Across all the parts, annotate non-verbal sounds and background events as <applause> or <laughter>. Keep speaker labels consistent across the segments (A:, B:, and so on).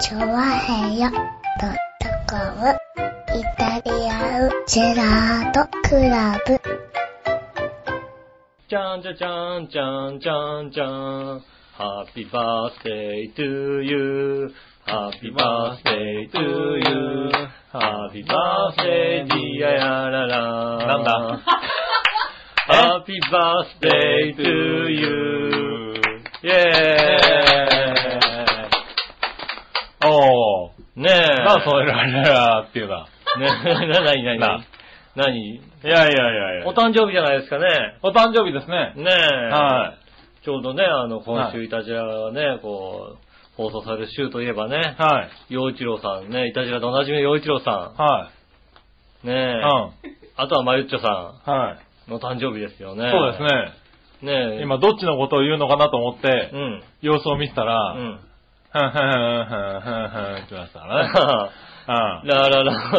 A: チョワヘヨドットコムイタリアンジェラートクラブ。
B: じゃんじゃじゃんじゃんじゃんじゃん。Happy birthday to you.Happy birthday to you.Happy birthday dear やらら。
C: なんだ
B: ?Happy birthday to you. イェー
C: おー。
B: イねえ。
C: まあ、そういうあれだっていうな。
B: ねえ、な、なになに
C: な
B: なに
C: いやいやいやいや。
B: お誕生日じゃないですかね。
C: お誕生日ですね。
B: ねえ。
C: は
B: ちょうどね、あの、今
C: は
B: 週、いたじらがね、こう、放送される週といえばね、
C: はい。
B: 洋一郎さんね、いたじらでおなじみの洋一郎さ
C: は
B: ん、ねえ、
C: い。うん。
B: あとはまゆっちょさ
C: はい。
B: んの誕生日ですよね。
C: そうです
B: ね。ね
C: ね。
B: え、、
C: 今、どっちのことを言うのかなと思って
B: う、ん、
C: 様子を見てた
B: う
C: ら、
B: ん。 <laughs>
C: ふんふんふんふんふんふんってなってたからね。
B: ラ
C: <laughs> うん。
B: ラララ、ラ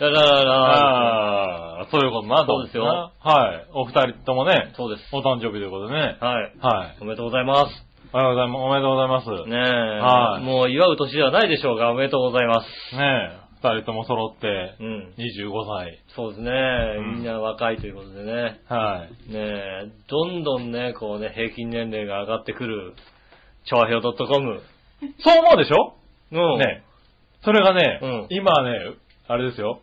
B: ラララ、
C: ああ、そういうことな、と思って
B: そうですよ
C: なはい。お二人ともね、
B: そうです。
C: お誕生日ということでね。
B: はい。
C: はい。
B: おめでとうございます。
C: おはようございます。おめでとうございます。
B: ねえ、
C: はい
B: もう祝う年ではないでしょうが、おめでとうございます。
C: ねえ、二人とも揃って
B: う、ん。
C: 25歳。
B: そうですね、
C: ん
B: みんな若いということでね。
C: はい。
B: ねえ、どんどんね、こうね、平均年齢が上がってくる、調和表 .com
C: そう思うでしょ
B: の、
C: ね。それがね、
B: うん
C: 今ね、あれですよ。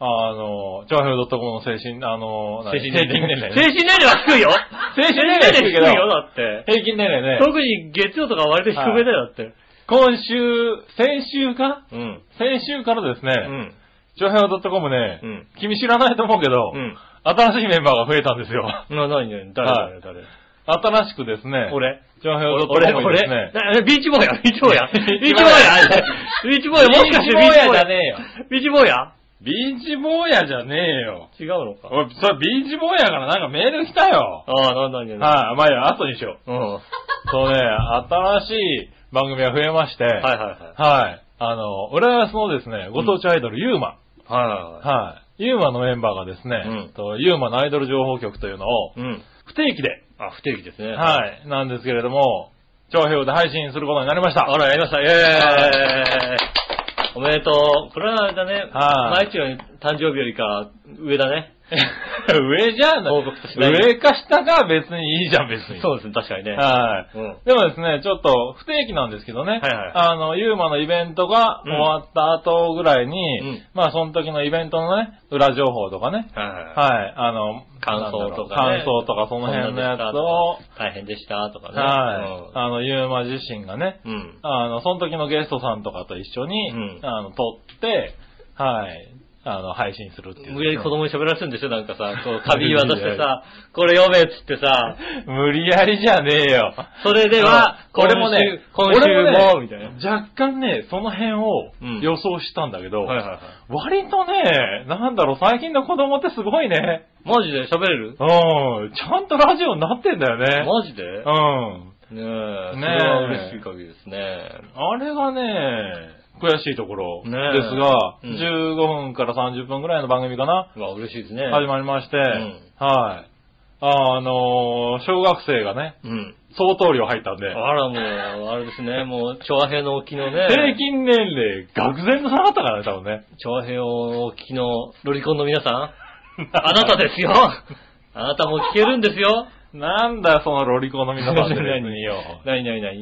C: あの、長編ドットコムの精神、あの、何
B: 精神年
C: 平均年
B: 齢。
C: 齢
B: 精神
C: ね。
B: 年齢は低いよ
C: 精神年齢は低いけ
B: 精神
C: ど
B: 年齢よ、だって。
C: 平均年齢ね。
B: 特に月曜とか割と低めだよ、だって。
C: 今週、先週か
B: うん。
C: 先週からで
B: う
C: すね、
B: ん。
C: 長編ドットコムね、
B: うん
C: 君知らないと思うけど、
B: うん。
C: 新しいメンバーが増えたんですよ。
B: な、なになに誰
C: は
B: 誰誰
C: 新しくですね、
B: 俺
C: 長編ドッ
B: 俺
C: トコム
B: 俺
C: にですね、
B: なビーチボーヤビーチボーヤビーチボーヤビーチボーヤもしかしてビーチボーヤ
C: ビーチボーヤじゃねえよ
B: ビーチボーヤ
C: ビーチ坊やじゃねえよ。
B: 違うのか。
C: おい、それビーチ坊やからなんかメール来たよ。
B: ああ、なになに
C: はい、まあいいや、後にしよう。
B: うん。は
C: そうね、新しい番組が増えまして、
B: い
C: は。
B: はいいはい。
C: あの、浦安のですね、ご当地アイドル、ユーマ。
B: はいは
C: はい。ユーマのメンバーがですね、
B: うん
C: とユーマのアイドル情報局というのを、
B: い。うん。
C: 不定期で、
B: あ、不定期ですね。
C: はい、なんですけれども、長編で配信することになりました。
B: あら、やりました。イェーイ <laughs> おめでとう。これはあれだね。
C: はい
B: 毎日より誕生日よりか、上だね。
C: <laughs> 上じゃな
B: 報
C: い
B: 告としない
C: 上か下か別にいいじゃん、別に。
B: そうですね、確かにね。
C: はい。
B: うん。
C: でもですね、ちょっと不定期なんですけどね、
B: いはい
C: あの、ユーマのイベントが終わった後ぐらいに、
B: うん
C: まあその時のイベントのね、裏情報とかね、
B: はい。
C: はい、あの、
B: 感想とかね
C: なんだろう感想とかその辺のやつを、
B: 大変でしたとかね。
C: はい、あの、ユーマ自身がね、
B: い。うん。
C: あの、その時のゲストさんとかと一緒に、
B: うん
C: あの、撮って、はい、あの、配信するっていう。
B: 無理やり子供に喋らせるんでしょなんか
C: <laughs>
B: さ、こう、紙渡してさ、これ読めっつってさ、
C: 無理やりじゃねえよ。
B: それでは、
C: これもね、
B: 今週も、
C: 俺ね
B: みたいな。
C: 若干ね、その辺を
B: うん
C: 予想したんだけど、
B: はいはいはい。
C: 割とね、なんだろう、最近の子供ってすごいね。
B: マジで喋れる
C: うん、ちゃんとラジオになってんだよね。
B: マジで
C: うん。
B: ねえ。それは嬉しい限りですね。
C: あれがね、悔しいところです
B: ねえ
C: が、
B: うん
C: 15分から30分ぐらいの番組かな、
B: まあ嬉しいですね。
C: 始まりまして、
B: ん
C: はい。あのー小学生がね、
B: うん。
C: 相当量入ったんで、
B: あらもう、あれですね、もう、長編の沖のね、
C: 平均年齢、愕然と下がったからね、多分ね。
B: 長編をお聞きのロリコンの
C: <laughs>
B: 皆さん、あなたですよあなたも聞けるんですよ
C: なんだよ、そのロリコンの皆さんって
B: <laughs> 何
C: 別によ。
B: なになになに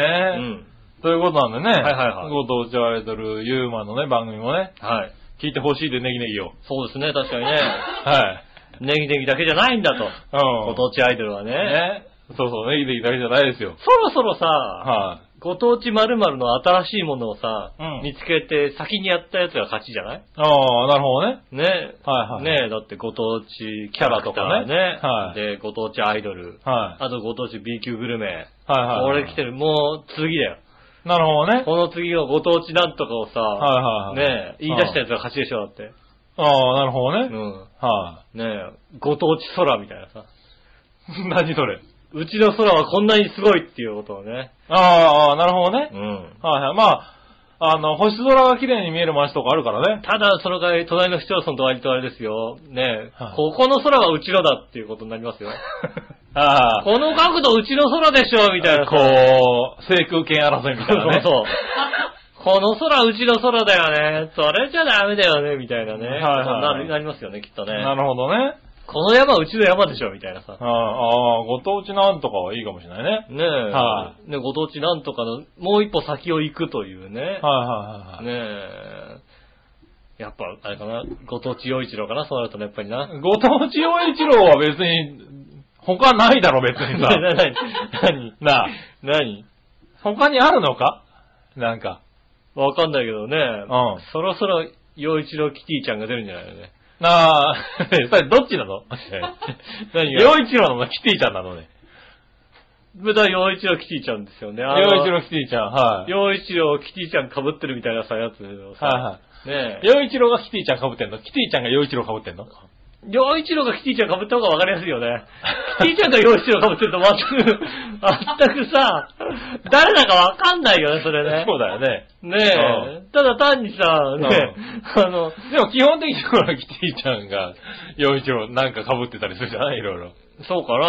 B: う
C: え、
B: ん。
C: ということなんでね、
B: はいはいはい
C: ご当地アイドル、ユーマのね、番組もね、
B: はい。
C: 聞いてほしいでネギネギを。
B: そうですね、確かにね。
C: はい。
B: ネギネギだけじゃないんだと。
C: うん。
B: ご当地アイドルはね。
C: ね。そうそう、ネギネギだけじゃないですよ。
B: そろそろさ、
C: は
B: ご当地〇〇の新しいものをさ、
C: うん
B: 見つけて先にやったやつが勝ちじゃない
C: い。ああ、なるほどね。
B: ね。
C: はいはい
B: ねだってご当地キャラとかね。
C: キャラとかねはい
B: で、ご当地アイドル。
C: はい。
B: あとご当地 B 級グルメ。
C: はいはい。
B: 俺来て
C: る。
B: る。もう次だよ。
C: なるほどね。
B: この次のご当地なんとかをさ、
C: はいはいはい。
B: ねえ、言い出したやつが勝ちでしょ、だって。
C: ああ、なるほど
B: う
C: ね。
B: ん。
C: は
B: ねえ、ご当地空みたいなさ。 <laughs>
C: い。何それ。
B: うちの空はこんなにすごいっていうことをね。
C: ああ、なるほどね。
B: うん。
C: はいはい。まあ、あの、星空が綺麗に見える街とかあ
B: <laughs>
C: るからね。
B: ただ、その代わり、隣の市町村と割とあれですよ。ねえ、
C: はい
B: ここの空はうちのだっていうことになりますよ。
C: ああ。
B: この角度うちの空でしょみたいなさ。
C: こう、制空権争いみたいなね。
B: そうそう。この空、うちの空だよね。それじゃダメだよね、みたいなね。
C: はいはいはい
B: なるなりますよね、きっとね。
C: <laughs> なるほどね。
B: この山、うちの山でしょ、みたいなさ
C: あ。あ、ご当地なんとかはいいかもしれないね。
B: ねえ。
C: は
B: ね、ご当地なんとかの、もう一歩先を行くというね。
C: はいはいはい
B: ねえ。やっぱ、あれかな、ご当地洋一郎かな、そうなるとね、やっぱりな。
C: はい。ご当地洋一郎は別に、他ないだろ別にさ。
B: <laughs> なな何
C: <laughs> なあ、
B: 何
C: 他にあるのかなんか。
B: わかんないけどね。
C: ん
B: そろそろ、洋一郎キティちゃんが出るんじゃないのね。
C: なあ、 <laughs> それどっちなの <laughs>
B: 何が
C: 洋一郎なのキティちゃんなのね。
B: 無駄洋一郎キティちゃんですよね。あの
C: 洋一郎キティちゃん、はい。
B: 洋一郎キティちゃん被ってるみたいなさ、やつをさ。。
C: はいはい
B: ねえ。
C: 洋一郎がキティちゃん被ってんのキティちゃんが洋一郎被ってんの
B: 洋一郎がキティちゃん被った方がわかりやすいよね。
C: <laughs>
B: キティちゃんが洋一郎被ってると全く、全くさ、誰だかわかんないよね、それね。
C: そうだよね。
B: ねえ。ただ単にさ、ね、あの、
C: でも基本的にほら、キティちゃ
B: <laughs>
C: んが、洋一郎なんか被ってたりするじゃないいろいろ。
B: そうかな、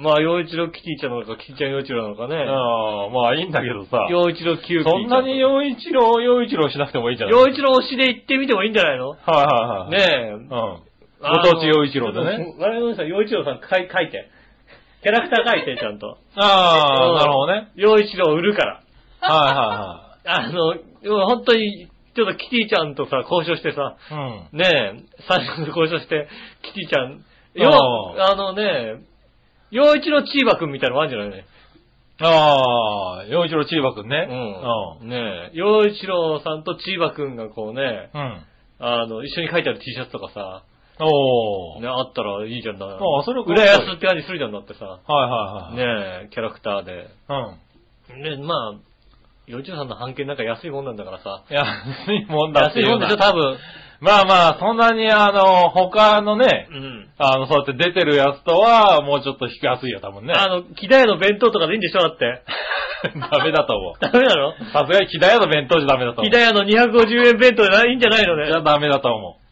B: まあ、洋一郎キティちゃんなのか、キティちゃん洋一郎なのかね。
C: ああ、まあいいんだけどさ。
B: 洋一郎キューピーちゃ
C: そんなに洋一郎、洋一郎しなくてもいいじゃない
B: 洋一郎推しで行ってみてもいいんじゃないの
C: はいはいはい。
B: ね。え。
C: うん。ご当地洋一郎で
B: あ
C: ね。
B: の。我々のさん、洋一郎さん書い書いて。キャラクター書いて、ちゃんと。
C: あ
B: う
C: あ、
B: ん
C: なるほどね。
B: 洋一郎売るから。
C: は
B: あの、でも本当に、ちょっとキティちゃんとさ、交渉してさ、
C: いはいはい。うん。
B: ねえ、最初に交渉して、キティちゃん、よ、
C: あ
B: あのね、洋一郎チーバくんみたいなのあるんじゃないね。
C: ああ、洋一郎チーバくんね。
B: うん。ねえ、洋一郎さんとチーバくんがこうね、
C: うん。うん。
B: あの、一緒に書いてある T シャツとかさ、
C: おー。
B: ね、あったらいいじゃんな。
C: ああ、それ
B: 浦安って感じするじゃんだってさ、
C: はいはいはい。。
B: ねえ、キャラクターで。
C: うん。
B: ね、まあ、洋一郎さんの判件なんか安いもんなんだからさ。
C: 安いもんだっ
B: 安
C: てい
B: いうもん
C: な
B: でしょ、多分。
C: まあまあ、そんなにあの、他のね
B: う、ん。
C: あの、そうやって出てるやつとは、もうちょっと引きやすいよ、多分ね。
B: あの、木田屋の弁当とかでいいんでしょだって。
C: ダメだと思う。
B: <laughs> ダメなの
C: さすがに木田屋の弁当じゃダメだと思
B: 木
C: う。
B: 田屋の250円弁当でいいんじゃないの
C: じゃ
B: ね。
C: ダメだと思う。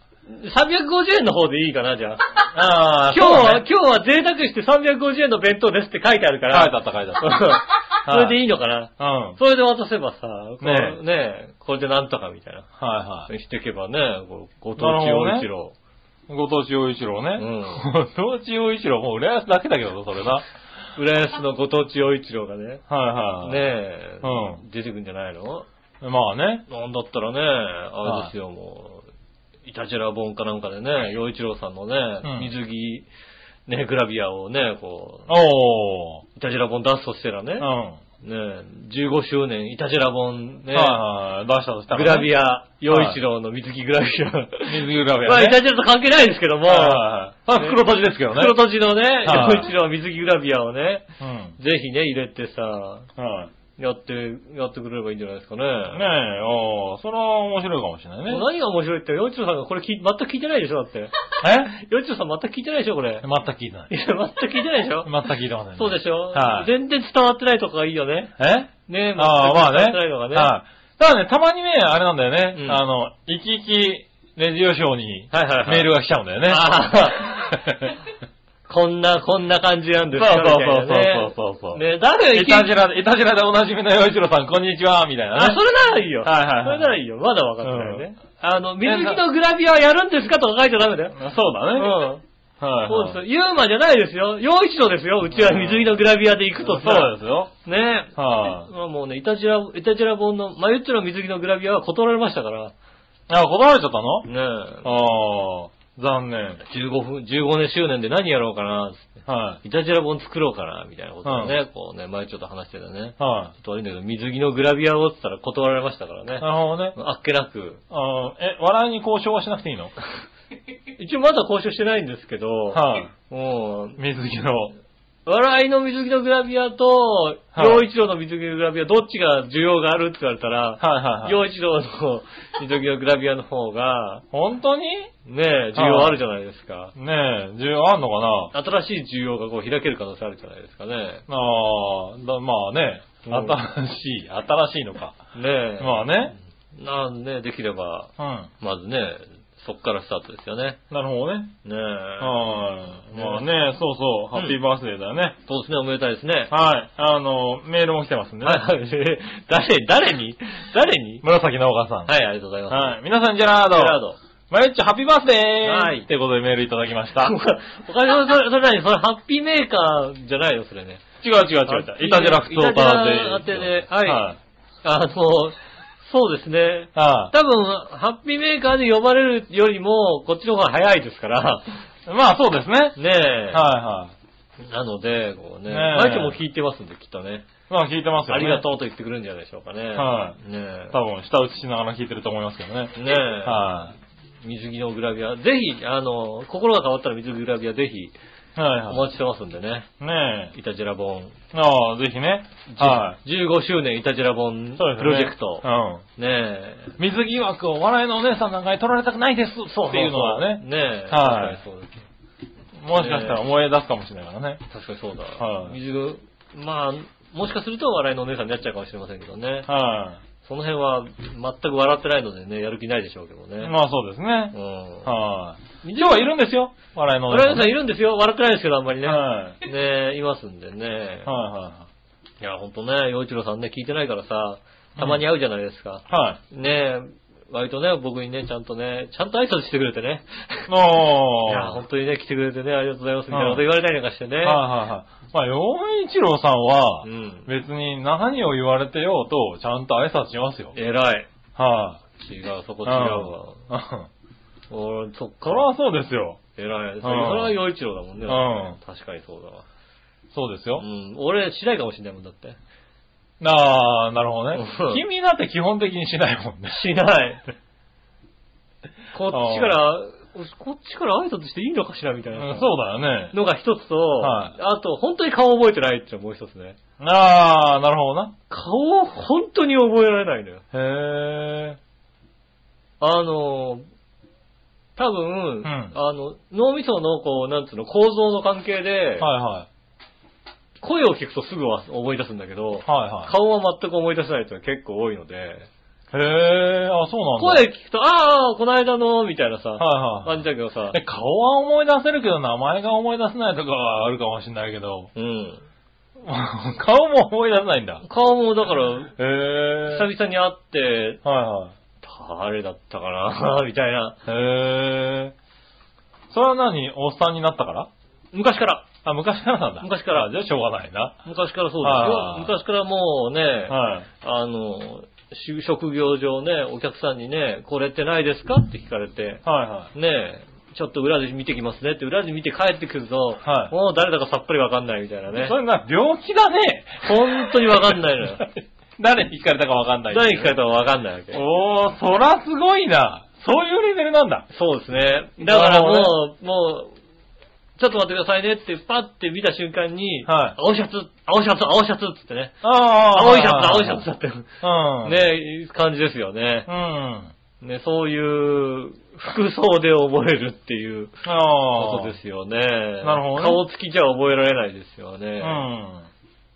B: 350円の方でいいかな、じゃあ。 <laughs>
C: ああ、
B: 今日
C: そう
B: は、
C: だね
B: 今日は贅沢して350円の弁当ですって書いてある <laughs> から。
C: 書いてあった書いてあっ
B: うんそれでいいのかな
C: た。うん。
B: それで渡せばさ、こう
C: ねえ
B: ねえ、これでなんとかみたいな。
C: はいはい。
B: していけばね、ごご当地
C: なるほど
B: 洋
C: ね
B: 一郎。
C: ご当地洋一郎ね。
B: うん
C: ご当地洋一郎、もう浦安だけだけどなそれな。はい
B: 浦安のご当地洋一郎がね、
C: は
B: ね
C: い。
B: え、
C: う
B: 出てくんじゃないの
C: まあね。
B: なんだったらね、あれですよ、もう、イタジェラ本かなんかでね、洋一郎さんの
C: うん
B: ね、水着、ね、グラビアをね、こ
C: おー。
B: う、イタジェラ本出すとしてらね
C: うん。、は
B: ね、15周年、イタジェラ本
C: い
B: ね、
C: はい。出したとしたら。
B: グラビ
C: ア。
B: ア、洋一郎の水着グラビア。
C: 水着グラビ
B: まあ、
C: ア
B: イ
C: ね。
B: タジェラと関係ないですけども、
C: はいはいはい。まあ
B: ね
C: 袋閉じですけどね。
B: 黒とじのね、
C: はい
B: 洋一郎水着グラビアをね、
C: うん。
B: ぜひね、入れてさ、
C: はい。
B: やって、やってくれればいいんじゃないですかね。
C: ねえ、おー。それは面白いかもしれないね
B: もう。何が面白いって、洋一郎さんがこれ聞い全く聞いてないでしょ、だって。
C: え
B: よちろさん全く聞いてないでしょ、これ。いや、
C: 全く聞いてない。
B: 全く聞いてないでしょ
C: 全く聞いてません
B: <laughs>
C: ね。
B: そうでしょ
C: はい。
B: 全然伝わってないとこがいいよね。
C: え
B: ねえ、
C: ああ、まあね。
B: 全く伝わってないのがね。
C: はい。ただね、たまにね、あれなんだよね。
B: うん
C: あの、生き生きレジオショーに
B: はいはいはい
C: メールが来ちゃうんだよね。
B: あこんな、こんな感じなんですよ
C: <laughs> そうそうそう
B: みたいなね
C: そうそうそうそう
B: ね誰が
C: いたじらで、いたじらでおなじみの洋一郎さん、こんにちは、みたい
B: あ、
C: なね
B: そ。れならいいよ。
C: はいはいはい
B: それならいいよ。まだ分かってないよね。あの、水着のグラビアはやるんですかとか書いちゃダメだよ。
C: そうだ
B: う
C: ね。はい
B: ん。
C: はい。
B: そうですよ。ユーマじゃないですよ。洋一郎ですよ。うちは水着のグラビアで行くと
C: そ
B: さ
C: う。ですよ。
B: ねえ。
C: はい
B: まあもうね、イタジラ、イタジラ本の、まゆっちょの水着のグラビアは断られましたから。
C: あ、断られちゃったの
B: ねえ。
C: ああ、残念。
B: 15分、15年周年で何やろうかな、つっ
C: は
B: て。イタジラ本作ろうかな、みたいなことをね、こうね、前ちょっと話してたね。
C: い。は
B: ちょっと悪いんだけど、水着のグラビアをって言ったら断られましたから
C: い。
B: ね。
C: なるほどね。
B: あっけなく。
C: あーえ、笑いに交渉はしなくてい
B: <laughs>
C: いの
B: 一応まだ交渉してないんですけど、
C: はい。
B: もう、
C: 水着の。
B: 笑いの水着のグラビアと、
C: はい
B: 洋一郎の水着のグラビア、どっちが需要があるって言われたら、
C: はいはいはい。
B: 洋一郎の水着のグラビアの方が、
C: 本当に
B: ねえ、需要あるじゃないですか。
C: ねえ、需要あんのかな
B: 新しい需要がこう開ける可能性あるじゃないですかね。
C: ああ、だまあね、
B: うん
C: 新しい、新しいのか。
B: ねえ。
C: まあね、
B: なんで、できれば、
C: うん。
B: まずね、そっからスタートですよね。
C: なるほどね。
B: ねえ。
C: はい。まあね、そうそう、ハッピーバースデーだね。
B: そうですね、おめでたいですね。
C: はい。あの、メールも来てますんでね。
B: はいはい。 <laughs> 誰、誰に誰に
C: 紫のお母さん。
B: はい、ありがとうございます。
C: はい。皆さん、ジェラード。
B: ジェラード。
C: マユッチョ、ハッピーバースデー
B: はい
C: ってことでメールいただきま
B: <laughs>
C: した。
B: お金の、それ、それ何それ、ハッピーメーカーじゃないよ、それね。
C: 違う違う違う。イタジェラクトーターで。
B: イタジェラ宛てではい
C: はい。
B: あの、そうですね。
C: は
B: 多分、ハッピーメーカーで呼ばれるよりも、こっちの方が早いです
C: <laughs>
B: から。
C: い。まあそうですね。
B: ねえ。
C: は
B: なので、こうね、
C: ねえ
B: マイケも聞いてますんで、きっとね。
C: いはい。まあ聞いてますよ
B: あ
C: ね。
B: りがとうと言ってくるんじゃないでしょうかね。
C: は
B: ねえ。
C: 多分、舌打ちしながら聞いてると思いますけどね。
B: ねえ。
C: は
B: 水着のグラビア。ぜひ、あの、心が変わったら水着グラビアぜひ、
C: い。は
B: お
C: いは
B: 待ちしてますんでね。
C: い。ねえ。
B: イタジェラボン。
C: ああ、ぜひね。は
B: 15周年イタジェラボン
C: い。
B: プ
C: そうですね
B: ロジェクト。
C: うん。
B: ねえ。
C: 水着枠を笑いのお姉さんなんかに取られたくないですっていうのはね、
B: ねえ。
C: はい
B: 確かにそうです。
C: もしかしたら思い出すかもしれないからね。
B: 確かにそうだ。
C: はい
B: 水着、まあ、もしかすると笑いのお姉さんになっちゃうかもしれませんけどね。
C: は
B: その辺は全く笑ってないのでね、やる気ないでしょうけど
C: い。
B: ね。
C: まあそうです
B: う
C: ね。
B: ん。
C: はい。今日はいるんですよ、笑いのお姉
B: 笑いのお姉
C: さん。
B: さんいるんですよ。笑ってないですけど、あんまりね。
C: はい。
B: ねえ、いますんでね。
C: はい
B: や、ほんとね、洋一郎さんね、聞いてないからさ、たまに会うじゃないですか。
C: いはい。はい。
B: ねえ、割とね、僕にね、ちゃんとね、ちゃんと挨拶してくれてね。い
C: おー。
B: や、本当にね、来てくれてね、ありがとうございます、みたいな
C: うん
B: こと言われたりなんかしてね。
C: はいはいはい。まあ、洋一郎さんは
B: う、ん。
C: 別に何を言われてようと、ちゃんと挨拶しますよ。
B: 偉い。
C: は
B: 違う、そ
C: い。
B: こ違うわ。
C: うん。
B: 俺、そっか
C: それは
B: ら、
C: そうですよ。
B: 偉い。それそれ
C: うん
B: は洋一郎だもんね。
C: うん
B: 確かにそうだわ。
C: そうです
B: う
C: よ。
B: ん。俺、しないかもしれないもんだって。
C: <laughs> ああ、なるほどね
B: うん。
C: 君だって基本的にしないもんね。
B: し
C: <laughs>
B: ない。こっちから、こっちから挨拶していいのかしらみたい
C: うん
B: な。
C: そうだよね。
B: のが一つと、
C: はい
B: あと、本当に顔覚えてないっていうのもう一つね。
C: ああ、なるほどな。
B: 顔、本当に覚えられないのよ。
C: へえ。
B: あの、多分、
C: ん
B: あの、脳みその、こう、なんつうの、構造の関係で、
C: はいはい。
B: 声を聞くとすぐは思い出すんだけど、
C: は
B: 顔は全く思い出せないっていうのが結構多いので、
C: いはい。へえ、あ、そうなんだ。
B: 声聞くと、ああ、この間の、みたいなさ、
C: はいはい。
B: 感じだけどさ、
C: え顔は思い出せるけど、名前が思い出せないとかはあるかもしれないけど、 <laughs>
B: うん。
C: 顔も思い出せないんだ。
B: 顔も、だから、
C: へえ。
B: 久々に会って、
C: はいはい。
B: 誰だったかな、 <laughs> みたいな。
C: へえ。それは何おっさんになったから
B: 昔から、
C: あ、昔からなんだ。
B: 昔から
C: あじゃあしょうがないな。
B: 昔からそうですよ
C: あ。ー
B: 昔からもうね、
C: はい。
B: あの、就職業上ね、お客さんにね、これってないですかって聞かれて、
C: はい
B: ね
C: は
B: え、ちょっと裏で見てきますねって、裏で見て帰ってくると、
C: はい。
B: もう誰だかさっぱりわかんないみたいないね
C: そ。れな、病気だ <laughs> ね。
B: 本当にわかんないの
C: <laughs>
B: よ。
C: 誰に聞かれたかわかんない。
B: 誰に聞かれたかわかんないわけ。
C: おー、そらすごいな。そういうレベルなんだ。
B: そうですね。だから
C: なる
B: もう、もう、ちょっと待ってくださいねって、パッて見た瞬間に、
C: はい
B: 青シャツ、青シャツ、青シャツっつってね。
C: あ
B: 青いシャツ、青いシャツだって。
C: うん。。
B: ねえ、感じですよね
C: う。ん。
B: ね、そういう服装で覚えるっていう
C: あ
B: こ
C: あ。。
B: とですすよね。
C: なるほどね
B: 顔つきじゃ覚えられないですよ
C: う
B: ね
C: ん。。は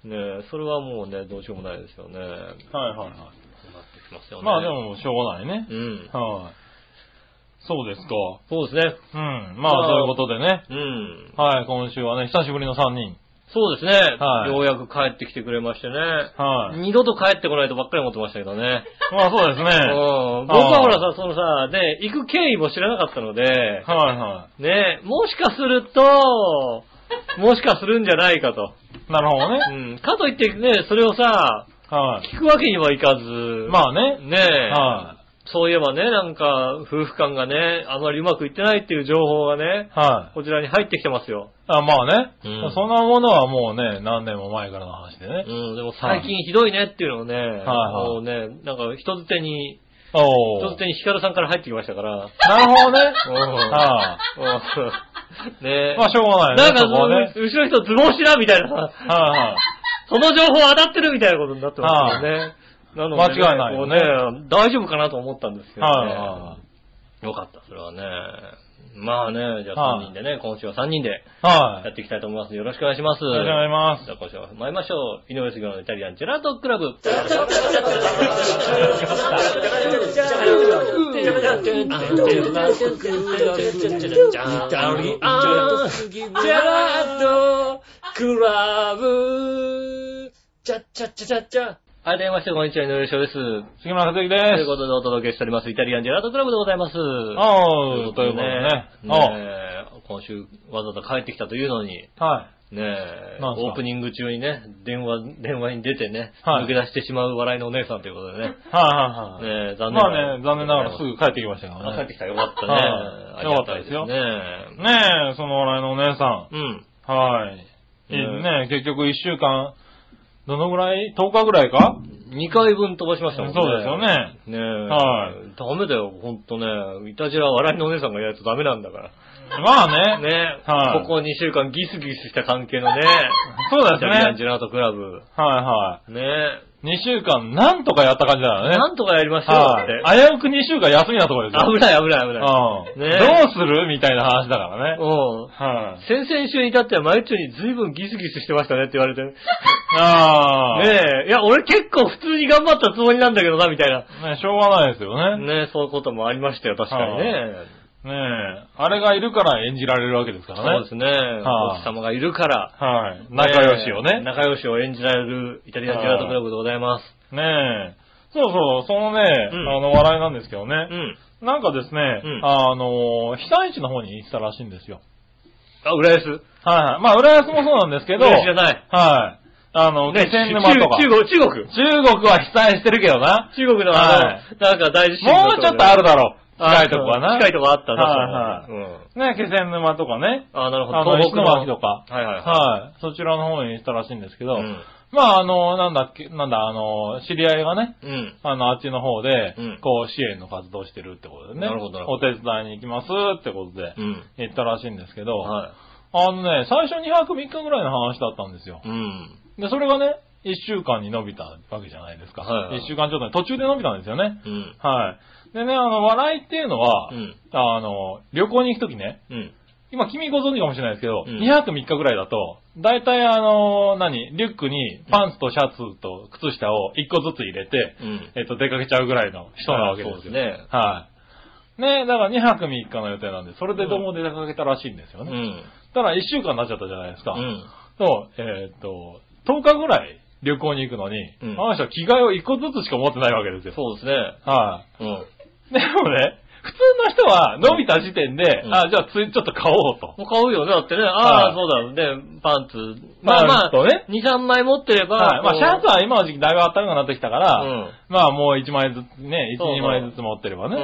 B: ねそれはもうね、どうしようもないですよね。
C: いはいは
B: そうなってきますよ
C: い。
B: ね。
C: まあで。も、しょうがないね
B: う。ん。
C: はい。そうですか。
B: そうですね。
C: うん。
B: ま
C: ま
B: あ
C: あ、そういうことでね。
B: うん。
C: はい、今週はね、久しぶりの3人。
B: そうですね。
C: はい
B: ようやく帰ってきてくれましてね。
C: はい。
B: 二度と帰ってこないとばっかり思ってましたけ
C: <laughs>
B: どね。
C: まあ、そう <laughs> ですね。
B: う
C: は
B: ん。僕はほらさ、そのさ、ね、行く経緯も知らなかったので
C: い、は
B: ね、もしかすると、もしかするんじゃないかと。
C: い。なるほどね。
B: うん。かといってね、それをさ、
C: はい。
B: 聞くわけにはいかず。
C: まあね。
B: ねえ。
C: は
B: そういえばね、なんか、夫婦間がね、あまりうまくいってないっていう情報がね
C: い。、はい。
B: こちらに入ってきてますよ。
C: あまあね、
B: うん
C: そんなものはもうね、何年も前からの話で
B: う
C: ね。
B: ん、でも最近ひどいねっていうのをね、
C: はい
B: もうね、なんか人づてに、
C: お
B: 人づ
C: ー
B: てにヒカルさんから入ってきましたから。
C: なるほどね。
B: <laughs> うん
C: は
B: うんねえ
C: い。まあ、しょうがないね。
B: なんか
C: そこはね。
B: う後ろの人ズボンしなみたいなさ、
C: はいはい。
B: その情報当たってるみたいなことになってますよね。なので、
C: 間違いないよね
B: こうね。大丈夫かなと思ったんですけど
C: はい
B: ね
C: は。
B: よかった、それはね。まあね、じゃあ3人でね、今週は3人で
C: い。はい。
B: やっていきたいと思います。よろしくお願いします。
C: ありがとうございま
B: じゃあ今週は参りましょう。井上杉村のイタリアンジェラートクラブ。
D: Thank you.
B: はい、電話してこんにちは、井上翔です。と
C: 杉村和之で
B: いう
C: す。
B: ことでお届けしております、イタリアンジェラートクラブでございます。
C: ああ、ということでね。あ
B: ねえ今週わざわざ帰ってきたというのに、
C: あはい。
B: ねえ、
C: なんすか
B: オープニング中にね、電話、電話に出てね、
C: はい
B: 抜け出してしまう笑いのお姉さんということでね。ね
C: はいはいはい。
B: え残念
C: ま
B: ながら。
C: あね、残念ながらすぐ帰ってきましたけど
B: あ帰って
C: ね。
B: きたよかったね。
C: はい
B: ありがたいですね。
C: よかねえ、その笑いのお姉さ
B: うん。
C: ん。はい。いい
B: うん
C: ね、結局一週間、どのぐらい ?10 日ぐらいか
B: 2回分飛ばしましたもんね。
C: そうですよね。
B: ねえ。
C: はい
B: ダメだよ、ほんとね。いたじら笑いのお姉さんがやるとダメなんだか
C: まあ
B: ら。
C: ね。
B: ねえ。
C: はい
B: ここ2週間ギスギスした関係 <laughs> のね。
C: そうです
B: ジャイアン
C: ね。
B: ジェラートクラブ。
C: はいは
B: ねえ。
C: い。2週間、なんとかやった感じだよね。
B: なんとかやりましょうだって。
C: はい。危うく2週間休みなところですよ。
B: 危ない危ない危ない。
C: うん。
B: ね
C: どうするみたいな話だからね。
B: うん。
C: はい。
B: 先々週に至っては、マユッチョに随分ギスギスしてましたねって言われて。ね
C: ああ。
B: え、いや、俺結構普通に頑張ったつもりなんだけどな、みたいな。
C: ねしょうがないですよね。
B: ねえ、そういうこともありましたよ、確かにね。
C: ねえ。あれがいるから演じられるわけですか
B: そう
C: ら
B: で
C: ね。
B: すね。
C: はい
B: 奥様がいるから。
C: はい。仲良し
B: え
C: を
B: え
C: ね。
B: 仲良しを演じられるイタリアンジェラートクラブでございます。
C: ねえ。そうそう、そのね、
B: うん
C: あの、笑いなんですけど
B: う
C: ね。
B: ん。
C: なんかですね
B: うん、
C: あの、被災地の方に行ってたらしいんですよ。
B: あ、浦安。
C: はいはい。まあ、浦安もそうなんですけど、
B: 浦安じゃ
C: はい。
B: ない。
C: あの、気
B: ね、
C: 仙沼とか。
B: 中
C: 中
B: 国、中国。
C: 国は被災してるけどな。
B: 中国のあ
C: は
B: の、なんか大地震
C: もうちょっとあるだろう。
B: あ
C: 近いとこはな。
B: 近いとこあった
C: はい
B: 確かにうん。
C: ね、気仙沼とかね。
B: あ、なるほ
C: あ
B: ど。
C: の、
B: 東
C: 石
B: 北の。
C: 巻とか。
B: はいはいは
C: はい。そちらの方に行ったらしいんですけど、
B: い。うん
C: まあ、あの、なんだっけ、なんだ、あの、知り合いがね、
B: うん。
C: あの、あっちの方で
B: うん、
C: こう、支援の活動してるってことでね。
B: なるほどなるほ
C: お手伝いに行きますってことで
B: う、ん。
C: 行ったらしいんですけど、
B: は
C: あのね、最初2泊3日ぐらいの話だったんですよ
B: い。。うん。
C: で、それがね、1週間に伸びたわけじゃないですか。
B: はいはい
C: 1週間ちょっとね途中で伸びたんですよね。
B: うん。
C: はい。でね、あの、笑いっていうのは、
B: うん。
C: あの、旅行に行くときね、
B: うん。
C: 今君ご存知かもしれないですけど、
B: うん
C: 2泊3日ぐらいだと、だいたいあの、何、リュックにパンツとシャツと靴下を1個ずつ入れて、
B: うん。
C: えっと、出かけちゃうぐらいの人なわけですよ。
B: そうですね
C: はい。ねだから2泊3日の予定なんで、それでどうも出かけたらしいんですよ
B: う
C: ね。
B: ん。
C: ただ1週間になっちゃったじゃないですか。
B: うん。
C: そう、えーっと、10日ぐらい旅行に行くのに、
B: うん
C: あの人は着替えを1個ずつしか持ってないわけですよ。
B: そうですね。
C: は
B: うん。
C: い。でもね、普通の人は伸びた時点で、
B: うん
C: あ、じゃあついちょっと買おうと。
B: もう買うよね。だってね。ああ、そうだ。ね、パンツ。まあま
C: パン
B: あ
C: ツとね、
B: 2、3枚持ってれば。
C: はい。まあ
B: こう
C: シャツは今の時期だいぶ暖かくなってきたから、
B: うん
C: まあもう1枚ずつね、1、
B: そうそう
C: 2枚ずつ持ってれば
B: う
C: ね、
B: ん。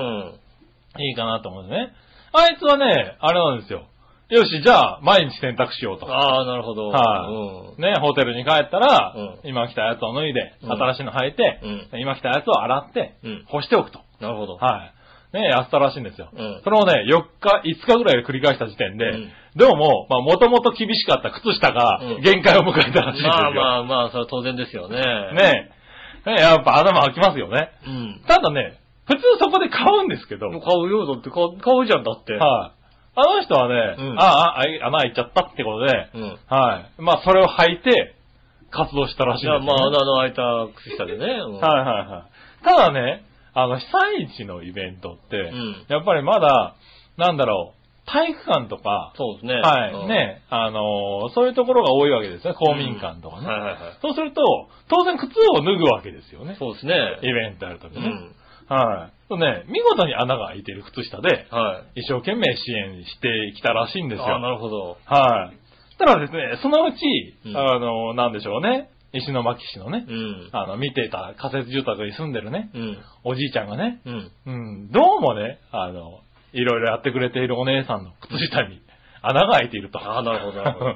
C: いいかなと思うんですね。あいつはね、あれなんですよ。よし、じゃあ毎日洗濯しようと。
B: ああ、なるほど。
C: はね、ホテルに帰ったら、
B: う
C: 今着たやつを脱いで、
B: うん
C: 新しいの履いて、
B: う
C: 今着たやつを洗って、
B: い。うん。
C: 干しておくと。
B: なるほど。
C: はい。ね、やったらしいんですよ。
B: うん
C: それをね、4日、5日ぐらいで繰り返した時点で、
B: うん
C: どうも、まあ、もともと厳しかった靴下が
B: うん
C: 限界を迎えたらしいんですよ。
B: まあまあまあ、それは当然ですよね。ね。
C: ねえ。ねえ、やっぱ頭開きますよね。
B: うん。
C: ただね、普通そこで買うんですけど、
B: も
C: は
B: う買う
C: い、
B: よ、だって買う買うじゃん、だって。
C: あ。の人はね、
B: うん
C: ああ、ああ穴開いちゃったってことで、
B: うん。
C: はい。まあ、それを履いて、活動したらしい
B: じ
C: んで
B: ゃあ
C: すよ、ね。
B: まあ、穴の開いた靴下でね。うん
C: はいはいはい。ただね、あの、被災地のイベントって、
B: ん
C: やっぱりまだ、なんだろう、体育館とか、
B: そうですね。
C: は
B: うん
C: い、。ね、あのーそういうところが多いわけですね、公民館とかね。
B: はいはいはい。
C: そうすると、当然靴を脱ぐわけですよね。
B: そうですね。
C: イベントやるとき
B: う
C: ね。
B: ん。
C: はい。そうね、見事に穴が開いてる靴下で、
B: はい。
C: 一生懸命支援してきたらしいんですよ。
B: あなるほど。
C: はい。ただですね、そのうち、
B: うん
C: あのーなんでしょうね、石巻市のね、
B: うん。
C: あの、見てた仮設住宅に住んでるね、
B: うん。
C: おじいちゃんがね、
B: うん。
C: うん、どうもね、あの、いろいろやってくれているお姉さんの靴下に穴が開いていると。
B: ああ、なるほど、なるほど。う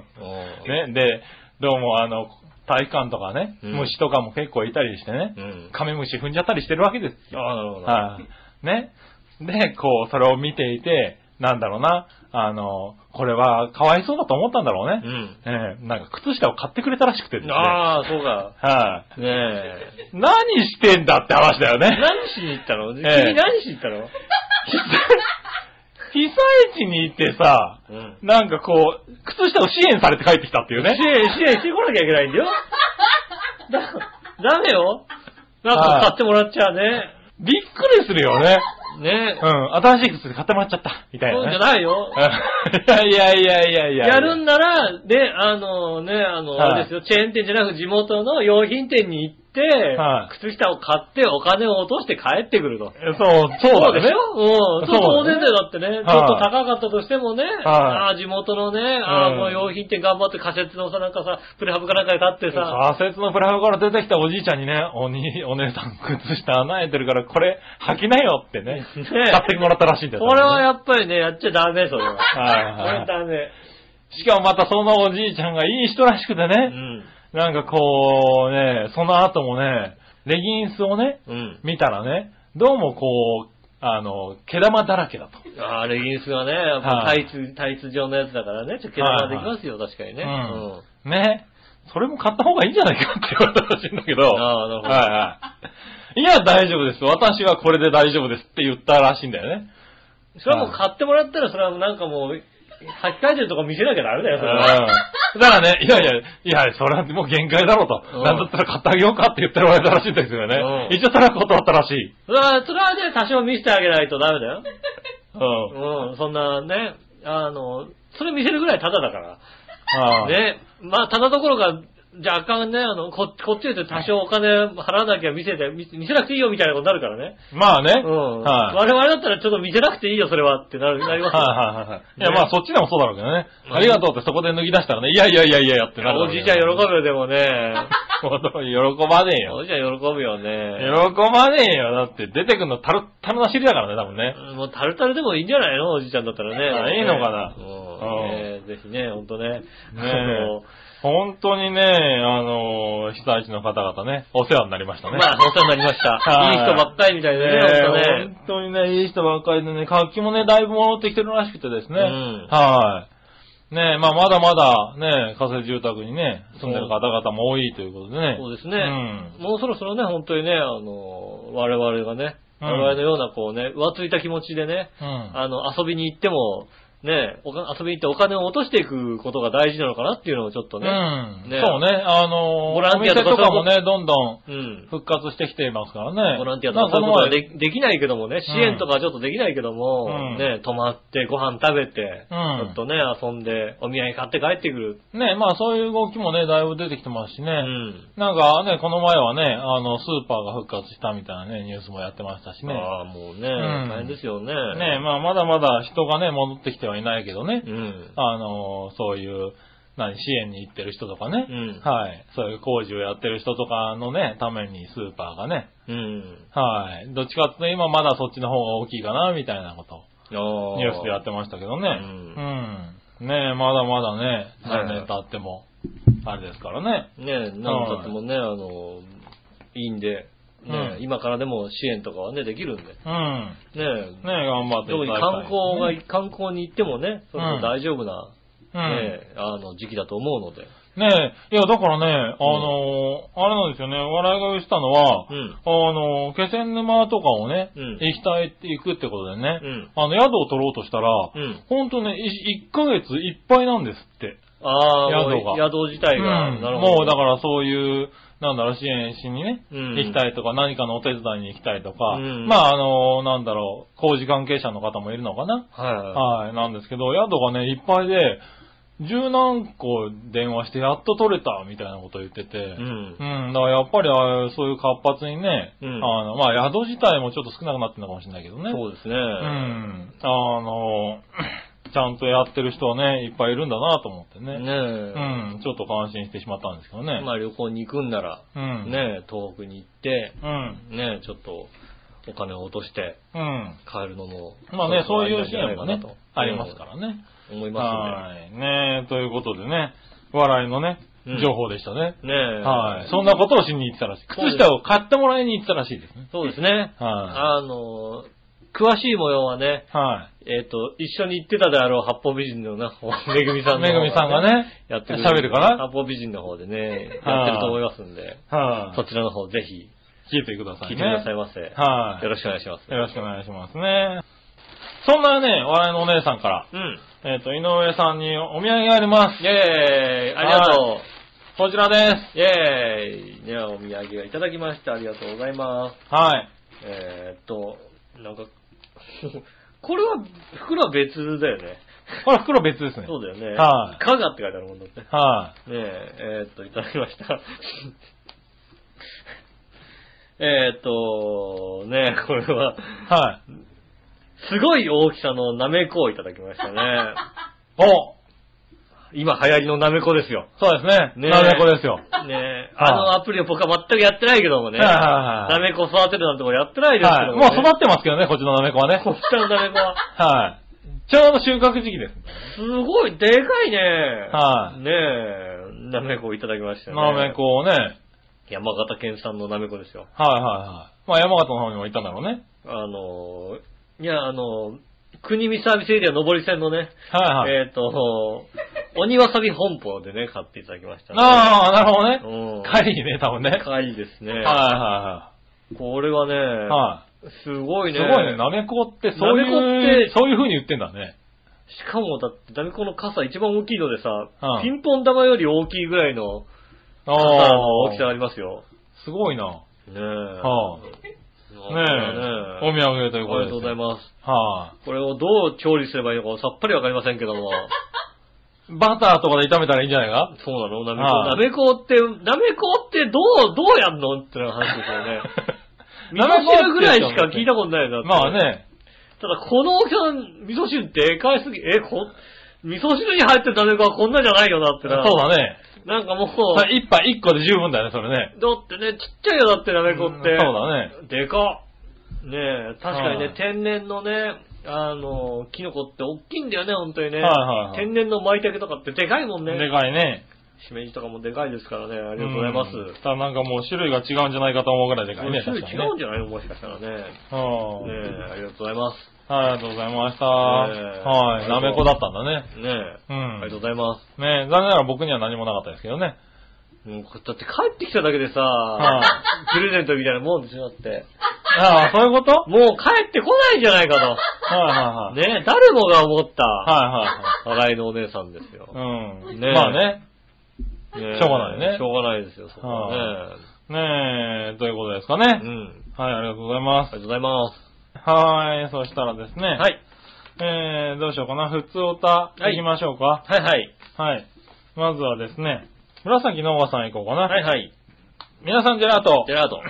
B: ん。
C: <laughs> ね、で、どうもあの、体育館とかね、
B: うん
C: 虫とかも結構いたりしてね
B: う、ん。
C: カメムシ踏んじゃったりしてるわけですよ。
B: ああ、なるほど。
C: はい。ね。で、こう、それを見ていて、なんだろうな、あの、これはかわいそうだと思ったんだろうね。
B: う
C: ええなんか靴下を買ってくれたらしくてです
B: ん。
C: ね。
B: ああ、そうか。
C: はい。
B: ね
C: <laughs>
B: え。
C: 何してんだって話だよね。
B: <laughs> 何しに行ったの君
C: ええ
B: 何しに行ったの
C: <laughs> 被災地に行ってさ、
B: うん。
C: なんかこう、靴下を支援されて帰ってきたっていうね。
B: 支援、支援してこなきゃいけないんだよ。だ、ダメよ。なんか買ってもらっちゃうね。
C: びっくりするよね。
B: ね
C: う。ん、新しい靴で固まっちゃった、みた <laughs> いな、
B: そう
C: ね。
B: じゃないよ。
C: うんいやいやいやいやいや。
B: やるんなら、で、あのね、あの、
C: はい
B: あれですよ、チェーン店じゃなく地元の用品店に行って、
C: は
B: 靴下を買ってお金を落として帰ってくると。
C: そう、そうだ
B: でし
C: ね。
B: ょうん。そ
C: そううだね
B: 当然だよ、だってね。ちょっと高かったとしてもね、ああ、地元のね、ああ、
C: うん
B: もう用品店頑張って仮設のさ、なんかさ、プレハブかなんかに立ってさ、
C: 仮説のプラフから出てきたおじいちゃんにね、おに、お姉さん靴下穴開いてるからこれ履きなよってね、
B: <laughs> ね
C: 買ってもらったらしいんだよ。
B: これは
C: ね
B: やっぱりね、やっちゃダメ、それは。こ
C: はいは
B: れ
C: い。
B: ダメ。
C: しかもまたそのおじいちゃんがいい人らしくて
B: う
C: ね、
B: ん。
C: なんかこうね、その後もね、レギンスをね、
B: うん。
C: 見たらね、どうもこう、あの、毛玉だらけだと。
B: ああ、レギンスがね、やっぱタ
C: は
B: イ
C: い
B: ツ、タイツ状のやつだからね、ちょっと毛玉できますよ、確かにね。
C: うん
B: うん
C: ね。それも買った方がいいんじゃないかって言われたらしいんだけど。
B: ああなるほど
C: はいはい。いや、大丈夫です。私はこれで大丈夫ですって言ったらしいんだよね。
B: それはもう買ってもらったら、それはなんかもう、履き替えてるとこ見せなきゃダメだ
C: う
B: よ、
C: ん
B: それは。
C: だからね、いやいや、いや、それはもう限界だろう
B: うん
C: と。なんだったら買ってあげようかって言ってもらえたらしいんですよね。
B: うん
C: 一応それは断ったらしい。
B: それは、それはね、多少見せてあげないとダメだよ。
C: うん。
B: うん、そんなね、あの、それ見せるぐらいタダだか
C: あ
B: ら。
C: あ
B: ね、まあ、タダどころか、若干ね、あの、ここっちで多少お金払わなきゃ見せて、見見せなくていいよみたいなことになるからね。
C: まあね。
B: うん。
C: はい。
B: 我々だったらちょっと見せなくていいよ、それはってなる、なりますよ
C: はいはいはいはい。いや、
B: ね
C: まあそっちでもそうだろうけどね。
B: うん
C: ありがとうってそこで脱ぎ出したらね、いやいやいやいやいやってなる。
B: おじいちゃん喜ぶ。よ、でもね。
C: <laughs> 喜ばねえよ
B: お。じいちゃん喜ぶよね。
C: 喜ばねえよ。だって出てくんのタルッタルな尻だからね、多分ね。
B: もうタルタルでもいいんじゃないのおじいちゃんだったらね。
C: あいいのかな
B: うん。ねぜひね、ほんとね。
C: ね本当にね、あのー被災地の方々ね、お世話になりました
B: あの
C: ね。
B: まあ、お世話になりました。
C: はい
B: いい人ばっかりみたいでね、ほんとね
C: ね。本当にね、いい人ばっかりでね、活気もね、だいぶ戻ってきてるらしくてですね。
B: うん
C: はい。ねまあまだまだね、仮設住宅にね、住んでる方々も多いということでね。
B: そうですね、
C: うん
B: もうそろそろね、本当にね、あの、我々がね、
C: うん
B: 我々のようなこうね、浮ついた気持ちでね、
C: うん。
B: あの、遊びに行っても、ね、おか遊びに行ってお金を落としていくことが大事なのかなっていうのをちょっとね、
C: うん。
B: ね
C: そうね。あのー
B: ボランティアとか
C: お店とかもね、どんどん
B: うん。
C: 復活してきていますからね。
B: ボランティアと
C: なん
B: かそういう
C: こ
B: ことは
C: の前
B: でできないけどもね、支援とかはちょっとできないけども、
C: うん
B: ね、泊まってご飯食べて、
C: うん
B: ちょっとね、遊んで、お土産買って帰ってくる。
C: ね、まあそういう動きもね、だいぶ出てきてますし
B: う
C: ね。
B: ん。
C: なんかね、この前はね、あの、スーパーが復活したみたいなね、ニュースもやってましたしね。
B: ああ、もうね、大
C: ん
B: 変ですよね。
C: ねまあまだまだ人がね、戻ってきてはいないけどね。
B: うん。
C: あの、そういう、何、支援に行ってる人とかね。
B: うん
C: はい。そういう工事をやってる人とかのね、ためにスーパーがね。
B: うん。
C: はい。どっちかっていうと今まだそっちの方が大きいかな、みたいなことを
B: ニュ
C: ニュースでやってましたけどね。
B: う
C: うんねまだまだね、
B: はい
C: 3年経っても、あれですからね。
B: ねえ、なんとってもね、あの、いいんで、ねえ、
C: うん
B: 今からでも支援とかはね、できるんで。ね
C: うん。
B: え、
C: ね頑張ってい
B: 特に
C: ただ
B: 観
C: きたいですね
B: 光が、観光に行ってもね、その
C: うん
B: 大丈夫な、
C: うん
B: ねえ、あの、時期だと思うので。
C: ねえ、いや、だからね、あのーあれなんですよね、笑いが言ってたのは、
B: うん
C: あのー気仙沼とかをね、
B: うん
C: 行きたいって、行くってことでね、
B: うん
C: あの、宿を取ろうとしたら、
B: うん
C: ほんとね、い1ヶ月いっぱいなんですって。
B: ああ、
C: 宿
B: もう
C: が
B: 宿自体が、
C: うん
B: なるほど。、
C: もうだかららそういう、なんだろう、支援しにね、
B: うん
C: 行きたいとか、何かのお手伝いに行きたいとか、
B: うん
C: まあ、あのーなんだろう、工事関係者の方もいるのかな、
B: は
C: はい、なんですけど、宿がね、いっぱいで、十何個電話してやっと取れたみたいなことを言ってて、
B: い。うん
C: う。ん、だからやっぱりああいうそういう活発にね、
B: うん
C: あの、まあ宿自体もちょっと少なくなってるのかもしれないけどね。う
B: そうですね。
C: ん。あの、ちゃんとやってる人はね、いっぱいいるんだなと思ってね。
B: ね
C: う
B: え。
C: ん、ちょっと感心してしまったんですけどね。
B: まあ旅行に行くんなら、
C: うん。。
B: ねえ、東北に行って、
C: うん。
B: ねえ、ちょっと、お金を落として、
C: うん。
B: 帰るのも、
C: まあね、そういう
B: 支
C: 支
B: 援
C: 援
B: も
C: もね、ありますからね。
B: 思いま
C: はい。ねということでね、笑いのね
B: うん、
C: 情報でしたね。
B: すね。ねえ。
C: はい。そんなことをしに行ってたらしい。靴下を買ってもらいに行ってたらしいですね。
B: そうですね。
C: は
B: あの、詳しい模様はね、
C: い。はい。
B: えっ、と、一緒に行ってたであろう八方美人のな、めぐみさんの方
C: めぐみさんがね、
B: やって
C: 喋るかな
B: 八方美人の方でね、
C: は
B: やっ
C: い
B: てると思いますんで、
C: はい、
B: そちらの方ぜひ
C: 聞いてくださ
B: 聞いて
C: いね。
B: くださいませ。
C: はい、
B: よろしくお願いします。
C: よろしくお願いしますね。そんなね、笑いのお姉さんから、
B: うん。
C: えっ、と、井上さんにお土産があります。
B: イェーイありがとう
C: こちらです。
B: イェーイではお土産をいただきました。ありがとうございます。
C: はい。
B: えーっと、なんか、 <laughs> これは、袋は別だよね。
C: これは袋別ですね。
B: そうだよね。
C: はい
B: 加賀って書いてあるもんだって。ね
C: はい、
B: え、えーっと、いただきました。 <laughs> えーっと、ねえ、これは、
C: はい、
B: すごい大きさのなめこをいただきました
C: <laughs>
B: ね。
C: お
B: 今流行りのなめこですよ。
C: そうです
B: ね
C: ね。
B: え
C: なめこですよ。
B: ねえ、
C: はい
B: あのアプリを僕は全くやってないけどもね。
C: はいはいは
B: ないめこ育てるなんてことやってないですけ
C: は
B: ど
C: い。
B: も、
C: も
B: ね。
C: う育ってますけどね、こっちのなめこはね。
B: こ <laughs> っちのなめこは。
C: はい。ちょうど収穫時期です。
B: すごい、でかいね。
C: はい
B: ねえ、なめこをいただきましたね。
C: なめ。こをね。はい
B: 山形県産のなめこですよ。
C: はいはい。まあ山形の方にも行ったんだろうね。
B: あの、いや、あの、国見サービスエリア上り線のね、
C: はいはい。
B: えっ、と、鬼わさび本舗でね、買っていただきました、ね。
C: ああ、なるほどね。
B: うん。
C: 帰りにね、多分ね。はい
B: 高いですね。
C: は
B: これはね、
C: いはい。は
B: すご
C: い。
B: い
C: す
B: ね。
C: ごいね、なめこってそうい
B: なめこって
C: う、そういう風に売ってんだね。
B: しかもだって、ダミコの傘一番大きいのでさ、
C: うん
B: ピンポン玉より大きいぐらいの
C: あ
B: 傘
C: あ
B: の大きさありますよ。
C: すごいな。は
B: ねえ。
C: い、ねえ
B: ねえ。
C: お土産と
B: あ
C: い
B: り
C: うこと
B: が
C: で
B: とうございます。
C: す。は
B: これをどう調理すればいいのかさっぱりわかりませんけど
C: <laughs>
B: も。
C: い、バターとかで炒めたらいいんじゃないか
B: そうなのなめこ。
C: は
B: ないめこって、なめこってどう、どうやんのってな話ですよね。味
C: <laughs> なめ
B: 噌
C: こって
B: 汁ぐらいしか聞いたことないよだって
C: まあ。ね、
B: ただ、この大きさの味噌汁でかいすぎ、え、こ、味噌汁に入ってるなめこはこんなじゃないよなって
C: そう
B: な。
C: だね。
B: なんかもう、
C: さ一杯一個で十分だよね、それね。
B: だってね、ちっちゃいよ、だって、なめこって。
C: うんそうだね。
B: でかっねえ、確かに
C: は
B: ね
C: い、
B: 天然のね、あの、キノコって大きいんだよね、本当にね。
C: はいはいはい
B: 天然の舞茸とかってでかいもんね。
C: でかいね。
B: しめじとかもでかいですからね、あ
C: あ
B: りがとうございます。
C: ただなんかもう種類が違うんじゃないかと思うぐらいでかいね。
B: 種類
C: 確かに
B: 違うん
C: ね
B: じゃないのもしかしたらね。ね
C: うん
B: え、ありがとうございま
C: はい、ありがとうございました。
B: え
C: はい、なめこだったんだね。
B: す。ねえ、
C: うん
B: ありがとうございます。
C: ね残念ながら僕には何もなかったですけどね。
B: もうこだって帰ってきただけでさ、
C: い
B: プレゼントみたいなもんでしょだって。
C: ああ、そういうことはい
B: もう帰ってこないんじゃないか
C: はいは
B: と。
C: い。
B: ねえ、誰もが思った。
C: は
B: 笑いのお姉さんですよ。
C: いはい。うん。
B: ねえ
C: まあね。
B: ねえ
C: しょうがないね
B: しょうがないですよ、そこはね。
C: ねえ、ということですか
B: う
C: ね。
B: ん。
C: はい、ありがとうござい
B: あ
C: ま
B: り
C: す
B: が。とうございます。
C: はい、そしたらですね。
B: は。い。
C: えー、どうしようかな。普通歌、
B: はい
C: いきましょうか。
B: はいはい。
C: はい。まずはですね、紫のおばさんいこうかな。
B: はいはい。
C: 皆さん、ジェラート
B: ジ。ェラート。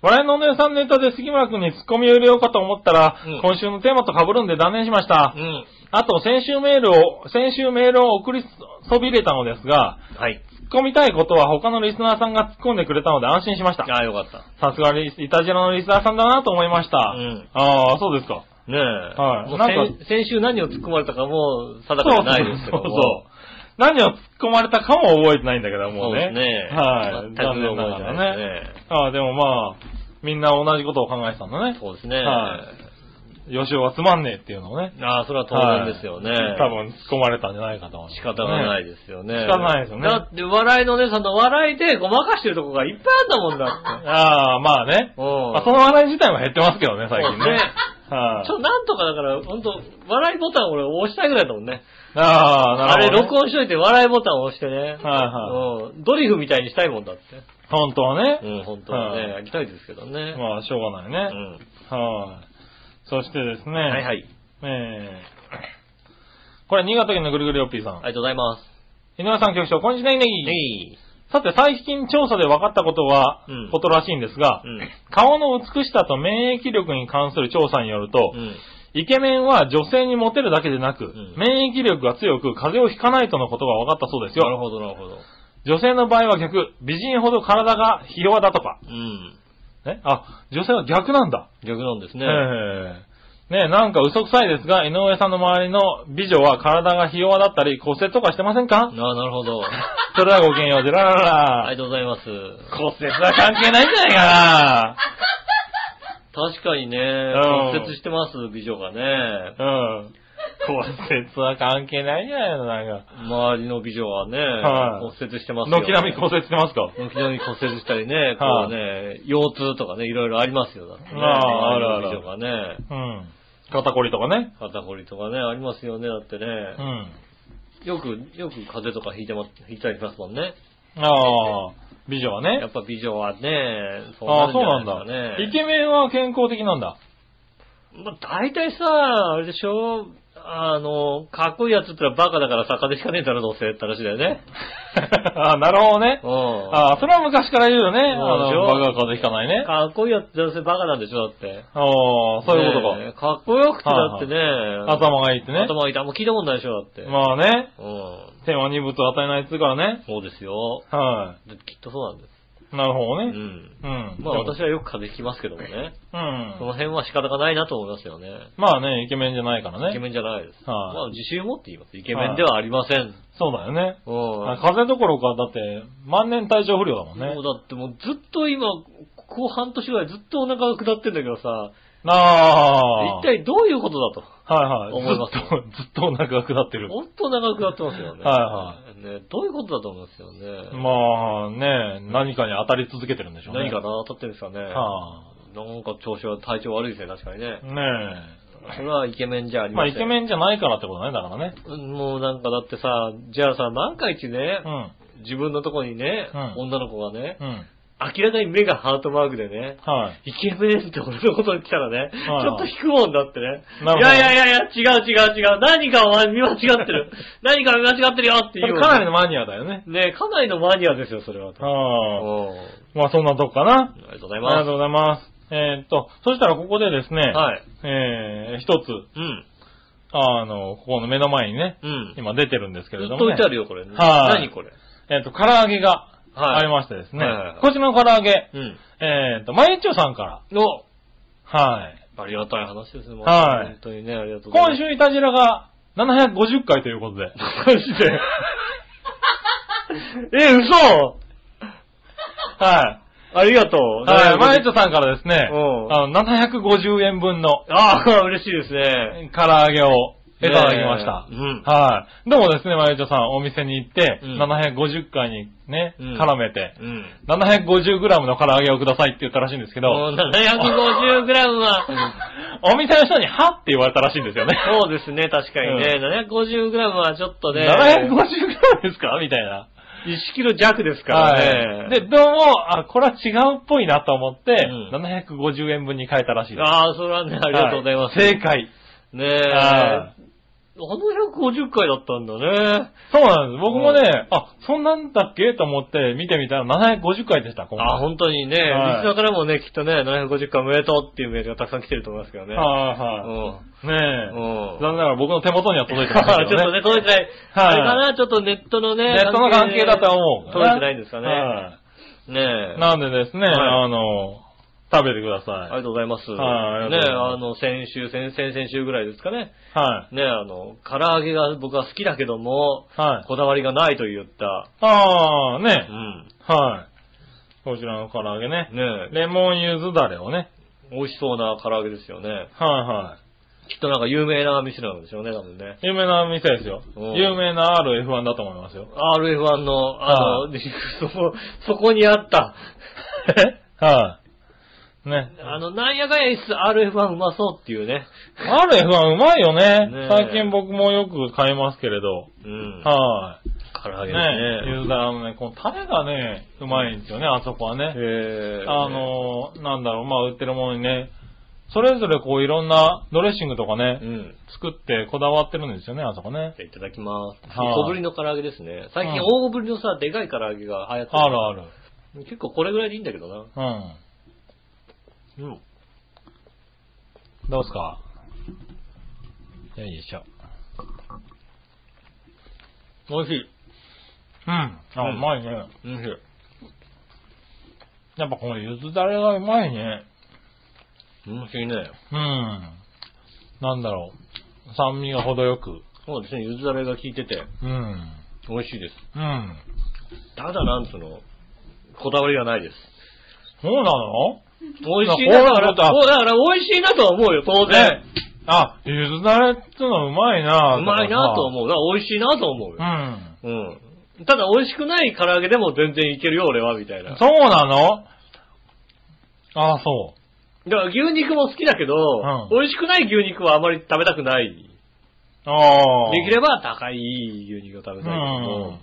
C: 我々のお姉さんネタで杉村くんにツッコミを入れようかと思ったら、
B: うん
C: 今週のテーマと被るんで断念しました。
B: うん。
C: あと、先週メールを、先週メールを送りそびれたのですが、
B: はい。
C: ツッコみたいことは他のリスナーさんが突っ込んでくれたので安心しました。
B: ああ、よかった。
C: さすがリス、イタジラのリスナーさんだなと思いました。
B: うん
C: ああ、そうですか。
B: ねえ。
C: はい
B: もう
C: なん
B: 先先週何を突っ込まれたかもう定かじゃないですけども。
C: <laughs> そうそうそう何を突っ込まれたかも覚えてないんだけど、もうね。
B: そうですね。
C: はい。
B: 全く
C: 残念な
B: 覚
C: が
B: えて
C: ら
B: ない
C: ね。
B: ですね。
C: ああ、でもまあ、みんな同じことを考えてたんだね。
B: そうですね。
C: はい吉尾はつまんねえっていうのをね。
B: ああ、それは当然ですよね。
C: 多分突っ込まれたんじゃないかと思う。
B: 仕方がない
C: ね。
B: ですよね。
C: 仕方ないですよね
B: だって、笑いのお姉さんの笑いでごまかしてるとこがいっぱいあんだもんだって。
C: <laughs> ああ、まあね。
B: うん
C: まあ、その笑い自体は減ってますけどね、最近
B: そうで
C: ね
B: すね。
C: は
B: ちょ、
C: い。
B: なんとかだから、ほんと、笑いボタン俺押したいぐらいだもんね。
C: ああ、
B: あ
C: な
B: れ
C: るほど、ね。
B: 録音しといて笑いボタンを押してね。
C: はいはい。
B: うん。ドリフみたいにしたいもんだって。
C: 本当はね。
B: うん、本当はね、
C: は
B: やりたいですけどね。
C: まあ、しょうがな
B: う
C: いね。
B: ん。
C: はい。そしてですね。
B: はいはい。
C: えーこれ、新潟県のぐるぐるよっぴーさん
B: あ。りがとうございます。
C: 井上さん局長、こんにちは、ネギ
B: ねい。
C: さて、最近調査で分かったことは、
B: うん
C: ことらしいんですが、
B: うん。
C: 顔の美しさと免疫力に関する調査によると、
B: うん。
C: イケメンは女性にモテるだけでなく、
B: ん
C: 免疫力が強く風邪をひかないとのことが分かったそうです
B: なる
C: よ。
B: ほど、なるほど。
C: 女性の場合は逆、美人ほど体が疲労だとか、
B: うん。
C: ね、あ、女性は逆なんだ。
B: 逆なんですね。
C: ねえ。ねえ、なんか嘘くさいですが、井上さんの周りの美女は体がひ弱だったり骨折とかしてませんか
B: ああ、なるほ
C: <laughs>
B: ど。
C: それではごきげんよう、でららら。
B: ありがとうございます。 <laughs>
C: 骨折は関係ないんじゃないか
B: 確かにね、
C: ん
B: 骨折してます、美女がね。
C: なうん。骨折は関係ないんじゃないのなんか。
B: 周りの美女はね、
C: はい
B: 骨折してますよ。
C: 軒並み骨折してますか
B: <laughs> 軒並み骨折したりね、こうね、腰痛とかね、いろいろありますよ。だってね
C: あああるある
B: 周りの美女がね、
C: うん。肩こりとかね。
B: 肩こりとかね、ありますよね、だってね。
C: うん。
B: よく、よく風邪とかひいてま、ひいたりしますもんね。
C: ああ、美女は
B: や
C: ね。
B: っぱ美女はね、
C: ああ、そう
B: る
C: なんん
B: じゃいですかね
C: だ。イケメンは健康的なんだ。 <laughs>
B: まあ、大体さ、あれでしょあの、かっこいいやつってのはバカだから逆手しかねえんだろ、どうせって話だよね。
C: あなるほどね
B: う。ん。
C: <laughs> あそれは昔から言うよね。あ
B: そうでしょ
C: の、バカが風邪ひかないね。
B: かっこいいやつってどうせバカなんでしょ、だって。
C: おー、そういうことか。
B: ねえかっこよくてだってね。
C: 頭がいいってね。
B: 頭がいいってあんま聞いたことないでしょ、だって。
C: まあね、
B: うん。
C: 手は二物を与えないっつうからね。
B: そうですよ。
C: は
B: できっとそうなんです。
C: い。なるほど
B: う
C: ね。
B: ん。
C: うん。
B: まあ私はよく風邪ひきますけどもね。
C: う
B: そ
C: ん
B: の。辺は仕方がないなと思いますよね。
C: まあね、イケメンじゃないから
B: イケ
C: ね。
B: メンじゃないです。
C: はい
B: まあ自信を持って言います。イケメンではありません。
C: そうだよね。
B: う
C: あ
B: ん。
C: 風邪どころか、だって、万年体調不良だもんね
B: もう。だってもうずっと今、ここ半年ぐらいずっとお腹が下ってんだけどさ、
C: ああ。
B: 一体どういうことだと。
C: はい
B: 思い
C: は
B: ます
C: い。ずっと、ずっとお腹が下ってる。
B: ほんとお腹が下ってますよね。
C: はい
B: はい。ね、どういうことだと思いますよね。
C: まあね、何かに当たり続けてるんでしょうね。
B: 何かな当たってるんですかね。
C: は
B: なんか調子は体調悪いですね、確かにね
C: あ。。ね
B: それはイケメンじゃあ
C: え。
B: り
C: ま
B: ませ
C: あ
B: ん。
C: イケメンじゃないからってことね、だからね。
B: ンもうなんかだってさ、じゃあさ、万が一ね、
C: うん。
B: 自分のとこにね、
C: うん
B: 女の子がね、
C: うん。
B: 明らかに目がハートマークでね、
C: はい。
B: イケメンって俺のことに来たらね、
C: はい
B: ちょっと引くもんだってね。
C: なるほど
B: いやいやいやいや、違う違う違う。何かお前見間違って
C: <laughs>
B: る。何か見間違ってるよって
C: そ
B: いう
C: れ
B: よう。
C: かなりのマニアだよね。
B: ね、かなりのマニアですよ、それは。うん
C: はあ。
B: あ
C: まあそんなとこかな。
B: りがとうござ
C: あ
B: い
C: りが
B: ま
C: とうございます。えーっと、そしたらここでですね、
B: す。はい。
C: えー、一つ、
B: うん。
C: あの、ここの目の前にね、
B: うん。
C: 今出てるんですけ
B: ずっ
C: れど
B: と
C: も、
B: 置い
C: ね
B: てあるよ、これ。
C: はい
B: 何これ。
C: えーっと、唐揚げが
B: はい
C: ありましてですね、
B: はいはいはい
C: こちらの唐揚げ、
B: うん。
C: えーっと、まゆっちょさんから、
B: の、
C: はい。
B: ありがたい話ですね。
C: はい
B: 本当にね、ありがとうございま
C: 今
B: す。
C: 週いたじらが750回ということで、
B: マジで。
C: <laughs>
B: え、嘘
C: はい。
B: ありがとう。
C: はい、まゆっち
B: と。
C: ょさんからですね、
B: うん
C: あの、750円分の
B: ああ、嬉しいですね。
C: 唐揚げをいただきました。
B: ねえうん
C: はい。どうもですね、まゆちょさん、お店に行って、
B: うん
C: 750回にね、
B: うん
C: 絡めて、
B: うん。
C: 750g の唐揚げをくださいって言ったらしいんですけど、
B: もう750グラムは、
C: お店の人にはって言われたらしいんですよね。
B: そうですね、確かにね。750グラムはちょっとね、
C: 750g ですかみたいな。
B: 1キロ弱ですからね。
C: はいで、、どうも、あ、これは違うっぽいなと思って、
B: うん
C: 750円分に変えたらしいです。
B: ああ、それはね、ありがとうございます。
C: は正。解。
B: ねえ。
C: は
B: あの150回だったんだね。
C: そうなんです。僕もね、あ、そんなんだっけと思って見てみたら750回でした、今回。
B: あ、本当にね、
C: はい
B: リスナーからもね、きっとね、750回おめでとうっていうメールがたくさん来てると思いますけどね。
C: はい
B: うん。
C: はい。ね
B: う
C: え。
B: ん。
C: 残念ながら僕の手元には <laughs> 届いてませんけど
B: <laughs>
C: ね。
B: ちょっとね、届いてない。
C: はい
B: あれかな、ちょっとネットのね。
C: ネットの関係だとは思う。
B: 届いてないんですかね。
C: は
B: ねえ。
C: いなんでですね、
B: はい
C: あの、食べてくださ
B: ありが
C: い。
B: とうございます。
C: はいあり
B: ね
C: が
B: え、
C: とうござ
B: あ
C: い
B: の、先週、先々先週ぐらいですかね。
C: はい。
B: ねえ、あの、唐揚げが僕は好きだけども、
C: はい。
B: こだわりがないと言った。
C: ああ、
B: う
C: ね。
B: ん。
C: はい。こちらの唐揚げね。
B: ねえ、
C: レモン柚子だれをね。
B: 美味しそうな唐揚げですよね。
C: はいは
B: きっとなんか有名な店なんでしょうね、多分ね。
C: い。有名な店ですよ。
B: うん
C: 有名な RF1 だと思いますよ。
B: RF1 の、あの、そこ、そこにあ
C: <laughs>
B: った。
C: はい。ね。
B: あの、なんやかんやいつ RF1 うまそうっていうね。
C: RF1 うまいよね
B: ねえ。
C: 最近僕もよく買いますけれど。
B: うん。
C: はい。
B: 唐揚げです
C: ね
B: ね。
C: ゆずだらのね、このタレがね、うまいんですよね、あそこはね。
B: へー
C: あ、のー、なんだろう、まあ売ってるものにね、それぞれこういろんなドレッシングとか
B: う
C: ね、
B: ん。
C: 作ってこだわってるんですよね、あそこね。
B: じゃあいただきます。
C: はい
B: 小ぶりの唐揚げですね。最近
C: うん
B: 大ぶりのさ、でかい唐揚げが流行って
C: あるある。
B: る。結構これぐらいでいいんだけどな。
C: うん。
B: うん。
C: どうすかよいしょ。
B: 美味しい。
C: うん。あ、
B: う
C: うんまいね。
B: 美味しい。
C: やっぱこのゆずだれがうまいね。
B: 美味しいね。
C: うん。なんだろう。酸味が程よく。
B: そうですね、ゆずだれが効いてて、
C: うん。
B: 美味しいです。
C: うん。
B: ただなんつうの、こだわりがないです。
C: そうなの
B: 美味しいな、だから、
C: こうなる
B: こうだから美味しいなとは思うよ、当然。
C: あ、ゆずだれってのはうまいな
B: うまいなと
C: う。
B: 思う。だから美味しいなと思う
C: う
B: よ。
C: ん。
B: うん。ただ美味しくない唐揚げでも全然いけるよ、俺は、みたいな。だか
C: そうなのあ、そ
B: ら牛肉も好きだけど、
C: うん
B: 美味しくない牛肉はあまり食べたくない。で
C: う。ああ。
B: きれば高い牛肉を食べたいけど、
C: うん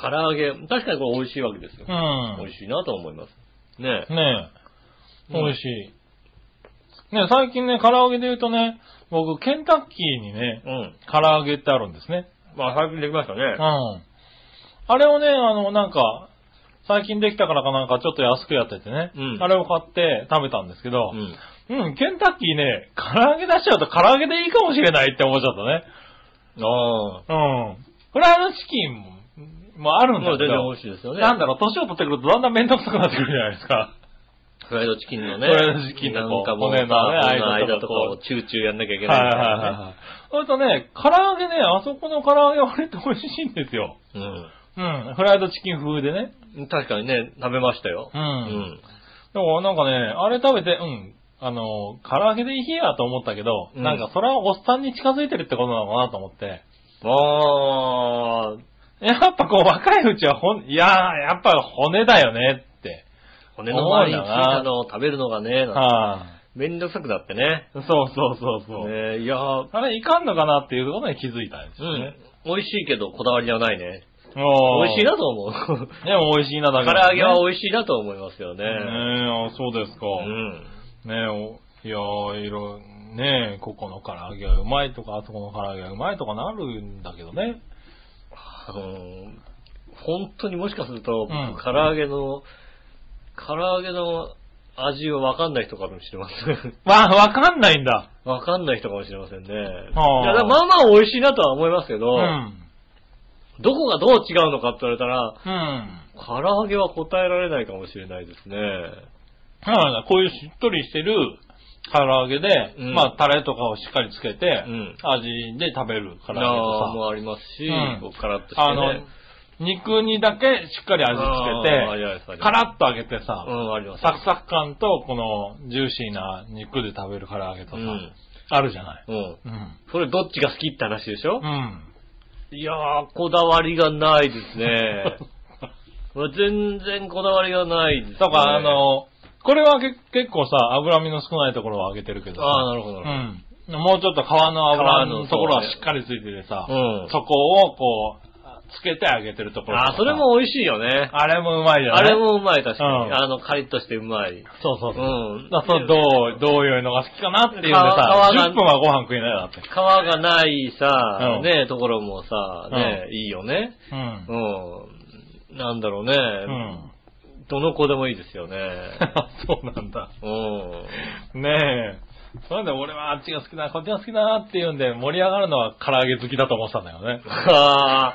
B: 唐揚げ、確かにこれ美味しいわけですよ。
C: うん。
B: 美味しいなと思います。ねえ。
C: ねえ。美味しい。ね、最近ね、唐揚げで言うとね、僕、ケンタッキーにね、
B: うん。
C: 唐揚げってあるんですね。
B: まあ、最近できましたね。
C: うん。あれをね、あの、なんか、最近できたからかなんかちょっと安くやっててね、
B: うん
C: あれを買って食べたんですけど
B: う、ん。
C: うん、ケンタッキーね、唐揚げ出しちゃうと唐揚げでいいかもしれないって思っちゃったね。
B: あ
C: うん。フライドチキンも、もあ
B: あ。
C: るん
B: も
C: だ
B: う
C: け
B: 全然美
C: ど、
B: 味しいですよね。
C: なんだろう、年を取ってくるとだんだんめんどくさくなってくるじゃないですか。
B: フライドチキンのね。
C: フライドチキンのこう
B: なんかもうさ、
C: 骨のね
B: 骨の間と
C: 間
B: か
C: とか
B: を
C: を
B: チューチューやんなきゃいけ
C: は
B: ないい
C: は
B: み
C: いはいはい。それとね、唐揚げね、あそこの唐揚げ割と美味しいんですよ。
B: たいなね
C: うん。フライドチキン風でね。
B: うん。確かにね、食べましたよ。
C: う。
B: うんん。
C: でもなんかね、あれ食べて、うん。あの、唐揚げでいいやと思ったけど、
B: うん
C: なんかそれはおっさんに近づいてるってことなのかなと思って。
B: ああ、
C: やっぱこう若いうちはほん、いやー、やっぱ骨だよねって。
B: 骨の周りについたのを食べるのがね、なんか
C: は
B: めんどくさくなってね。
C: い。そうそうそうそう。
B: ねいやー
C: あれいかんのかなっていうことに気づいたんです
B: う
C: よ
B: ん
C: ね。。
B: 美味しいけど、こだわりはないね。
C: おー
B: 美味しいなと思う。
C: <laughs> でも美味しいな
B: 唐
C: だけ
B: 揚げは
C: 味し
B: 美味しいなと思いますよね。
C: いねえあそうですか。
B: うん。
C: ねえ、おいやーいろ、ねえ、ここの唐揚げはうまいとか、あそこの唐揚げはうまいとかなるんだけどね。
B: あのー本当にもしかすると、
C: うん
B: 僕唐揚げの、唐揚げの味をわかんない人かもしれません。 <laughs>
C: わ、わかんないんだ。
B: わかんない人かもしれませんね。い
C: あー
B: やまあまあ美味しいなとは思いますけど、
C: うん。
B: どこがどう違うのかって言われたら、
C: うん。
B: 唐揚げは答えられないかもしれないですね。
C: まあこういうしっとりしてる唐揚げで、
B: うん
C: まあ、タレとかをしっかりつけて、
B: うん
C: 味で食べる唐揚げ
B: あーも
C: と
B: ありますし、
C: うん
B: こうカラッとして
C: さ、
B: ね。
C: あの、肉にだけしっかり味
B: あーありますあ
C: つけ
B: り
C: て、
B: ます
C: カラッと揚げてさ、
B: うん、あります。
C: サクサク感と、この、ジューシーな肉で食べる唐揚げとさ、
B: うん。
C: あるじゃない。
B: うん。
C: うん。
B: それどっちが好きって話でしょ、
C: うん。
B: いやー、こだわりがないですね。全然こだわりがないです、ね。
C: とか、あ、の、これはけ結構さ、脂身の少ないところを揚げてるけどさ、
B: ああ、なるほど。なる
C: うん。もうちょっと皮の脂
B: 皮の
C: のところはしっかりついててさ、
B: ほどうん。
C: そこをこう、つけて揚げてるところとか
B: あ
C: さ
B: ー、それ、も美味しいよね。
C: あれもうまいじゃな
B: あ
C: い
B: れ、もうまい、確かに。
C: うん
B: あの、カリッとしてうまい。
C: そうそう
B: う
C: そう。
B: ん。
C: だからそれどう、どういうのが好きかなっていうんで
B: 皮
C: さ、
B: 皮が
C: 10分はご飯食いないよだって。
B: 皮がないさ、
C: うん
B: ね、ところもさ、ね、いいよね。
C: うん
B: う。ん。なんだろうね。
C: うん。 <laughs>
B: どの子でもいいですよね。
C: そうなんだ。
B: うん。
C: ねえ。それで俺はあっちが好きだ、こっちが好きだなっていうんで盛り上がるのは唐揚げ好きだと思ってたんだよね。
B: ああ、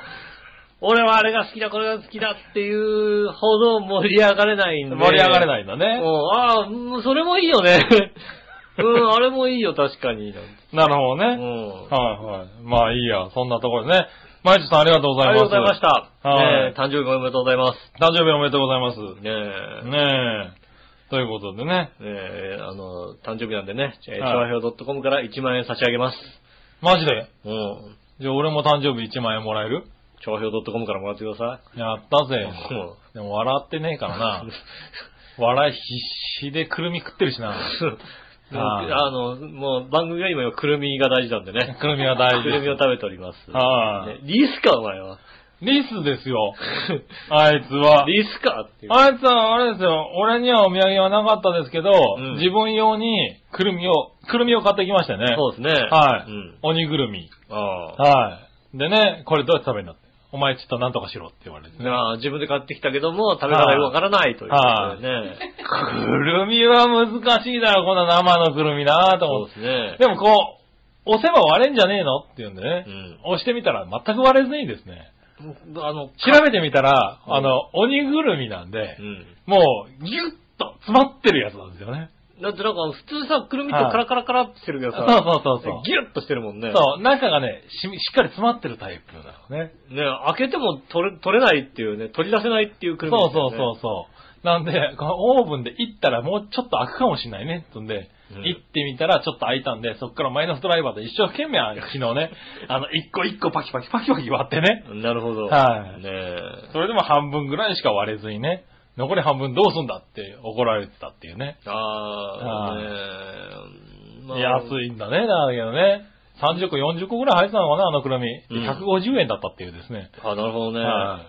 B: 俺はあれが好きだ、これが好きだっていうほど盛り上がれないんで。。
C: 盛り上がれないいんだね。
B: ああ、うんそれもいいよね。
C: <laughs>
B: うん、あれもいいよ、確かに。
C: なる
B: う
C: ほどね。
B: ん。
C: はいはい。まあいいや、そんなところでね。まいちさんありがとうござ
B: あ
C: います。
B: りがとうございました。
C: はい
B: ねえ誕生日おめでとうございます。
C: 誕生日おめでとうございます。
B: ねえ。
C: ねえ。ということでね。
B: ねえ、あの、誕生日なんでね、ちわひょう .com から1万円差し上げます。
C: マジで
B: うん。
C: じゃあ俺も誕生日1万円もらえる
B: ちわひょう .com からもらってくださ
C: やったぜ。
B: い。うん。
C: でも笑ってねえからな。笑い必死でくるみ食ってる
B: <laughs>
C: しな。
B: もう
C: あ
B: あの、もう番組は今、くるみが大事なんでね。
C: くるみは <laughs> 大事
B: く
C: です
B: るみを食べております。
C: はい
B: ねリスか、お前は。
C: リスで
B: <laughs>
C: すよ。あいつは。
B: リスかっていう。
C: あいつはあれですよ。俺にはお土産はなかったですけど、
B: うん
C: 自分用にくるみを、くるみを買ってきましたね。
B: そうですね。
C: はい、
B: うん。
C: 鬼ぐるみ。
B: ああ。
C: はい。でね、これどうやって食べるんだって。お前ちょっとなんとかしろって言われてね。
B: なあ自分で買ってきたけども、食べ方がよくわからないということでね。
C: くるみは難しいだろ、こんな生のくるみなと
B: そ
C: 思
B: う
C: って。
B: ですね。
C: でもこう、押せば割れんじゃねえのって言うんでね、
B: うん
C: 押してみたら全く割れずにですね。
B: あの、
C: 調べてみたら、
B: うん
C: あの、鬼ぐるみなんで、
B: うん。
C: もう、ギュッと詰まってるやつなんですよね。
B: だってなんか、普通さ、くるみってカラカラカラってしてるけど
C: そう
B: さ、
C: そうそうそう。
B: ギュッとしてるもんね。
C: そう、中がね、ししっかり詰まってるタイプなのね。
B: ね、開けても取れ、取れないっていうね、取り出せないっていうく
C: そう
B: るみ、ね。
C: そうそうそう。なんで、このオーブンでいったらもうちょっと開くかもしれないね。そんで、
B: うん
C: 行ってみたらちょっと開いたんで、そっからマイナスドライバーで一生懸命昨日ね、あの、一個一個パキパキパキパキ割ってね。
B: なるほど。
C: は
B: ね
C: い
B: え。
C: それでも半分ぐらいしか割れずにね、残り半分どうすんだって怒られてたっていうね。
B: ああ、ねえ。まあ
C: 安いんだね、だけどね。30個、40個ぐらい入ってたのかな、あのくるみ。
B: うん
C: 150円だったっていうですね。
B: あ、なるほどね。
C: は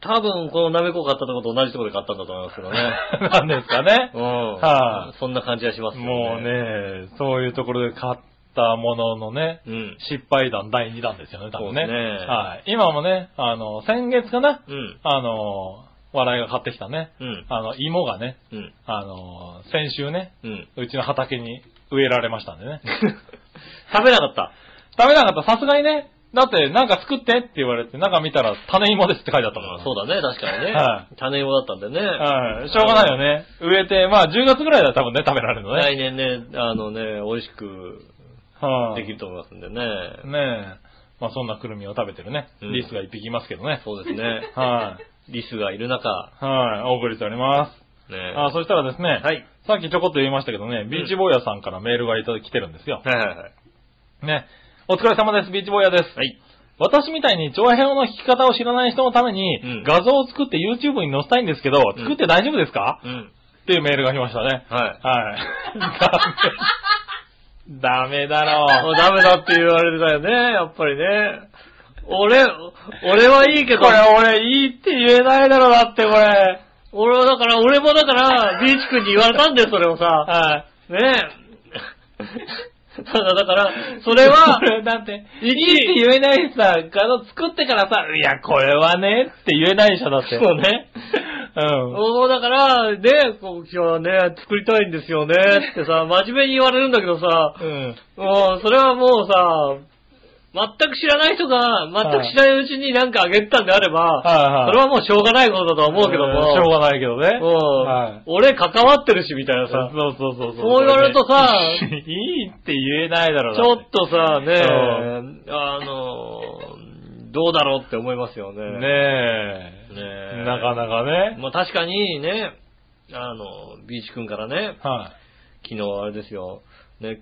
B: 多分このなめこ買ったとこと同じところで買ったんだと思いますけど
C: <laughs>
B: ね。
C: なんですかね。
B: うん。
C: はい
B: そんな感じがしますよ
C: もう。ね、そういうところで買ったもののね、
B: うん。
C: 失敗談第2弾ですよね、多分ね。
B: そうですね
C: はい。今もね、あの、先月かな、
B: うん。
C: あの、笑いが買ってきたね、
B: うん。
C: あの、芋がね、
B: うん。
C: あの、先週ね、
B: うん。
C: うちの畑に植えられましたんでね。
B: <laughs> 食べなかった。
C: 食べなかった、さすがにね。だって、なんか作ってって言われて、中見たら種芋ですって書いてあったから。
B: そうだね、確かにね。
C: は
B: 種芋だったんでね。
C: はい。しょうがないよね。植えて、まあ10月ぐらいだら多分ね、食べられるのね。
B: 来年ね、あのね、美味しく
C: はい。
B: できると思いますんでね。
C: ねえ。まあそんなくるみを食べてるね。
B: うん
C: リスが一匹いますけどね。
B: そうですね。
C: はい。
B: リスがいる中、
C: はい。お送りしておりま
B: ね
C: す。あ、そしたらですね。
B: はい。
C: さっきちょこっと言いましたけどね、ビーチボーヤさんからメールがいただきてるんですよ。
B: はいはいはい。
C: ね。お疲れ様です。ビーチボーヤです。
B: はい。
C: 私みたいに長編の弾き方を知らない人のために、
B: うん
C: 画像を作って YouTube に載せたいんですけど、
B: うん
C: 作って大丈夫ですか、
B: うん。
C: っていうメールが来ましたね。
B: はい。
C: はい。 <laughs> ダメ。ダメだろう。
B: もうダメだって言われたよね、やっぱりね。俺、俺はいいけど、
C: これ俺いいって言えないだろうだってこれ。
B: 俺はだから、俺もだから、ビーチ君に言われたんだよ、それをさ。
C: はい。
B: ねえ。ただだから、それは <laughs>
C: こ、れ <laughs> だって、
B: いい
C: いいって言えないしさ、画像作ってからさ、いや、これはねって言えないでしょ、だって。
B: そうね。
C: うん。
B: もうだから、ね、こう今日はね、作りたいんですよねってさ、真面目に言われるんだけどさ、
C: うん。
B: もう、それはもうさ、全く知らない人が、全く知らないうちになんかあげてたんであれば、
C: はいはい
B: それはもうしょうがないことだとは思うけども、
C: んしょうがないけどね。
B: うん
C: はい。
B: 俺関わってるし、みたいな
C: そう
B: さ、
C: そうそうそう。
B: そう言われると
C: <laughs>
B: さ
C: いいって言えないだろう
B: ち
C: だ
B: ょ
C: て
B: っとさ、ね
C: そ、
B: あの、どうだろうって思いますよね。
C: ね
B: ね
C: え。なかなかね。
B: まあ確かにね、あの、ビーチ君からね、
C: は
B: 昨日あれですよ、ね、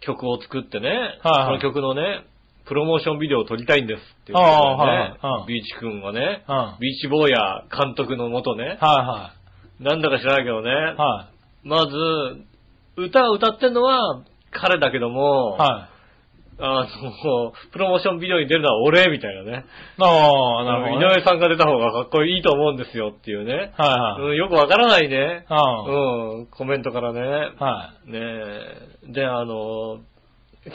B: 曲を作ってね、
C: はい
B: その曲のね、プロモーションビデオを撮りたいんですっていう、ね
C: ああはいはい
B: ビーチ君はね、
C: うん
B: ビーチ坊や監督のもと
C: い。
B: ね、
C: は
B: なんだか知らないけどね、
C: いはい。は
B: まず、歌を歌ってんのは彼だけども、
C: い。はい。
B: あの、プロモーションビデオに出るのは俺みたいなね。
C: ああ、なるほど、
B: 井
C: ね。
B: 上さんが出た方がかっこいいと思うんですよっていうね。
C: はいはい。
B: うんよくわからないね。
C: うん。はい。
B: うん、コメントからね。
C: は
B: ねえ。で、あの、き、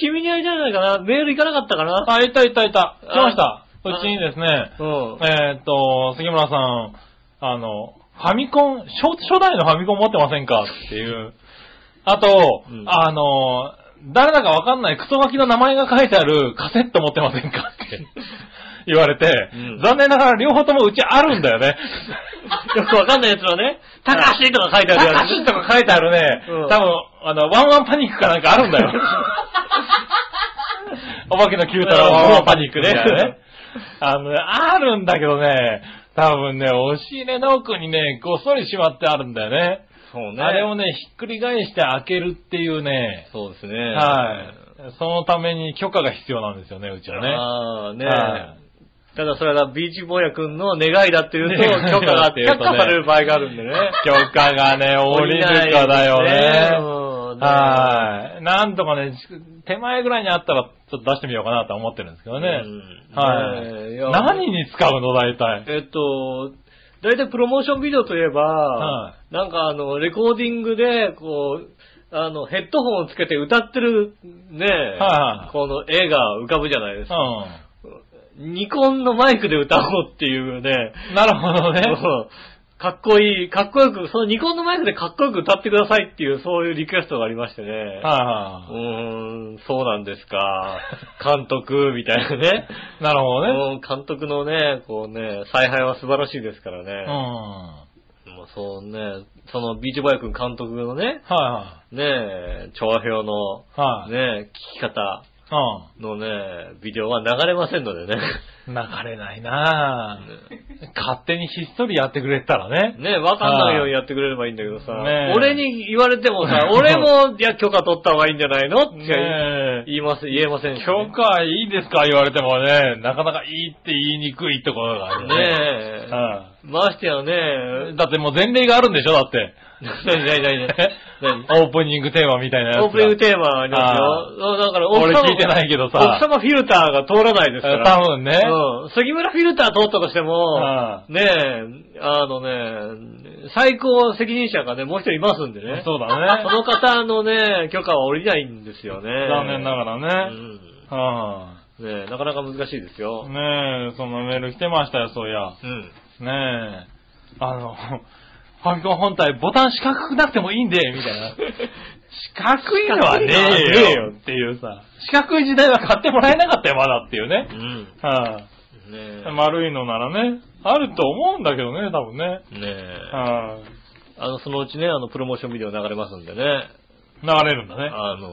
B: 君に会いたいんじゃないかなメール行かなかったかな
C: あ、いたいたいた。来ました
B: あ。
C: うちにです
B: う
C: ね、
B: ん。
C: えーっと、杉村さん、あの、ファミコン、初初代のファミコン持ってませんかっていう。あと、
B: うん
C: あの、誰だかわかんないクソガキの名前が書いてあるカセット持ってませんかって言われて、
B: うん
C: 残念ながら両方ともうちあるんだ
B: <laughs>
C: よね。
B: よくわかんないやつはね、高橋とか書いてあるや
C: カ
B: つ。
C: シッとか書いてあるね、
B: うん
C: 多分、あの、ワンワンパニックかなんかあるんだよ。
B: <laughs>
C: お化けの9太郎ワンワンパニックね。あのね、あるんだけどね、多分ね、押し入れの奥にね、ごっそりしまってあるんだよね。
B: そうね。
C: あれをね、ひっくり返して開けるっていうね、
B: そうですね。
C: はい。そのために許可が必要なんですよね、うちはね。
B: ああ、ねえ
C: はい
B: ただそれはビーチ坊やくんの願いだっていうと、
C: 願いだ
B: 許
C: <laughs>
B: 可が
C: っていうと
B: 却
C: ね
B: 下される場合があるんでね。
C: 許可がね、降りるかだよね。
B: うん
C: はい。なんとかね、手前ぐらいにあったら、ちょっと出してみようかなとは思ってるんですけどね。
B: うんねえいや
C: はい。何に使うの、大体。
B: えっと、大体プロモーションビデオといえば、
C: は
B: なんかあの、レコーディングで、こう、あの、ヘッドホンをつけて歌ってるね、
C: はい
B: この絵が浮かぶじゃないです
C: う
B: か。ニコンのマイクで歌おうっていうね、
C: ん。なるほどね。
B: うんかっこいい、かっこよく、そのニコンのマイクでかっこよく歌ってくださいっていう、そういうリクエストがありましてね。う
C: は
B: ーん、そうなんですか。 <laughs> 監督、みたいなね。
C: い。なるほどね。
B: うん監督のね、こうね、采配は素晴らしいですから
C: うん。
B: ね。
C: は
B: もうそうね、そのビーチバイ君監督のね、
C: いは
B: ねえ、調和表の、
C: い。はい。
B: ねえ、聞き方のね、ビデオは流れませんのでね。
C: うん。流れないなぁ。勝手にひっそりやってくれたらね。
B: ねえ、わかんないようにやってくれればいいんだけどさ、
C: ねえ
B: 俺に言われても
C: <laughs>
B: さ、俺も、いや、許可取った方がいいんじゃないのって
C: ねえ
B: 言います、言えませんしね
C: 許可いいですか言われてもね、なかなかいいって言いにくいところがある
B: ねえ。まして <laughs> や
C: う
B: ね
C: ん。、だってもう前例があるんでしょだって。
B: 何何
C: <laughs>
B: 何何
C: オープニングテーマみたいなやつが。
B: オープニングテーマありますよ。だから、
C: 俺聞いてないけどさ
B: 奥様フィルターが通らないですから。
C: 多分ね。
B: うんうん。杉村フィルター通ったとしても、
C: は
B: ねえ、あのね、最高責任者がね、もう一人いますんでね。
C: そ
B: <laughs>
C: うだね
B: その方のね、許可は下りないんですよね。
C: 残念ながら
B: う
C: ね。
B: ん。
C: は
B: ねえ、なかなか難しいです
C: あ、
B: よ。
C: ねえ、そのメール来てましたよ、そういや。
B: うん。
C: ねえ。あの、ファミコン本体ボタン四角くなくてもいいんで、みたいな。四角いのはねえよっていうさ。四角い時代は買ってもらえなかったよ、まだっていうね
B: う。ん。
C: はい、
B: ね
C: 丸いのならね、あると思うんだけどね、多分ね。
B: え。ねえ。
C: はい、
B: あの、そのうちね、あの、プロモーションビデオ流れますんでね。
C: 流れるんだね。は
B: あの、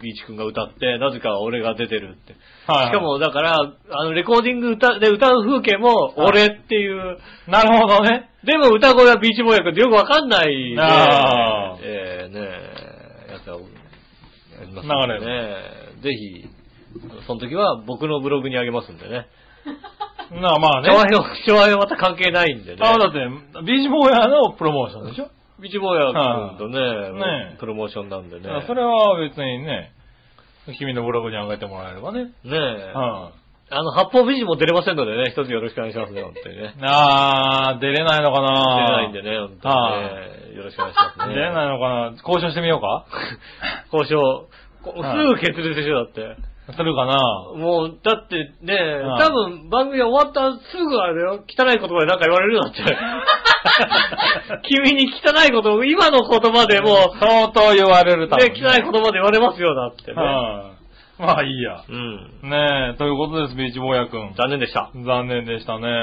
B: ビーチ君が歌って、なぜか俺が出てるって。
C: い、
B: しか、も、だから、あの、レコーディング歌で歌う風景も、俺っていう、
C: なるほどね。
B: でも歌声はビーチボーイ役でよくわかんないね
C: ああ
B: えー、ねえ、やつがあります
C: 流
B: んでね。ぜひ、その時は僕のブログにあげますんでね。
C: なあ、まあね。
B: 昭和よ、昭和よまた関係ないんでね。
C: あだって、ビーチボーイヤーのプロモーションでしょ、
B: ビーチボーイ役君と
C: はいね
B: ね
C: え、
B: プロモーションなんでね。
C: あそれは別にね、君のブログに上げてもらえればね。
B: ねえ。
C: は
B: あの、八方美人も出れませんのでね、一つよろしくお願いしますね、本当にね
C: い。。あー、出れないのか
B: 出れ
C: な
B: ないんでね、本当にね。よろしくお願いしますね。
C: 出れないのかな交渉してみよう
B: <laughs>
C: か
B: 交渉。こ
C: はい
B: すぐ決裂でしょ、だって。
C: するかな
B: もう、だってね、
C: はい
B: 多分番組が終わったすぐあれだよ、汚い言葉でなんか言われるよだ
C: <laughs>
B: って。君に汚い言葉、今の言葉でもう、
C: 相当言われるた
B: ね、汚い言葉で言われますよ、だってね。
C: はいまあいいや。
B: うん。
C: ねえ、ということです、ビーチボーヤくん。
B: 残念でした。
C: 残念でしたね。
B: うん。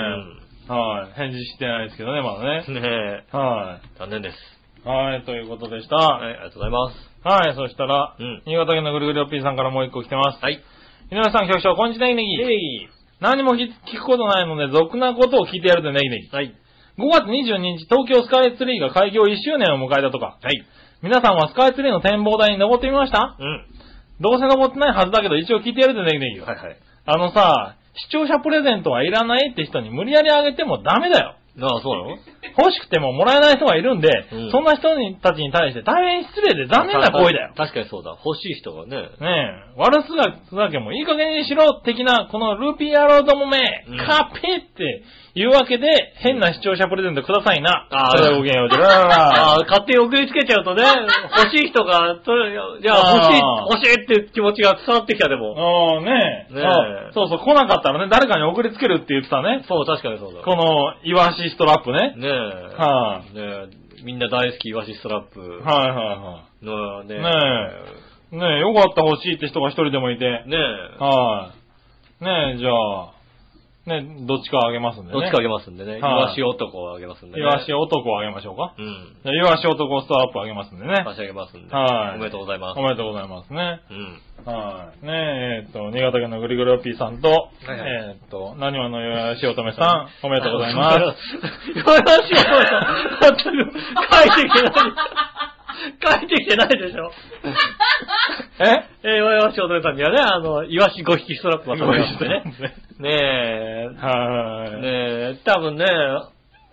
C: はい。返事してないですけどね、まだね。
B: ねえ、
C: は
B: 残念です。
C: い。はい、ということでした。
B: はい、ありがとうございます。
C: はい、そしたら、
B: うん
C: 新潟県のぐるぐるおっぴーさんからもう一個来てます。
B: はい。
C: 井上さん、局長、こんにちは、ネギネギ。
B: イェイ
C: 何も聞くことないので、俗なことを聞いてやるでネギネギ。
B: はい。
C: 5月22日、東京スカイツリーが開業1周年を迎えたとか。
B: はい。
C: 皆さんはスカイツリーの展望台に登ってみました
B: うん。
C: どうせ登ってないはずだけど、一応聞いてやるでネギネギ。
B: はいはい。
C: あのさ、視聴者プレゼントはいらないって人に無理やりあげてもダメだよ。
B: ああ、そうなの
C: 欲しくてももらえない人がいるんで、
B: うん
C: そんな人たちに対して大変失礼で残念な行為だよ。
B: 確かにそうだ。欲しい人がね。
C: ねえ、悪すがすだけもいい加減にしろ的な、このルーピー野郎どもめ、
B: うん
C: カピっていうわけで、変な視聴者プレゼントくださいな。
B: あー
C: それではごきげんよう。じゃららら
B: <laughs> ああ、勝手に送りつけちゃうとね、欲しい人が、それじゃあ
C: あー
B: 欲しい、欲しいっていう気持ちが伝わってきたでも。
C: あーねえ
B: ねえ
C: あそうそう、来なかったらね、誰かに送りつけるって言ってたね。
B: そう、確かにそうだ。
C: この、イワシストラップね。
B: ねえ。
C: は
B: ねえ、みんな大好きイワシストラップ
C: はいはいは
B: のね、
C: ねい。ねえ、よかった欲しいって人が一人でもいて。
B: ねえ、
C: はい。ねえ、じゃあ、ねえ、どっちかあげますんでね。
B: どっちかあげますんでね、イ
C: はい
B: ワシ男をあげますんでね。
C: イワシ男をあげましょうか。
B: うん。
C: じゃあイワシ男ストラップあげますんでね。
B: 差し上げますんで。
C: はい
B: おめでとうございます
C: お。めでとうございますね。
B: うん。
C: はい。ねえ、えっと、新潟県のぐりぐりおっぴーさんと、
B: いはい
C: えっと、何話のよやしおとめさん、おめでとうございます。
B: <laughs> す。よろしくお願いします。全く書いてきてない。書いてきてないでしょ。
C: え
B: えー、よろしおとめさんにはね、あの、イワシ5匹ストラップを渡しましてね。ねえ、
C: は
B: ね
C: い。
B: え、多分ね、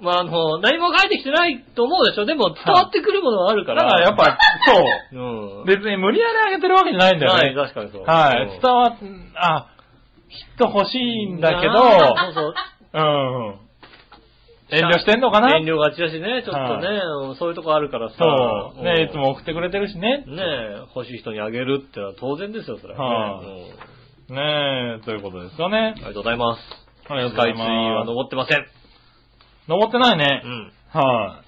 B: まああの、何も書いてきてないと思うでしょ。でも伝わってくるものはあるか
C: だ
B: ら。
C: からやっぱ、
B: う
C: そ
B: ん。
C: う。別に無理やりあげてるわけじゃないんだよ
B: はい、
C: ね。
B: 確かにそう。
C: はい。伝
B: わ
C: わっ、あ、きっと欲しいんだけど、
B: そうそう。
C: うん。遠慮してんのかな
B: 遠慮がちだしね、ちょっとね、うんそういうとこあるからさ。
C: そう。
B: ん
C: ねいつも送ってくれてるしね。
B: ねえ、欲しい人にあげるってのは当然ですよ、それは、
C: はい
B: ねうん
C: ねえ、ということですかね
B: あり。がとうございます。
C: ありがとうござい
B: スカイツリーは
C: ます。
B: 登ってません。
C: 登ってないうね。
B: ん。
C: は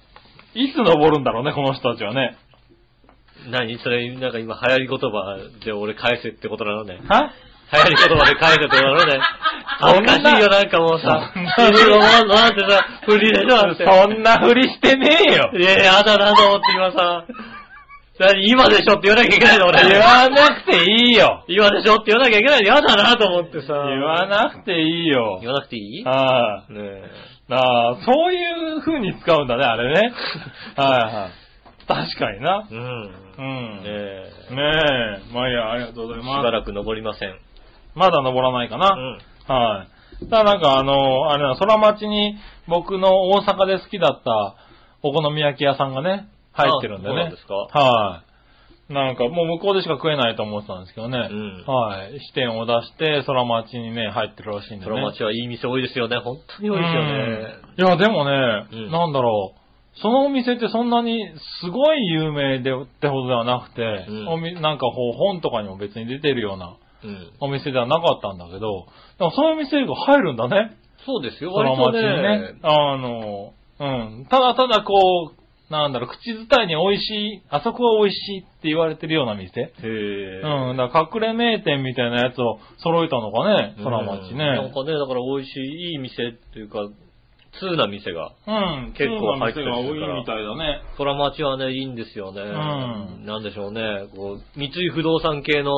C: い。いつ登るんだろうね、この人たちはね。
B: 何それ、なんか今流行り言葉で俺返せってことなのね。
C: <laughs> は
B: 流行り言葉で返せってことなのね。
C: そ
B: 恥
C: ん
B: ず
C: な
B: かしいよ、なんかもうさ。
C: そんな
B: 犬のものなんてさ、不利でしょ、だって。
C: そんなふりしてねえよ。
B: いや、やだなと思って今さ。何今でしょって言わなきゃいけないの、俺。
C: 言わなくていいよ。
B: 今でしょって言わなきゃいけないの、やだなと思ってさ。
C: 言わなくていいよ
B: 言。わなくていいね
C: はい。
B: え。
C: ああ、そういう風に使うんだね、あ
B: <laughs>
C: れね。はいはい。確かにな。
B: うん。
C: う
B: ね
C: ん。ね
B: え。
C: え。まあいいや、ありがとうござい
B: し
C: ます。
B: ばらく登りません。
C: まだ登らないかな。
B: うん。
C: はい。ただなんかあの、あれだ、空町に僕の大阪で好きだったお好み焼き屋さんがね、入ってるんで
B: あそうなん
C: ね
B: です。か
C: はい。なんかもう向こうでしか食えないと思ってたんですけどね。
B: うん
C: はい。支店を出して、空町にね、入ってるらしいんでね。
B: その町はいい店多いですよね。本当に多いですよね。
C: うんいや、でもね、
B: うん
C: なんだろう。そのお店ってそんなにすごい有名でってほどではなくて、
B: うん
C: おみなんかこう本とかにも別に出てるような
B: うん。
C: お店ではなかったんだけど、でもそういう店が入るんだね。
B: そうですよ、
C: その
B: 割と
C: 町に
B: ね
C: ね。。あの、うん。ただただこう、なんだろう、口伝いに美味しい、あそこは美味しいって言われてるような店。
B: へえ。
C: うん。だから隠れ名店みたいなやつを揃えたのかね、空町
B: うんなん
C: ね。
B: かね、だから美味しい、いい店っていうか、通な店が。
C: うん。
B: 結構入ってる
C: そういう店が多いみたいだね。
B: 空町はね、いいんですよね。
C: ん
B: なんでしょうね。こう、三井不動産系の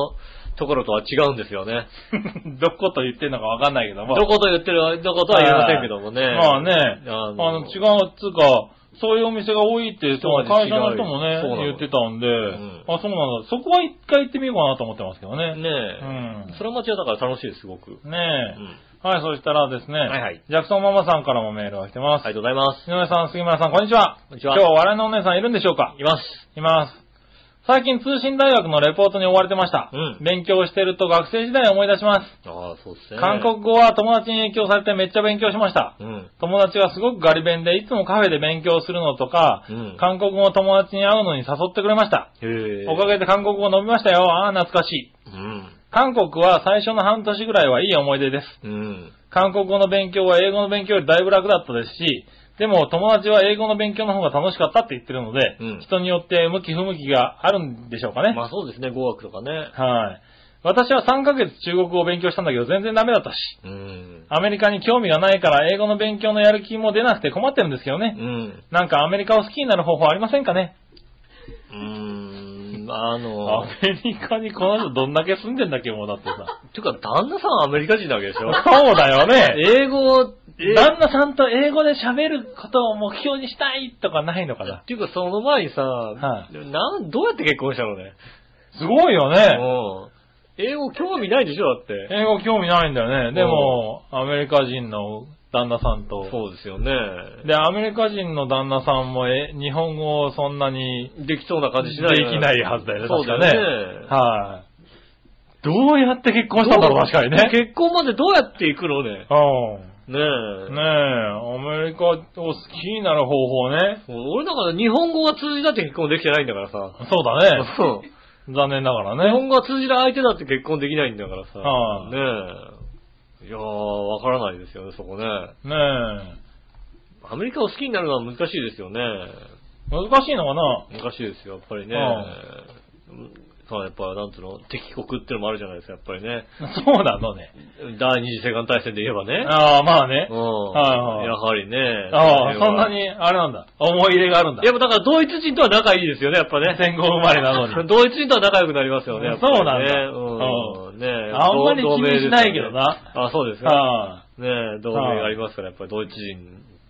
B: ところとは違うんですよね。
C: <laughs> どこと言ってんのかわかんないけども。
B: どこと言ってる、どことは言いませんけどもね。
C: まあね、あ
B: あの
C: の、違うっつうか、そういうお店が多いって、その
B: 一味違う
C: 会社の人もね
B: そうな、の
C: 言ってたんで、
B: ん
C: あ、そうなんだ。そこは一回行ってみようかなと思ってますけど
B: ね
C: ね。うん
B: え。空町はだから楽しいです、すごく。
C: ね
B: う
C: え、
B: ん
C: はい、そしたらですね、
B: はいはい
C: ジャクソンママさんからもメールが来てます。
B: ありがとうございます。
C: 井上さん、杉村さん、こんにちは。
B: こんにちは
C: 今日、笑いのお姉さんいるんでしょうか
B: います。
C: います。最近通信大学のレポートに追われてました。
B: うん
C: 勉強してると学生時代を思い出します。
B: ああ、そうですね。
C: 韓国語は友達に影響されてめっちゃ勉強しました。
B: うん。
C: 友達がすごくガリ勉で、いつもカフェで勉強するのとか、
B: うん
C: 韓国語の友達に会うのに誘ってくれました。
B: へえ。
C: おかげで韓国語伸びましたよ。ああ、懐かしい。
B: うん。
C: 韓国は最初の半年ぐらいはいい思い出です。
B: うん。
C: 韓国語の勉強は英語の勉強よりだいぶ楽だったですし、でも友達は英語の勉強の方が楽しかったって言ってるので、
B: うん
C: 人によって向き不向きがあるんでしょうかね。
B: まあそうですね、語学とかね。
C: はい。私は3ヶ月中国語を勉強したんだけど全然ダメだったし、
B: うん。
C: アメリカに興味がないから英語の勉強のやる気も出なくて困ってるんですけどね。
B: うん。
C: なんかアメリカを好きになる方法ありませんかね
B: うーん。あの
C: ア、メリカにこの人どんだけ住んでんだっけもうだって
B: <laughs>
C: さ。
B: ていうか、旦那さんはアメリカ人なわけでしょ
C: そうだよね。
B: 英語を、え
C: 旦那さんと英語で喋ることを目標にしたいとかないのかな
B: っていうか、その前にさ、
C: はい
B: なん、どうやって結婚したのね。
C: すごいよね。
B: うん。英語興味ないでしょ、だって。
C: 英語興味ないんだよね。でも、アメリカ人の旦那さんと。
B: そうですよね。
C: で、アメリカ人の旦那さんもえ日本語をそんなに
B: できそうな感
C: で
B: じし
C: き
B: ないよね
C: ないはずだよね。
B: そうだ
C: 確
B: よね。
C: かねはい。どうやって結婚したんだろう、確かにね。
B: 結婚までどうやって行くのね。
C: うん。
B: ねえ。
C: ねえ、アメリカを好きになる方法ね。
B: 俺だから日本語が通じなって結婚できてないんだからさ。
C: そうだね。
B: そう
C: 残念な
B: <laughs>
C: がら
B: 日
C: ね。
B: 本語が通じない相手だって結婚できないんだからさ。
C: はい
B: ねえ。いやー、わからないですよね、そこね。
C: ねえ。
B: アメリカを好きになるのは難しいですよね。
C: 難しいのかな
B: 難しいですよ、やっぱりね。うんさあ、やっぱ、なんつうの、敵国ってのもあるじゃないですか、やっぱりね。
C: そうなのね。
B: 第二次世界大戦で言えばね。
C: ああ、まあね
B: うん。。
C: はいはい
B: やはりね。
C: ああ、
B: れは
C: そんな。に、あれなんだ。思い入れがあるんだ。
B: やっぱだからドイツ人とは仲いいですよね、やっぱね。
C: 戦後生まれなの
B: <laughs>
C: に
B: ドイツ人とは仲良くなりますよね、やっぱりね
C: そうなんだ
B: うん。ねえ
C: あんまり気にしないけどな。
B: 同同盟ですからねあ、そうですか。
C: は
B: ねえ、同盟がありますから、やっぱりドイツ人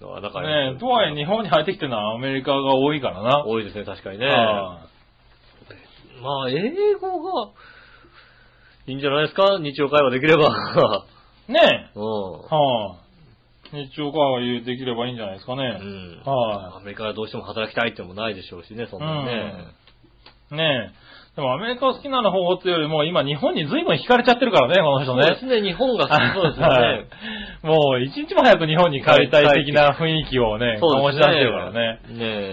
B: とは仲
C: い。
B: 良い。
C: ねえ、とはいえ日本に入ってきてるのはアメリカが多いからな。
B: 多いですね、確かにね。
C: は
B: まあ、英語が、いいんじゃないですか日常会話できれ
C: <laughs>
B: ば。
C: いねえ。
B: うん。
C: はい。日中会話できればいいんじゃないですか
B: う
C: ね。
B: ん。
C: は
B: アメリカはどうしても働きたいってもないでしょうしね、そんなにね。
C: い。ねえ。でもアメリカを好きなる方法っていうよりも今日本に随分惹かれちゃってるからね、この人ね。
B: そうですね、日本がそうですよ
C: はい
B: ね。
C: <laughs> もう一日も早く日本に帰りたい的な雰囲気をね、
B: そ
C: 醸
B: う
C: し
B: です
C: 出してるからね。
B: ね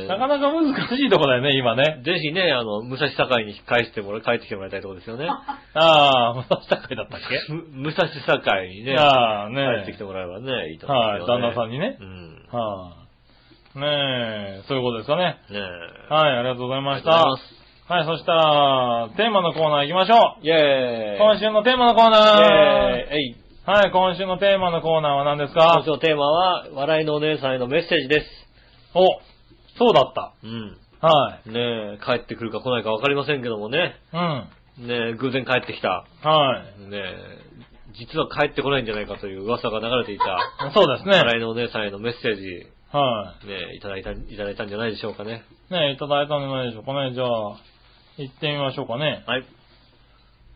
B: え。
C: なかなか難しいとこだよね、今ね。
B: ぜひね、あの、武蔵境に帰してもら、帰ってきてもらいたいところですよね。
C: ああ、武蔵高いだったっけ
B: む武蔵境にね、
C: ああ、ね
B: 帰ってきてもらえばね、いいと思
C: はい、旦那さん
B: ん
C: にね
B: う。ん。
C: はい、ねえ、そういうことですかね。
B: ねえ。
C: はい、ありがとうござい
B: あ
C: ま
B: り
C: し
B: がとうございま
C: た。はい、そしたら、テーマのコーナー行きましょう。
B: す。イェーイ。
C: 今週のテーマのコー
B: イェ
C: ナー。
B: ーイ。えい。
C: はい、今週のテーマのコーナーは何です
B: 今
C: か
B: 週のテーマは、笑いのお姉さんへのメッセージです。
C: お、そうだった。
B: うん。
C: はい。
B: ねえ、帰ってくるか来ないかわかりませんけどもね。
C: うん。
B: ねえ、偶然帰ってきた。
C: はい。
B: ねえ、実は帰ってこないんじゃないかという噂が流れて
C: <laughs>
B: いた、
C: そうですね。
B: 笑いのお姉さんへのメッセージ、
C: はい。
B: ねえ、いただいた、いただいたんじゃないでしょうかね。
C: ね、いただいたんじゃないでしょうかね。じゃあ、行ってみましょうかね。
B: はい。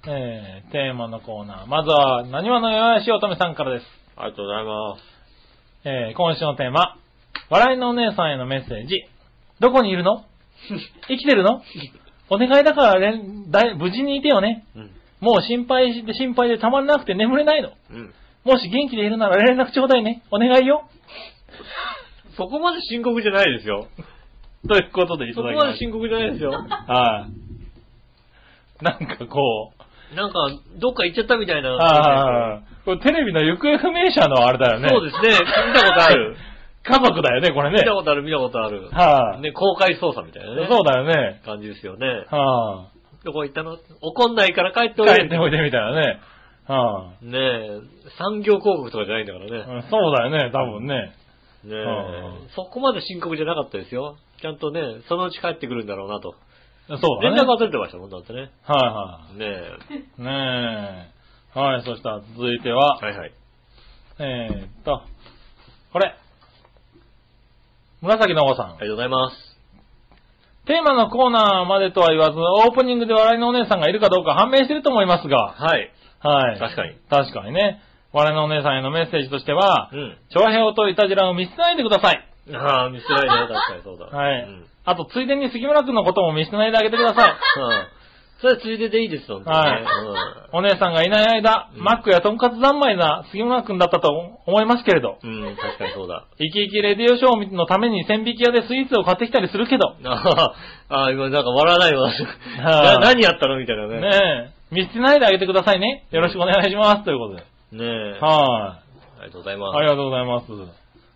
C: えー、テーマのコーナー。まずは、何話の弱いしおとめさんからです。
B: ありがとうございます。
C: えー、今週のテーマ。
B: <laughs>
C: 笑いのお姉さんへのメッセージ。どこにいるの生きてるのお願いだから連だい無事にいてよね。
B: うん。
C: もう心配して心配でたまんなくて眠れないの。
B: うん。
C: もし元気でいるなら連絡ちょうだいね。お願いよ。
B: そこまで深刻じゃないですよ。
C: ということでい
B: そこ
C: ただき
B: ま
C: ま
B: で
C: し
B: 深刻じゃない
C: <laughs>
B: ですよ。
C: た。はい。なんかこう、
B: なんか、どっか行っちゃったみたいな。
C: ああ、これテレビの行方不明者のあれだよね。
B: そうですね。見たことあ
C: <laughs>
B: る。
C: 家族だよね、これ
B: 見
C: ね
B: た。ことある、見たことある。
C: <laughs> はい、
B: ね、公開捜査みたいなね。
C: そうだよね。
B: 感じですよね。
C: はい、
B: どこ行ったの怒んないから帰っておいで
C: 帰っておいでみたいなね。はい、
B: ねえ、産業広告とかじゃないんだからね。
C: うんそうだよね、多分ね。
B: ね
C: う
B: え、そこまで深刻じゃなかったですよ。ちゃんとね、そのうち帰ってくるんだろうなと。
C: そうだ
B: 連
C: ね。
B: 絡忘れてましたもん、だってね。
C: は
B: ねえ。
C: いはい。ねえ。はい、そしたら続いては、
B: はいはい。
C: えーっと、これ。紫のおばさん。
B: ありがとうございます。
C: テーマのコーナーまでとは言わず、オープニングで笑いのお姉さんがいるかどうか判明してると思いますが、
B: はい。
C: はい。
B: 確かに。
C: 確かにね。笑いのお姉さんへのメッセージとしては
B: う、ん。
C: 長平といたじらを見せないでください。
B: ああ、見せないね。確かにそうだ。
C: はい。
B: うん。
C: あと、ついでに杉村くんのことも見せないであげてください。
B: うんそれはついででいいですよ、
C: はいお姉さんがいない間、
B: うん
C: マックやとんかつ三昧な杉村くんだったと思いますけれど、
B: うん。うん、確かにそうだ。 <laughs>
C: 生き生きレディオショーのために千匹屋でスイーツを買ってきたりするけど、
B: あーあー、今なんか笑わないわ。
C: あ
B: な何やったのみたいなね。
C: ねえ、見捨てないであげてくださいね。よろしくお願いします。ということで。
B: ねえ。
C: はい、
B: ありがとうございます。
C: あ。りがとうございます。ね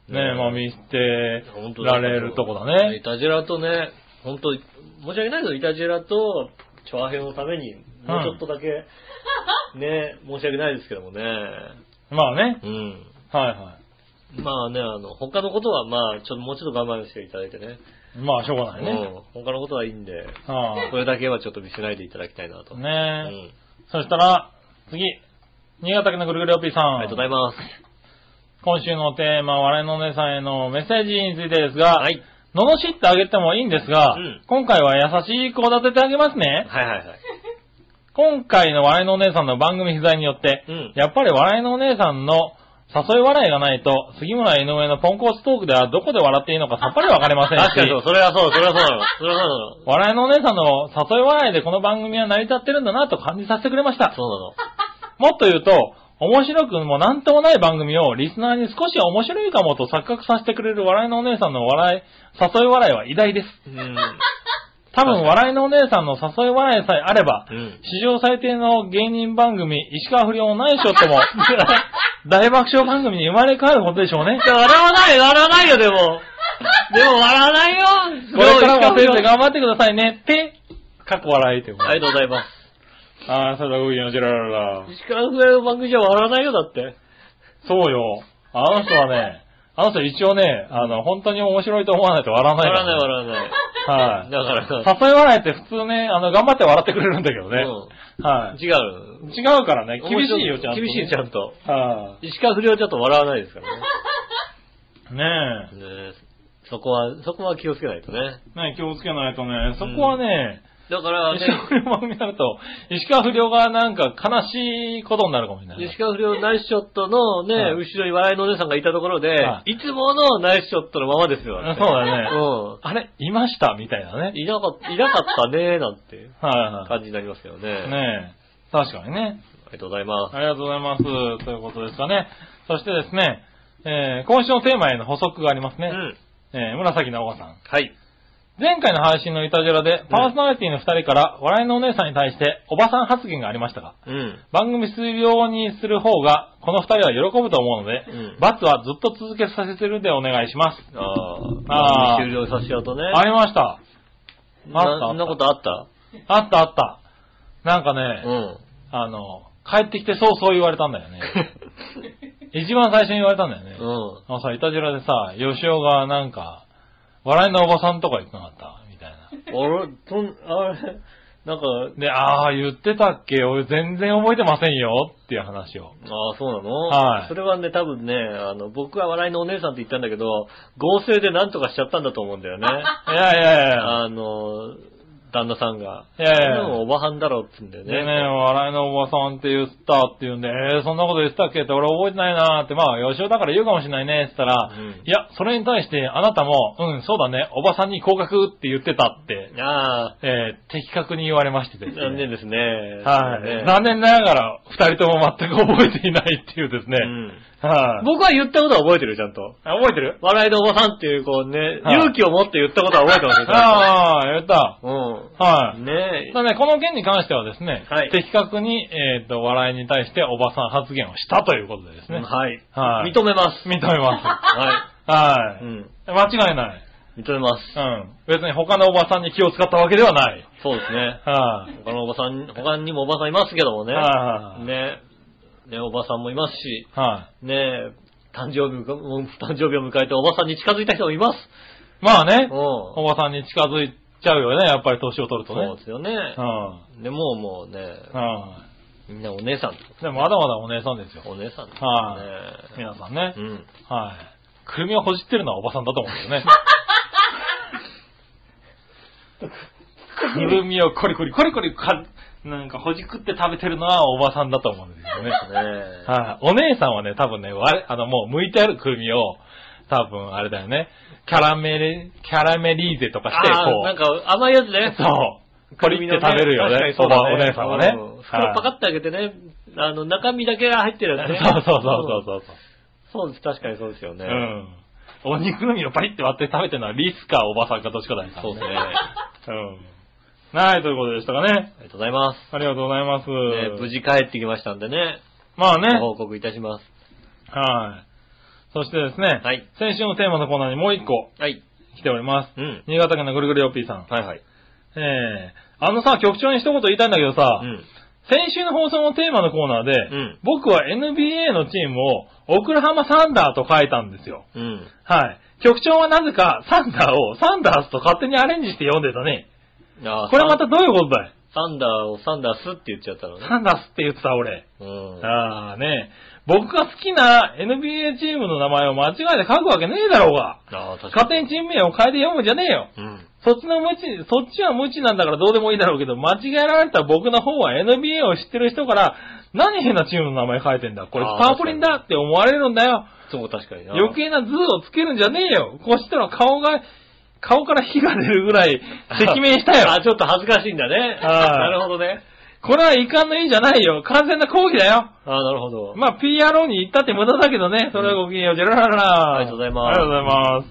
C: え、まあ見捨て
B: 本当
C: られるとこだね
B: イ。タジェラとね、本当申し訳ないけど、イタジェラと、チョアヘのために、もうちょっとだけ、ね、申し訳ないですけどもね。
C: まあね。
B: うん。
C: はいは
B: まあね、あの、他のことは、まあ、ちょっと、もうちょっと我慢していただいてね。
C: い。まあしょうがないね。
B: うん。他のことはいいんで、
C: はい、
B: これだけはちょっと見せないでいただきたいなと。
C: ねえ、
B: うん。
C: そしたら、次。新潟県のぐるぐるおっぴーさ
B: あ
C: ん。
B: りがとうございます。
C: 今週のテーマ、笑いのお姉さんへのメッセージについてですが、
B: はい。
C: 罵ってあげてもいいんですが、
B: うん
C: 今回は優しい子を立ててあげますね。
B: はいはいはい。
C: 今回の笑いのお姉さんの番組取材によって、
B: うん
C: やっぱり笑いのお姉さんの誘い笑いがないと、杉村井上のポンコツトークではどこで笑っていいのかさっぱりわかりませんし、
B: <laughs> 確かにそう、それはそう、それはそうなの。それはそうなの。
C: 笑いのお姉さんの誘い笑いでこの番組は成り立ってるんだなと感じさせてくれました。
B: そう
C: もっと言うと、面白くもなんともない番組をリスナーに少し面白いかもと錯覚させてくれる笑いのお姉さんの笑い、誘い笑いは偉大です。
B: なの。
C: 多分笑いのお姉さんの誘い笑いさえあれば、
B: うん。うん。
C: 史上最低の芸人番組、石川不良ないしょって
B: <laughs>
C: も、大爆笑番組に生まれ変わることでしょうね。
B: 笑わない、笑わないよ、でも。でも笑わないよ。
C: これからも先生頑張ってくださいね。って、過去笑いということ
B: ありがとうございま
C: ああ、それだ、ういのじららら
B: す。。石川不良の番組じゃ笑わないよ、だって。
C: そうよ。あの人はね、あの人一応ね、あの、本当に面白いと思わないと笑わない
B: 笑
C: か
B: わ
C: ら。
B: ない、笑わない。
C: はい。
B: だから、
C: 誘い笑いって普通ね、あの、頑張って笑ってくれるんだけどね。はい。
B: 違う。
C: 違うからね、厳しいよ、ちゃんとね、
B: 厳しい、ちゃんと。
C: は
B: 石川不良はちょっと笑わないですから
C: い。ね
B: ね。ねそこは、そこは気をつけないとね。
C: え。ねえ気をつけないとね、そこはね、
B: だから、ね
C: 石、川不良番組になると、石川不良がなんか悲しいことになるかもしれないね。
B: 石川不良ナイスショットのね、
C: はい
B: 後ろに笑いのお姉さんがいたところで、、
C: はい
B: つものナイスショットのままですよ。って
C: そうだね
B: うん。
C: あれいましたみたいなね。
B: いなかった、いなかったねーなんて
C: はいは
B: 感じになりますけどね。
C: い。ねえ。確かにね。
B: ありがとうございます。
C: ありがとうございます。ということですかね。そしてですね、えー今週のテーマへの補足がありますね。
B: うん。
C: えー紫のおばさん。
B: はい。
C: 前回の配信のイタジェラで、パーソナリティの二人から、笑いのお姉さんに対して、おばさん発言がありましたが、
B: うん。
C: 番組終了にする方が、この二人は喜ぶと思うので、
B: うん
C: 罰はずっと続けさせてるんでお願いします。
B: あー
C: あー
B: 終了させちゃうとね。
C: ありました。
B: な
C: あった
B: そんなことあった
C: あったあった。なんかね、
B: うん。
C: あの、帰ってきてそうそう言われたんだよ
B: <laughs>
C: ね。一番最初に言われたんだよね。
B: うん。
C: あのさ、イタジェラでさ、吉尾がなんか、笑いのおばさんとか言ってなかったみたいな。
B: あれ、とん、あれ、なんか、
C: で、ああ、言ってたっけ俺全然覚えてませんよっていう話を。
B: ああ、そうなの
C: はい
B: それはね、多分ね、あの、僕は笑いのお姉さんって言ったんだけ
C: <laughs>
B: ど、合成でなんとかしちゃったんだと思うんだよね。
C: いやいやいやいや
B: あの、旦那さんが。
C: ええ
B: でもおばはんだろうって言うんだよ
C: でね、
B: ね。
C: 笑いのおばさんって言ったって言うんで、えー、そんなこと言ってたっけって俺覚えてないなーって、まあ、吉尾だから言うかもしれないねって言ったら、
B: うん
C: いや、それに対してあなたも、うん、そうだね、おばさんに降格って言ってたって、
B: ああ、
C: えー、的確に言われましてですね。
B: 残念ですね。
C: はい、
B: ね
C: 残念ながら、二人とも全く覚えていないっていうですね。
B: うん
C: はい、
B: 僕は言ったことは覚えてる、ちゃんと。
C: あ覚えてる
B: 笑いのおばさんっていう、こうね、
C: はい
B: 勇気を持って言ったことは覚えてますよ、ちゃん
C: ああ、やった。
B: と。
C: はい、
B: うん。ねえ。
C: だね、この件に関してはですね、
B: はい
C: 的確に、えっ、と、笑いに対しておばさん発言をしたということでですね。
B: はい。
C: はい
B: 認めます。
C: 認めます。
B: は。
C: はい
B: う
C: い、
B: ん。
C: 間違いない。
B: 認めます。
C: うん。別に他のおばさんに気を使ったわけではない。
B: そうですね。
C: はい、
B: 他のおばさん、他にもおばさんいますけどもね。
C: はい
B: ね。ね、おばさんもいますし、
C: はい、
B: ね、誕生日を迎え、誕生日を迎えておばさんに近づいた人もいます。
C: まあね
B: う、ん。
C: おばさんに近づいちゃうよね、やっぱり年を取るとね。
B: そうですよね。
C: うん
B: でもうもうね、
C: は
B: みんなお姉さんってこ
C: い。でもまだまだお姉さんですよ
B: と。。お姉さんですね。
C: 皆さんね
B: う。ん。
C: はい。くるみをほじってるのはおばさんだと思うんですよね。
B: <laughs>
C: くるみをコリコリコリコリか、なんかほじくって食べてるのはおばさんだと思うんですよね。
B: ね
C: はい。お姉さんはね、多分ね、わあの、もう剥いてあるくるみを、多分あれだよね。キャラメリ、キャラメリーゼとかして、
B: ああ、なん
C: こ
B: か甘いやつね
C: う。。そう。コリって食べるよ
B: 確か
C: ね
B: に。そ
C: お
B: うだ
C: ばお姉さんはね
B: う。袋パカってあげてね、あの、中身だけ入ってる
C: は
B: や
C: い
B: つね。
C: <laughs> そうそうそうそうそう。
B: そうです、確かにそうですよね。
C: うん。お肉のみをパリって割って食べてるのはリスかおばさんかどっちかだよね。
B: そうですね。
C: ね。
B: あ
C: うん。はい、ということでしたかね。
B: りがとうございます。
C: ありがとうございます。
B: ね無事帰ってきましたんでね、
C: まあ
B: ご
C: ね。
B: 報告いたします。
C: はい。そしてですね。
B: はい
C: 先週のテーマのコーナーにもう一個
B: はい。
C: 来ております。
B: うん
C: 新潟県のぐるぐるよっぴーさん。
B: はいはい。
C: えー、あのさ、局長に一言言いたいんだけどさ、
B: うん。
C: 先週の放送のテーマのコーナーで、
B: ん
C: 僕は NBA のチームをオクラハマサンダーと書いたんですよ。
B: うん。
C: はい。局長はなぜかサンダーをサンダースと勝手にアレンジして読んでたね。
B: あー
C: これまたどういうことだい
B: サンダーをサンダースって言っちゃったのね。
C: サンダースって言ってた俺。
B: うん。
C: ああね。僕が好きな NBA チームの名前を間違えて書くわけねえだろうが。
B: ああ、確か
C: 勝
B: に。
C: 手にチーム名を変えて読むんじゃねえよ。
B: うん。
C: そっちの無知、そっちは無知なんだからどうでもいいだろうけど、間違えられた僕の方は NBA を知ってる人から、何変なチームの名前書いてんだこれス
B: あー
C: ターポリンだって思われるんだよ。
B: そう、確かにな。
C: 余計な図をつけるんじゃねえよ。こうしたら顔が、顔から火が出るぐらい、赤面し
B: <laughs>
C: た
B: あー、
C: よ。
B: ちょっと恥ずかしいんだね。 <laughs> なるほどね。
C: これは遺憾の意じゃないよ。完全な抗議だよ。
B: ああ、なるほど。
C: まあ、PRO に行ったって無駄だけどね。それはごきげんよう。じゃららら。
B: ありがとうございます
C: ありがとうございま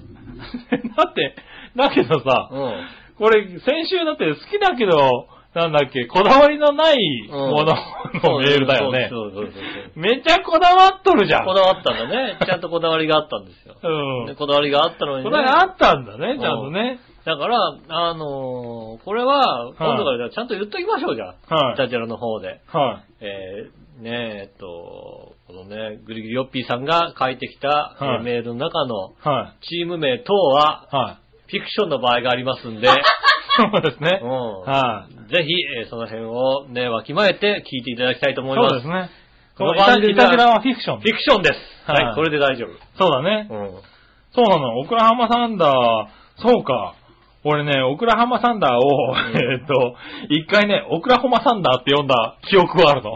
C: す。 <laughs> だって、だけどさ、
B: うん。
C: これ、先週だって好きだけど、なんだっけ、こだわりのない
B: うん
C: もののメールだよね。
B: そうそうそうそうそう
C: めちゃこだわっとるじゃん。
B: こだわったんだ
C: <laughs>
B: ね。ちゃんとこだわりがあったんですよ。
C: うん。
B: でこだわりがあったのに
C: こ
B: ね。
C: だわりあったんだね、ちゃんとね。
B: だから、あのーこれは、今度からじゃあちゃんと言っときましょうじゃあ。
C: はい
B: チャチャラの方で。
C: はい。
B: えー、ねえ、えっと、このね、ぐりぐりよっぴーさんが書いてきた、
C: はい
B: えーメールの中の
C: は。
B: チーム名等はい
C: はい。
B: フィクションの場合がありますんで、
C: そうですね。
B: うん
C: はい。
B: ぜひ、えーその辺をね、わきまえて聞いていただきたいと思い
C: そ
B: ま
C: う
B: す。
C: ですね。
B: この番組
C: いたいたじら
B: は
C: はフィクション
B: フ。ィクションです。はい、
C: はい
B: これで大丈夫。
C: そうだね。
B: うん。
C: そうなの。オクラハマサンダー、そうか。俺ね、オクラハマサンダーを、えーっと、一回ね、オクラホマサンダーって呼んだ記憶はあるの。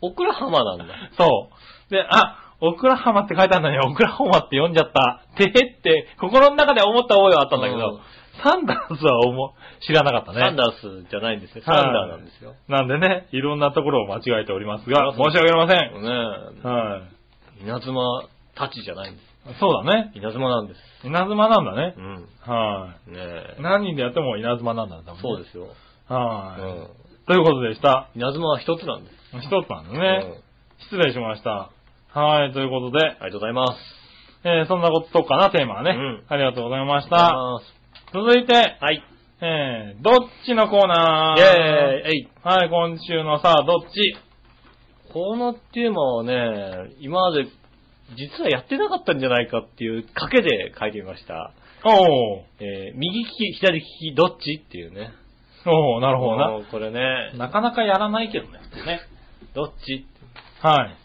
B: オクラハマなんだ。
C: そう。で、あ、オクラハマって書いてあるのに、オクラホマって呼んじゃった。てへって、心の中で思った覚えはあったんだけ
B: うん
C: ど、サンダースは思う、知らなかったね。
B: サンダースじゃないんですよ。サン
C: はい
B: ダーなんですよ。
C: なんでね、いろんなところを間違えておりますが、
B: そう
C: 申し訳ありません。
B: ね
C: はい。
B: え、稲妻たちじゃないんです。
C: そうだね。
B: 稲妻なんです。
C: 稲妻なんだね
B: う。ん。
C: は
B: ねえ
C: い。。何人でやっても稲妻なんだね、多分
B: そう
C: す。
B: ですよ。う
C: はい、
B: ん。
C: ということでした。
B: 稲妻は一つなんです。
C: 一つなんだ
B: うん
C: ね。失礼しました。はい、ということで、
B: ありがとうございます。
C: えーそんなことかな、テーマはね、
B: うん
C: ありがとうございまし
B: ありが
C: た。
B: とうございます
C: 続いて、
B: はい。
C: えー、どっちのコーナー
B: イェーイえい
C: はい、今週のさあ、どっち
B: このテーマはね、今まで実はやってなかったんじゃないかっていう賭けで書いてみました。
C: おー。
B: えー右利き、左利き、どっちっていうね。
C: おー、なるほど
B: も
C: な。
B: うこれね、
C: なかなかやらないけどね。
B: ね、どっち
C: はい。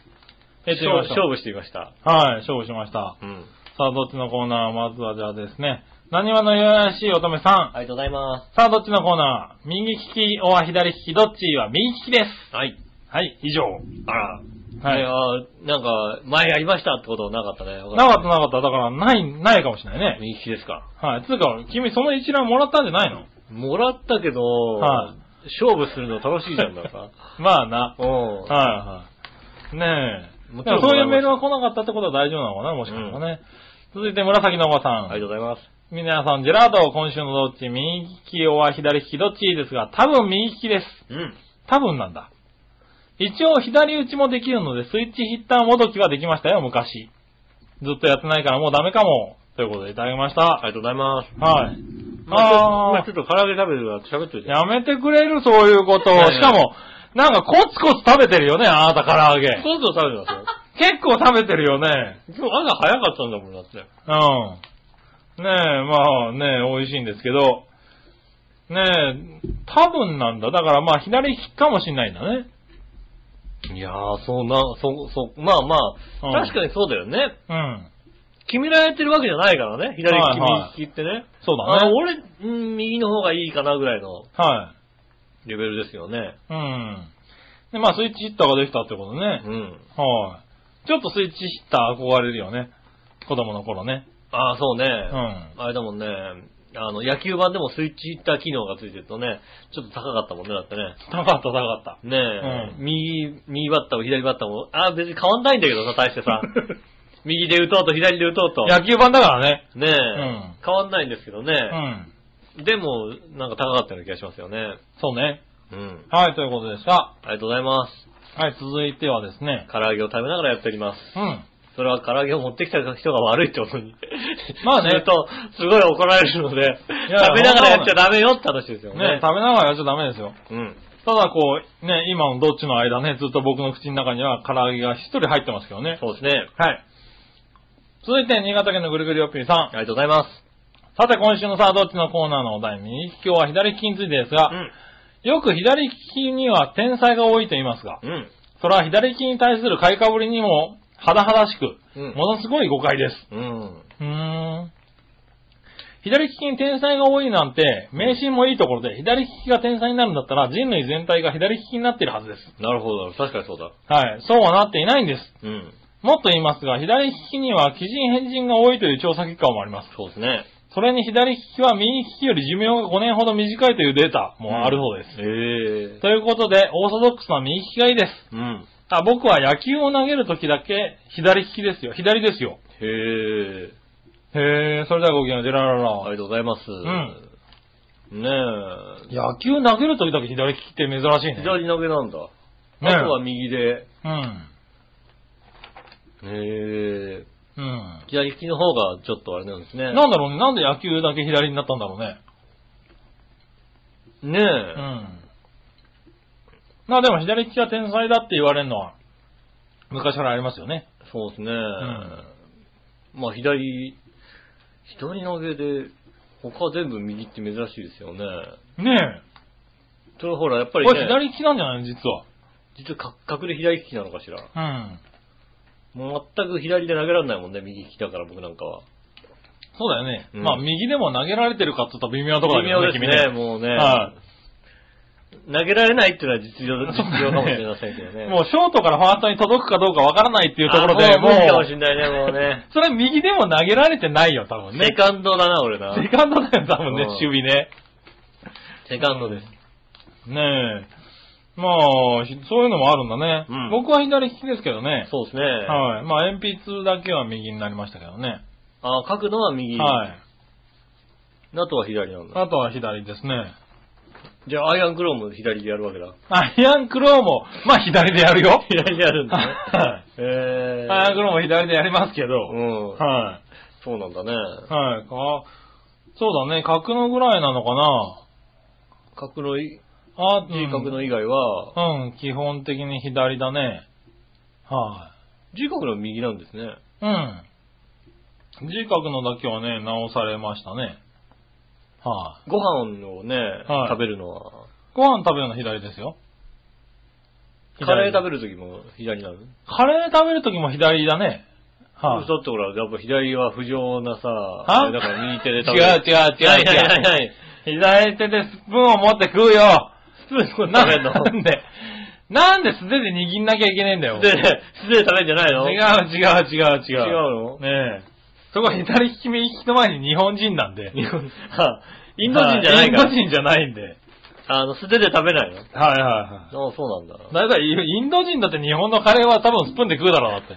C: え、
B: 勝負
C: 勝
B: 勝
C: 負。
B: 負してみました。
C: はい、勝負しました。
B: うん。
C: さあ、どっちのコーナーまずはじゃあですね、何話の弱々しい乙女さん。
B: ありがとうございま
C: さあ、どっちのコーナー右利き、おは左利き、どっちは右利きです。
B: す。はい。
C: はい、以上。
B: あら。
C: は
B: はいい。なんか、前やりましたってことなかったね。
C: なかったなかった。だから、ない、ないかもしれないね。
B: 右利きですか。
C: はい。つうか、君その一覧もらったんじゃないの
B: もらったけど、
C: はい
B: 勝負するの楽しいじゃん、なんか。
C: まあな。
B: <laughs> うん。
C: はいはい。ねえ。
B: もち
C: でも
B: ろん
C: そういうメールは来なかったってことは大丈夫なのかなもしかしたらね。続いて、紫のおばさん。
B: ありがとうございます。
C: 皆さん、ジェラード、今週のどっち右利き、おは左利き、どっちですが、多分右利きです。
B: うん。
C: 多分なんだ。一応左打ちもできるので、スイッチヒッターもどきはできましたよ、昔。ずっとやってないからもうダメかも。ということでいただきました。
B: ありがとうございます。
C: はい。
B: まあ、
C: あ
B: ちょっと唐揚げ食べるから喋っとい
C: ー、
B: て。
C: やめてくれる、そういうことを。
B: いやいや
C: しかも、なんかコツコツ食べてるよね、あなた唐揚げ。
B: そうそう食べてますよ。
C: 結構食べてるよね。
B: 今日朝早かったんだもんだって。
C: うん。ねえ、まあねえ、美味しいんですけど。ねえ、多分なんだ。だからまあ左利きかもしんないんだね。
B: いやー、そうな、そう、そう、まあまあ、
C: うん
B: 確かにそうだよね。
C: うん。
B: 決められてるわけじゃないからね。左利
C: はい
B: き、
C: はい
B: 右利きってね。
C: そうだ
B: あの
C: ね。
B: 俺、うん右の方がいいかなぐらいの
C: はい。
B: レベルですよね。
C: うん。で、まあ、スイッチヒッターができたってことね。
B: うん。
C: はい。ちょっとスイッチヒッター憧れるよね。子供の頃ね。
B: ああ、そうね。
C: ん
B: あれだもんね。あの、野球版でもスイッチヒッター機能がついてるとね、ちょっと高かったもんね、だってね。
C: 高かった、高か
B: <laughs>
C: った。
B: ねえ、
C: う
B: 右、右バッターも左バッターも、あー別に変わんないんだけどさ、大して
C: <laughs>
B: さ。右で打とうと左で打とうと。
C: 野球版だからね。
B: ねえ、
C: ん
B: 変わんないんですけどね。
C: うん。
B: でも、なんか高かったような気がしますよね。
C: そうね。
B: うん。
C: はい、ということでした。
B: ありがとうございます。
C: はい、続いてはですね。
B: 唐揚げを食べながらやっております。
C: うん。
B: それは唐揚げを持ってきた人が悪いってことに。
C: まあね
B: すると、すごい怒られるので、
C: や
B: 食べながらやっちゃダメよって話ですよ
C: ね
B: ね。、
C: 食べながらやっちゃダメですよ。
B: うん。
C: ただこう、ね、今のどっちの間ね、ずっと僕の口の中には唐揚げが一人入ってますけどね。
B: そうですね。
C: はい。続いて、新潟県のぐるぐるよっぴーさん
B: あ。りがとうございます。
C: さて、今週のさあ、どっちのコーナーのお題、右利きは左利きについてですが、
B: うん。
C: よく左利きには天才が多いと言いますが、
B: うん。
C: それは左利きに対する買いかぶりにも、はだはだしく、
B: うん
C: ものすごい誤解です。
B: うん。
C: うーん。左利きに天才が多いなんて、迷信もいいところで、左利きが天才になるんだったら、人類全体が左利きになっているはずです。
B: なるほど。確かにそうだ。
C: はい。そうはなっていないんです。
B: うん。
C: もっと言いますが、左利きには奇人変人が多いという調査結果もあります。
B: そうですね。
C: それに左利きは右利きより寿命が5年ほど短いというデータもあるそうです。
B: ええ
C: ということで、オーソドックスな右利きがいいです。
B: うん。
C: あ僕は野球を投げるときだけ左利きですよ。左ですよ。
B: へえ。
C: へえ、それではごきげんようジェララ
B: あり
C: ラ。
B: がとうございます。
C: ん
B: ねえ。
C: 野球投げるときだけ左利きって珍しいね。
B: 左投げなんだ。
C: え
B: あとは右で。
C: うん。
B: へえ。
C: うん。
B: 左利きの方がちょっとあれなんですね。
C: なんだろうね。なんで野球だけ左になったんだろうね。
B: ねえ。
C: うん。まあでも左利きは天才だって言われるのは、昔からありますよね。
B: そうですね。
C: ん
B: まあ左、左投げで、他全部右って珍しいですよね。
C: ねえ。
B: それはほら、やっぱ
C: こ
B: りね、
C: れ左利きなんじゃないの実は。
B: 実は隠れ左利きなのかしら。
C: うん。
B: もう全く左で投げられないもんね、右利きだから僕なんかは。
C: そうだよね。
B: うん
C: まあ右でも投げられてるかって言ったら微妙なところ
B: 微
C: だ
B: 妙
C: けど
B: ですね、
C: 君
B: もうね。
C: は
B: 投げられないっていうのは実情だ、実情かもしれませんけどね。
C: もうショートからファーストに届くかどうかわからないっていうところ
B: あ
C: で、
B: もう無理かもしれないね、もうね。
C: それ右でも投げられてないよ、多分
B: セ
C: <laughs> ね。
B: カンドだな、俺な。
C: セカンドだよ、多分ね
B: うん、
C: 守備ね。
B: セカンドです。
C: ねえ。まあ、ひそういうのもあるんだね。
B: うん
C: 僕は左利きですけどね。
B: そうですね。
C: はい。まあ、鉛筆だけは右になりましたけどね。
B: あ書くのは右。
C: はい。
B: あとは左なんだ。
C: あとは左ですね。
B: じゃあ、アイアンクローム左でやるわけだ。
C: アイアンクローも、まあ左でや
B: <laughs>
C: るよ。
B: 左でやるんだね。
C: はい
B: えー。
C: アイアンクローも左でやりますけど。
B: うん。
C: はい。
B: そうなんだね。
C: はい、か、そうだね、格のぐらいなのかな。
B: 書くのい、
C: あ、うん、
B: G 書くの以外は、
C: うん、基本的に左だね。は
B: G 書くのは右なんですね。
C: い、うん。G 角のだけはね、直されましたね。はい、
B: ご飯をね、
C: はい
B: 食べるのは、
C: ご飯食べるの左ですよ。
B: カレー食
C: べ
B: べるときも左なの
C: カレー食べるときも左だね。はい
B: だってほら、やっぱ左は不浄なさ、
C: は
B: あれだから右手で
C: 違う違う違う違う
B: ないないないない
C: 左手でスプーンを持って食うよ。
B: スプーンでこれ
C: な
B: 食べんの
C: んで、なんで素手で握んなきゃいけねえんだよ。
B: 素手で、素手で食べんじゃないの
C: 違う違う違う違う。
B: 違うの
C: ねえ。そこは左利き右利きの前に日本人なんで。
B: 日本 <laughs> あインド人じゃないか
C: は
B: ら。
C: インド人じゃないんで。はい
B: あの、素手で食べないの
C: はいは
B: ああ、そうなんだ。
C: い。だいたいインド人だって日本のカレーは多分スプーンで食うだろうなって。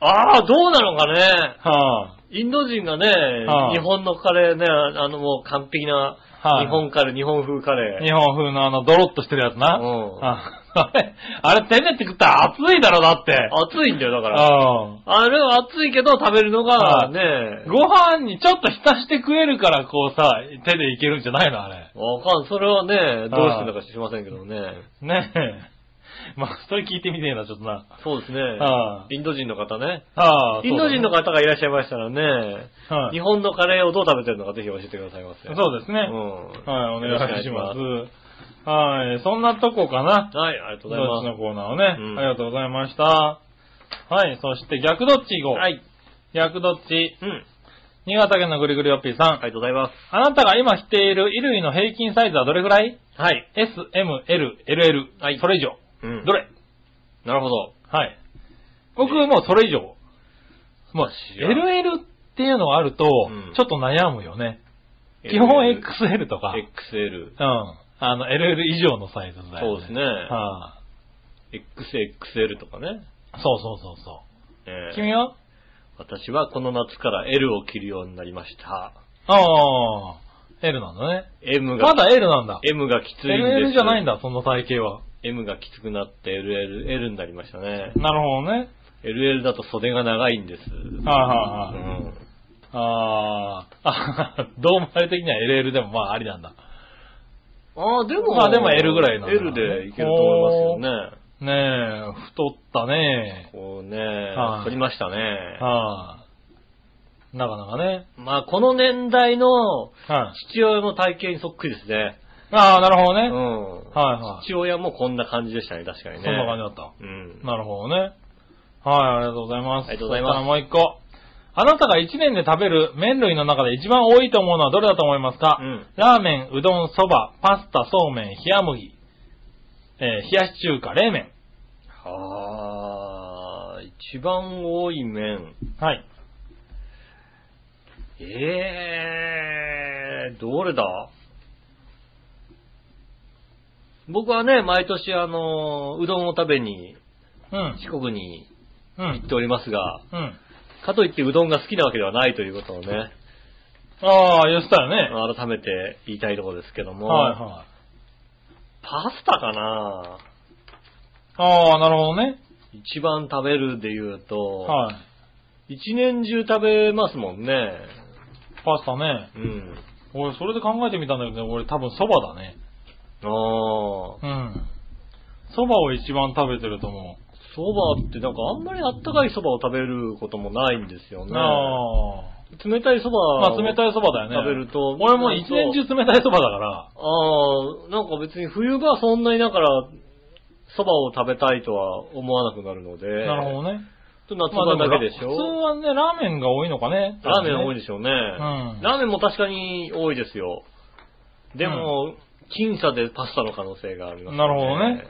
B: ああ、どうなのかね。
C: は
B: インド人がね、
C: はい
B: 日本のカレーね、あのもう完璧な、
C: はい
B: 日本カレー、日本風カ
C: あ、
B: レー。
C: 日本風のあのドロッとしてるやつな。
B: うん
C: ああれ、あれ手でって食ったら熱いだろだって。
B: 熱いんだよ、だから。
C: うん。
B: あれは熱いけど食べるのが
C: はい
B: ね、
C: ご飯にちょっと浸して食えるからこうさ、手でいけるんじゃないのあれ。
B: わかん、それはね、どうしてるのか知りませんけどね。
C: ねえ。 <laughs> まあ、それ聞いてみてえな、ちょっとな。
B: そうですね。
C: は
B: インド人の方ね。
C: ああ、
B: インド人の
C: 方、
B: 方がいらっしゃいましたらね、
C: はい
B: 日本のカレーをどう食べてるのかぜひ教えてくださいませ。
C: そうですね。
B: う
C: はい、
B: ん。
C: お願いしま
B: よろ
C: す。はい、そんなとこかな。
B: はい、ありがとうござ
C: ど
B: いま
C: っち
B: す
C: の。コーナーをね、
B: うん
C: ありがとうございました。はい、そして逆どっち行こう。
B: はい。
C: 逆どっち。
B: うん。
C: 新潟県のぐりぐりよっぴーさん。
B: ありがとうございま
C: あなたが今着ている衣類の平均サイズはどれぐらい
B: す。はい。
C: ?S、M、L、LL。
B: はい
C: それ以上。
B: うん
C: どれ
B: なるほど。
C: はい。僕もうそれ以上。もう
B: 知らん
C: LL っていうのがあると
B: うん、
C: ちょっと悩むよね。基本 XL とか、
B: XL。
C: うん。あの、LL 以上のサイズだ
B: そ
C: よね。
B: うですね
C: は
B: XXL とかね。
C: いそうそうそうそ
B: え
C: う。
B: ー
C: 君は
B: 私はこの夏から L を着るようになりました。
C: ああ、L なんだね。
B: M が、
C: まだ L なんだ。
B: M がきついんです。
C: LL じゃないん
B: だ。
C: だ、その体型は。
B: M がきつくなって LL、L になりましたね。
C: なるほどね。
B: LL だと袖が長いんです。
C: はいはいはい
B: うん
C: あーあ、ドーム割的には LL でもまあありなんだ。
B: ああ、でも、
C: まあでも L ぐらいなんだ
B: L でいけると思いますよね。
C: ねえ、太ったね
B: こうね、
C: はい
B: 取りましたね。
C: はあ。なかなかね。
B: まあ、この年代の
C: はい。
B: 父親の体型にそっくりですね。
C: ああ、なるほど
B: う
C: ね。
B: ん。
C: はいはい。
B: 父親もこんな感じでしたね、確かに
C: そ
B: ね。
C: んな感じだった。
B: うん。
C: なるほどね。はい、ありがとうございます。
B: ありがとうございます
C: そしたらもう一個。あなたが一年で食べる麺類の中で一番多いと思うのはどれだと思いますか、
B: うん
C: ラーメン、うどん、そば、パスタ、そうめん、冷麦、えー冷やし中華、冷麺。
B: はあ、一番多い面。
C: はい。
B: ええー、どれだ僕はね、毎年あの、うどんを食べに、
C: うん。
B: 四国に
C: う
B: 行っ
C: ん。
B: ておりますが、
C: うん。
B: かといってうどんが好きなわけではないということをね、
C: ああ、言ってたよね。
B: 改めて言いたいところですけども、
C: はいはい。
B: パスタかな
C: ああ、なるほどね。
B: 一番食べるで言うと、
C: はい。
B: 一年中食べますもんね。
C: パスタね。
B: うん。
C: 俺、それで考えてみたんだけどね、俺多分蕎麦だね。
B: ああ。
C: うん。蕎麦を一番食べてると思
B: 蕎麦ってなんかあんまりあったかい蕎麦を食べることもないんですよ
C: う。
B: ね。
C: あ
B: 冷たい蕎麦
C: あ。まあ、冷たい蕎麦だよね。
B: 食べると
C: 俺もう一年中冷たい蕎麦だから。
B: ああ、なんか別に冬場はそんなにだから、蕎麦を食べたいとは思わなくなるので。
C: なるほどね。
B: ど。夏場だけでし
C: 普通
B: ょ、
C: はね、ラーメンが多いのかね。
B: ラーメンは多い
C: で
B: でしょうね、
C: ん
B: ラーメンも確かに多いですよ。でも、僅差でパスタの可能性があります、
C: なるほどね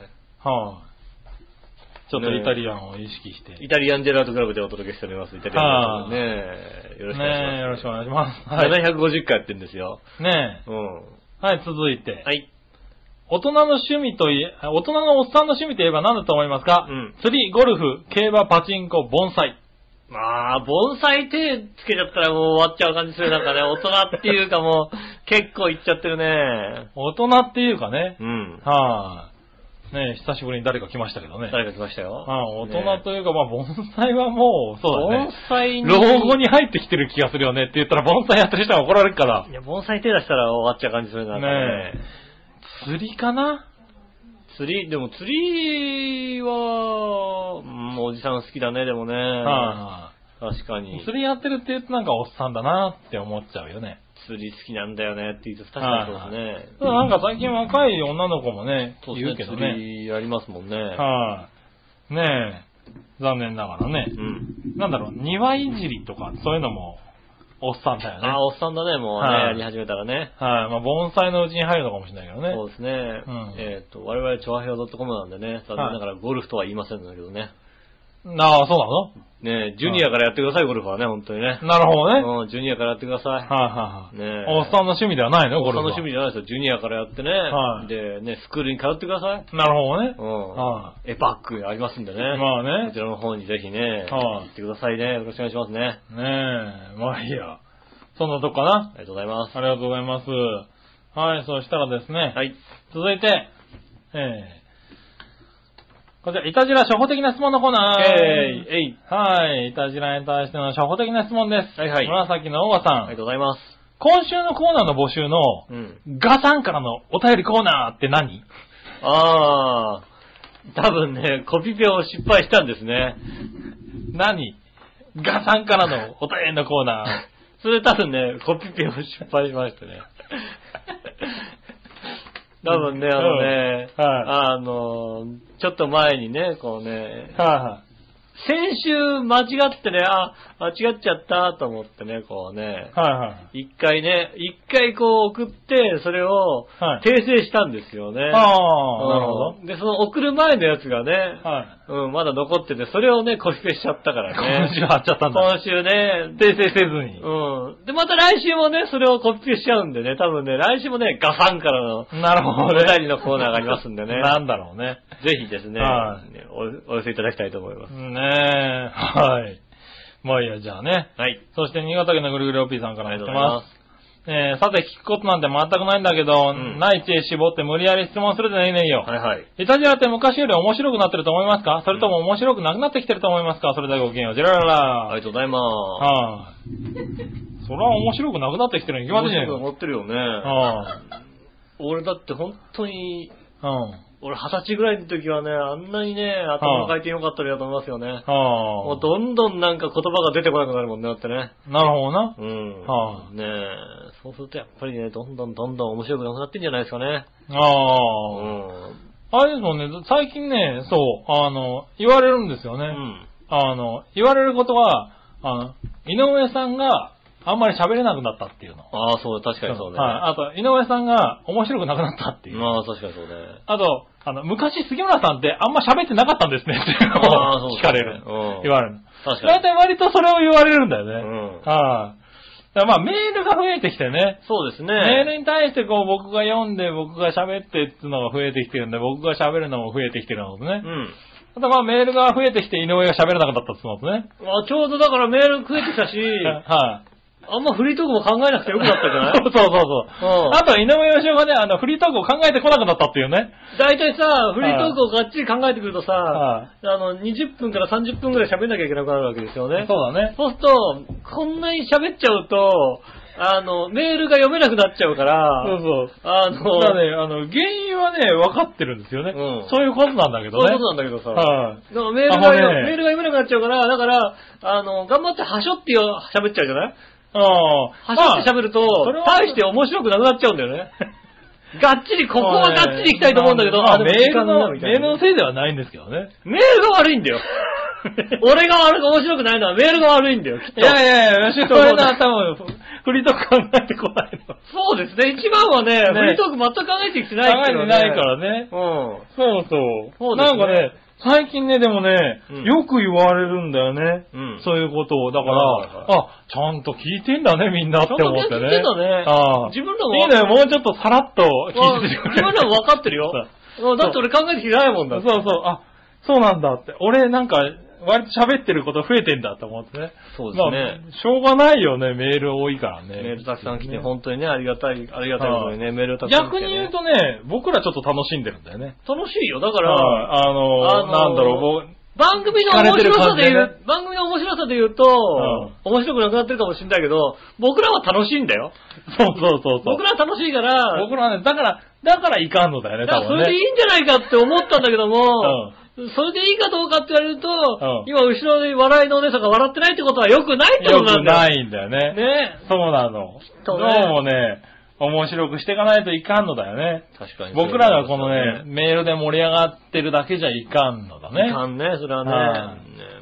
C: す。はい。ちょっとイタリアンを意識して。
B: イタリアンジェラートクラブでお届けしております。イタリアンジェラートクラブね。よろしくお願いします。
C: ねえよろしくお願いします。はい。
B: 750回やってんですよ。
C: ね
B: うん。
C: え。はい、続いて。
B: はい。
C: 大人の趣味といえ、大人のおっさんの趣味といえば何だと思いますか、
B: うん
C: 釣り、ゴルフ、競馬、パチンコ、盆栽。
B: まあ、盆栽手つけちゃったらもう終わっちゃう感じする。なんかね、大人っていうかもう、 <laughs> 結構いっちゃってるね。
C: 大人っていうかね。
B: うん。
C: はい、ねえ久しぶりに誰か来ましたけどね。
B: 誰か来ましたよ。
C: はい大人
B: ね
C: というか、まあ、盆栽はもう、そうだね
B: 盆。栽に。
C: 老後に入ってきてる気がするよねって言ったら盆栽やってる人は怒られるから
B: い。や、盆栽手出したら終わっちゃう感じするな。なんかね
C: 釣りかな
B: 釣り、でも釣りは、うん、おじさん好きだね、でもね。
C: はい
B: 確かに。
C: 釣りやってるって言うとなんかおっさんだなって思っちゃうよね。
B: 釣り好きなんだよねって言うと確かにそうですね。
C: ただなんか最近若い女の子もね、
B: そう
C: 言
B: で
C: うけ
B: す
C: ど
B: ね。
C: ね。
B: 釣りありますもんね。
C: はい、ねえ。残念ながらね
B: う。ん。
C: なんだろう、庭いじりとか、そういうのも、おっさんだよね。
B: あ、おっさんだね、もうね、
C: はい
B: やり始めたらね。
C: はい。まあ、盆栽のうちに入るのかもしれないけどね。
B: そうですね。
C: ん
B: えっ、と、我々、調和表 .com なんでね、残念ながらゴルフとは言いませんけどね。
C: ああ、そう
B: ねえジュニアからやってください、ゴルフはね、本当にね。
C: なのなるほどね。はい
B: うん、ジュニアからやってください。
C: はい
B: ねえ
C: はい。おっさんの趣味ではないの
B: お
C: こ
B: っ
C: れ
B: さん
C: は。
B: の趣味じゃないですよ。ジュニアからやってね。
C: はい
B: で、ね、スクールに通ってください。
C: なるほどね
B: う。
C: は
B: ん。エパックありますんでね。
C: まあね
B: こちらの方にぜひね、
C: はい
B: 行ってくださいね。よろしくお願いしますね。
C: ねえ、まあいいや。そんなとこかな。
B: ありがとうございます。
C: ありがとうございます。はい、そしたらですね。
B: はい。
C: 続いて、えー、こちら、いたじら初歩的な質問のコーナー。
B: えい、えい。
C: はい、いたじらに対しての初歩的な質問です。
B: はいはい
C: 紫の大和さ
B: ありが
C: ん。
B: とうございます。
C: 今週のコーナーの募集の、
B: うん。
C: ガさんからのお便りコーナーって何
B: あー、多分ね、コピペを失敗したんですね。
C: 何ガさんからのお便りのコーナ
B: それ多分ね、コピペを失敗しましたね。多分ね、あのね、
C: うんはい
B: あの、ちょっと前にね、こうね <laughs>
C: ー。、は
B: 先週間違ってね、あ、間違っちゃったと思ってね、こうね
C: い、はい。はい
B: 一回ね、一回こう送って、それを
C: はい
B: 訂正したんですよね。
C: はい。ああ、なるほど
B: うん。で、その送る前のやつがね、
C: は
B: うん、まだ残ってて、それをね、コピペしちゃったからね。
C: 今週貼っちゃったんだ
B: 今週ね、
C: 訂正せずに。
B: うん。で、また来週もね、それをコピペしちゃうんでね、多分ね、来週もね、ガサンからの、
C: なるほど
B: お便
C: ね。
B: りのコーナーがありますんでね。
C: なんだろうね。
B: ぜひですね、
C: は
B: ねおお寄せいただきたいと思います。
C: ねえ、はい。まあいいや、じゃあね。
B: はい。
C: そして、新潟県のぐるぐるおっぴーさんか
B: あ
C: ら
B: りがと
C: 来
B: うご
C: て
B: ざいま
C: ます。えー、さて、聞くことなんて全くないんだけど、
B: ん
C: ない知恵絞って無理やり質問するでねえねえよ。
B: す。はいはい。
C: イタジラって昔より面白くなってると思いますかそれとも面白くなくなってきてると思いますかそれではごきげんよう。ジェラララ。
B: あ
C: はい。
B: りがとうございます。
C: それは面白くなくなってきてるに決まってんじゃねえ
B: 面白いと思ってるよね。
C: か。
B: 俺だって本当に、
C: うん。うん。
B: 俺二十歳ぐらいの時はね、あんなにね、頭の回転良かったりだと思いますよね。も
C: は
B: うどんどんなんか言葉が出てこなくなるもんね、だってね。
C: あ。なるほどな。
B: うん。
C: はあ
B: ねえ、そうするとやっぱりね、どんどんどんどん面白くなくなってんじゃないですかね。う
C: ああ。
B: ん。
C: あれですもんね、最近ね、そう、あの、言われるんですよね。
B: うん。
C: あの、言われることは、あの、井上さんがあんまり喋れなくなったっていうの。
B: ああ、そうだ、確かにそうね。
C: はい。あと、井上さんが面白くなくなったっていう。
B: まあ、確かにそうね。
C: あと、あの、昔杉村さんってあんま喋ってなかったんですねっていう
B: あー
C: の
B: そう
C: を
B: ですね
C: 聞かれる。
B: うん
C: 言われる。
B: 確か
C: 大
B: に。
C: 体割とそれを言われるんだよね。
B: うん
C: はい、だからまあメールが増えてきてね。
B: そうですね。
C: メールに対してこう僕が読んで僕が喋ってっていうのが増えてきてるんで、僕が喋るのも増えてきてるのとね。
B: うん。
C: あとまあメールが増えてきて井上が喋れなくなったっていうのとね。
B: まあ、ちょうどだからメール食えてきたし、
C: <laughs> はい、
B: あんまフリートークも考えなくてよくなったじゃ <laughs> ない
C: <laughs> そうそうそうそう。
B: うん
C: あと井上義雄がね、あのフリートークを考えてこなくなったっていうね。
B: 大体さ、フリートークをがっちり考えてくるとさ、
C: は
B: あの、20分から30分くらい喋んなきゃいけなくなるわけですよね。
C: そうだね。
B: そうすると、こんなに喋っちゃうと、あの、メールが読めなくなっちゃうから、
C: そうそう。
B: あの、
C: だからね、あの、原因はね、分かってるんですよね。
B: うん
C: そういうことなんだけ
B: そうい
C: ど
B: う
C: ね。
B: ことなんだけどさ、
C: はい、
B: だからメールが、
C: あもうね
B: メールが読めなくなっちゃうから、だから、あの、頑張ってはしょってよ喋っちゃうじゃない
C: ああ。
B: はしょって喋ると
C: それ、は
B: 大して面白くなくなっちゃうんだよね。がっちり、ここはがっちり行きたいと思うんだけど、
C: まあ
B: で
C: メ
B: も
C: ールの、
B: 時間になるみたい
C: メー
B: な
C: ルのせいではないんですけどね。
B: メールが悪いんだよ。俺が悪く面白くないのはメールが悪いんだよ、きっと。
C: いやいやいや、吉
B: そう
C: そう
B: い
C: いうう
B: の
C: の
B: は
C: は多分、フリートーク考えてこないの。考
B: そうですね、一番はね、
C: ね
B: フリートーク全く考えてきて
C: え
B: ないって
C: て
B: いうのはね
C: ないからね。
B: うん。
C: そうそう。
B: そうです
C: な
B: ね
C: んかね、最近ね、でもね、
B: うん
C: よく言われるんだよね。
B: うん
C: そういうことを。だから、
B: はいはいは
C: あ、ちゃんと聞いてんだね、みんなって思ってね。
B: ちゃんと聞いてんだね
C: ああ
B: 自分らも
C: いいね、もうちょっとさらっと
B: まあ
C: 聞いててくれ
B: 自分らも分かってるよ。うんだって俺考えてきてないもんだ
C: そ
B: っ
C: う
B: て。
C: そうそう、あ、そうなんだって。俺なんか、割と喋ってること増えてんだと思ってね。
B: そうですね
C: まあしょうがないよね、メール多いからね。
B: メールたくさん来て、本当にね、ありがたい、ありがたいことにね、メールたくさん来
C: 逆
B: て、
C: に言う
B: ね。
C: とね、僕らちょっと楽しんでるんだよね。
B: 楽しいよ。だか
C: あ
B: ら、
C: あの、
B: あのー
C: なんだ <laughs> ろう、
B: 番組の面白さで言
C: 聞かれてる感
B: う、番組の面白さで言うと、面白くなくなってるかもしれないけど、僕らは楽しいんだよ。
C: 僕、そうそうそうそう。
B: 僕らは楽しいから、
C: 僕らはね、だから、だからいかんのだよね、
B: だか
C: 多
B: らそ
C: 分
B: れでい
C: ね。
B: いんじゃないかって思ったんだけども、それでいいかどうかって言われると、
C: うん
B: 今後ろで笑いのお姉さんが笑ってないってことは良くないってこ
C: よ
B: とな
C: く
B: んだ
C: な
B: よ。
C: いんだよね。
B: ね
C: そうなの。
B: と
C: どう
B: ね
C: もね、面白くしていかないといかんのだよね。
B: 確かに。
C: 僕らがこのね、メールで盛り上がってるだけじゃいかんのだ
B: ね。い
C: ね。
B: かんね、それは
C: は
B: ね。ね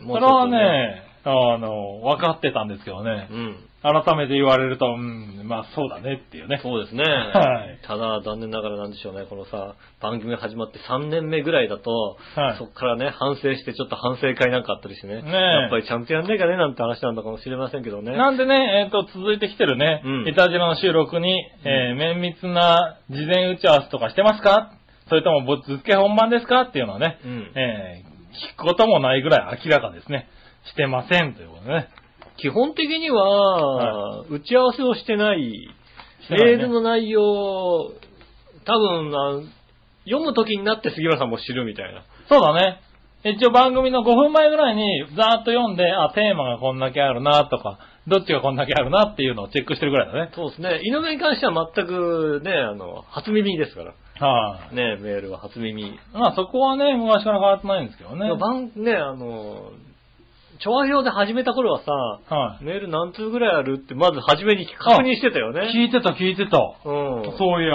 C: それは、ね、あの、分かってたんですけどね
B: もうちょっと。うん。
C: 改めて言われると、うん、まあそうだねっていうね。
B: そうですね。
C: はい
B: ただ、残念ながらなんでしょうね、このさ、番組始まって3年目ぐらいだと、
C: はい
B: そっからね、反省して、ちょっと反省会なんかあったりしてね。
C: ねえ
B: やっぱりちゃんとやんねえかね、なんて話なんだかもしれませんけどね。
C: なんでね、えっ、と、続いてきてるね、
B: うん
C: イタジラの収録に、えー綿密な事前打ち合わせとかしてますかそれともぶっ続け本番ですかっていうのはね、
B: うん
C: えー聞くこともないぐらい明らかですね。してませんということでね。
B: 基本的には、打ち合わせをしてない、
C: してないね
B: メールの内容を、多分あ、読む時になって杉村さんも知るみたいな。
C: そうだね。一応番組の5分前ぐらいにざーっと読んで、あ、テーマがこんだけあるなとか、どっちがこんだけあるなっていうのをチェックしてるぐらいだね。
B: そうですね。井上に関しては全くね、あの、初耳ですから。
C: はい、
B: ね、メールは初耳。
C: まあそこはね、昔から変わってないんですけどね。はい、
B: 番ね、あの、調和表で始めた頃はさ、メール何通ぐらいあるって、まず初めに確認してたよね。
C: 聞いてた聞いてた。
B: うん。今
C: そういや。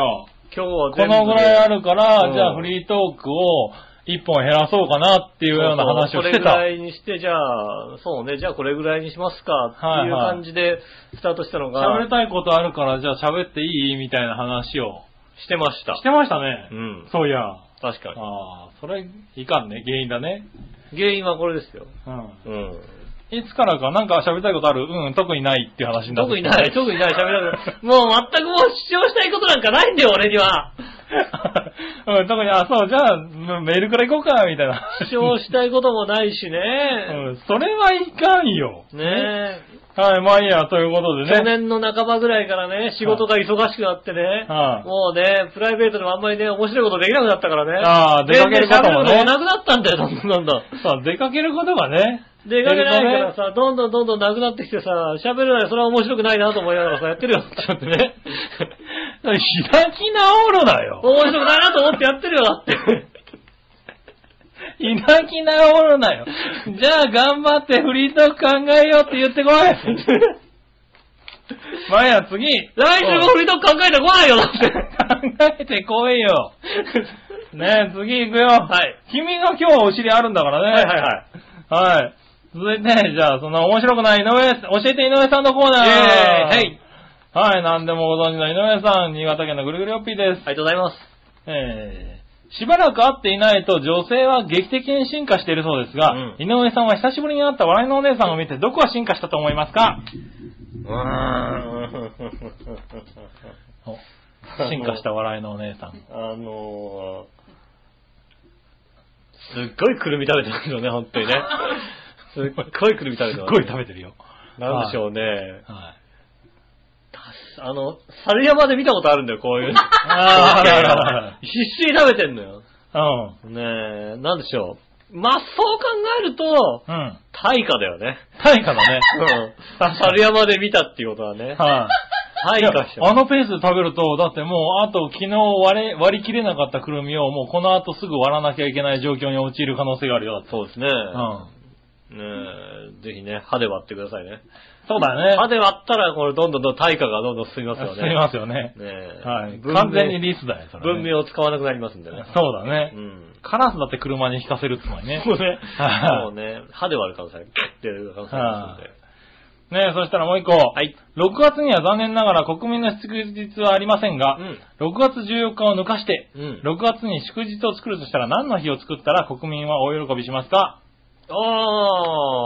B: 日は
C: このぐらいあ
B: る
C: るから、
B: うん
C: じゃあフリートークを一本減らそうかなっていうような話を
B: これ
C: して
B: ぐ
C: た。
B: らいにして、じゃあ、そうね、じゃあこれぐらいにしますか、っ
C: は
B: てい
C: いうはい
B: 感じでスタートしたの
C: 喋
B: が
C: り、たいことあるから、じゃあ喋っていいみたいな話を
B: してました
C: し。てましたね
B: う。ん。
C: そういや。あ
B: 確か
C: あ、それいかんね。原因だね。
B: に。原因はこれですよ。
C: うん。
B: うん。
C: いつからかなんか喋りたいことあるうん、特にないっていう話になって
B: 特にない、特にない、喋らない。もう全くもう主張したいことなんかないんだよ、俺には。
C: ない。 <laughs> うん、特に、あ、そう、じゃあ、メールからいこうか、みたいな。
B: 主張したいこともないし
C: う
B: ね。
C: ん、それはいかんよ。
B: ねえ。
C: はい、まあいいや、ということでね。
B: 去年の半ばぐらいからね、仕事が忙しくなってね、
C: はい
B: もうね、プライベートでもあんまりね、面白いことできなくなったからね。
C: ああ出かけることもね
B: 全然喋ることもなくなったんだよ、どんどんどんどん。
C: そう、出かけることがね。
B: 出かけないから
C: さ。
B: さ、どんどんどんどんなくなってきてさ、喋るならそれは面白くないなと思いながらさ、やってるよ、ちょっとね。
C: 開き直るなよ。
B: 面白くないなと思ってやってるよ、だって。
C: 開き直るなよ。じゃあ頑張ってフリートーク考えようって言って
B: <laughs>
C: こい。まあいいや、次。
B: 来週もフリートーク考えてこないよ、だって。
C: 考えてこい
B: <laughs>
C: よ。ねえ、次行くよ。
B: はい。
C: 君が今日お尻あるんだからね。
B: はいはいはい。
C: はい。続いて、じゃあ、その面白くない井上、教えて井上さんのコーナー。
B: イェーイはい。
C: はい、何でもご存知の井上さん、新潟県のぐるぐるよっぴーです。
B: ありがとうございます。
C: えー、しばらく会っていないと女性は劇的に進化しているそうですが、
B: うん
C: 井上さんは久しぶりに会った笑いのお姉さんを見てどこが進化したと思いま
B: <laughs>
C: すか
B: うーん。
C: お進化した笑いのお姉さん。
B: あのー、すっごいくるみ食べてるけどね、本当にね。すっごいくるみ食べて
C: すっ
B: ます、
C: ごい食べてるよ。
B: なんでしょうね。
C: はい。
B: あの、猿山で見たことあるんだよ、こういう。
C: あー
B: 光景が
C: あるあるある
B: 必死に食べてんのよ。
C: うん。
B: ねえ、なんでしょう。まあ、そう考えると、
C: うん。
B: 大化だよね。
C: 対価だね。
B: うん。
C: 確か
B: 猿
C: に
B: 山で見たっていうことはね。
C: <laughs> は
B: 大
C: い。
B: 化して
C: いやあのペースで食べると、だってもう、あと昨日割れ、割り切れなかったくるみを、もうこの後すぐ割らなきゃいけない状況に陥る可能性があるよ。
B: そうですね。
C: うん。
B: ねえ、ぜひね、歯で割ってくださいね。
C: そうだね。
B: 歯で割ったら、これ、どんどんどん対価がどんどん進みますよね。
C: すみますよね。
B: ねえ。
C: はい。
B: 文明
C: 完全にリスだよ、それね
B: 文明を使わなくなりますんでね。
C: そうだ
B: う
C: ね。
B: ん。
C: カラスだって車に引かせるっつもりね。
B: もうね、
C: はい
B: もうね、歯で割る可能性、キュッてやる可能性ありますんで。
C: ねそしたらもう一個。
B: はい。
C: 6月には残念ながら国民の祝日はありませんが、
B: うん
C: 6月14日を抜かして、
B: うん
C: 6月に祝日を作るとしたら何の日を作ったら国民は大喜びしますか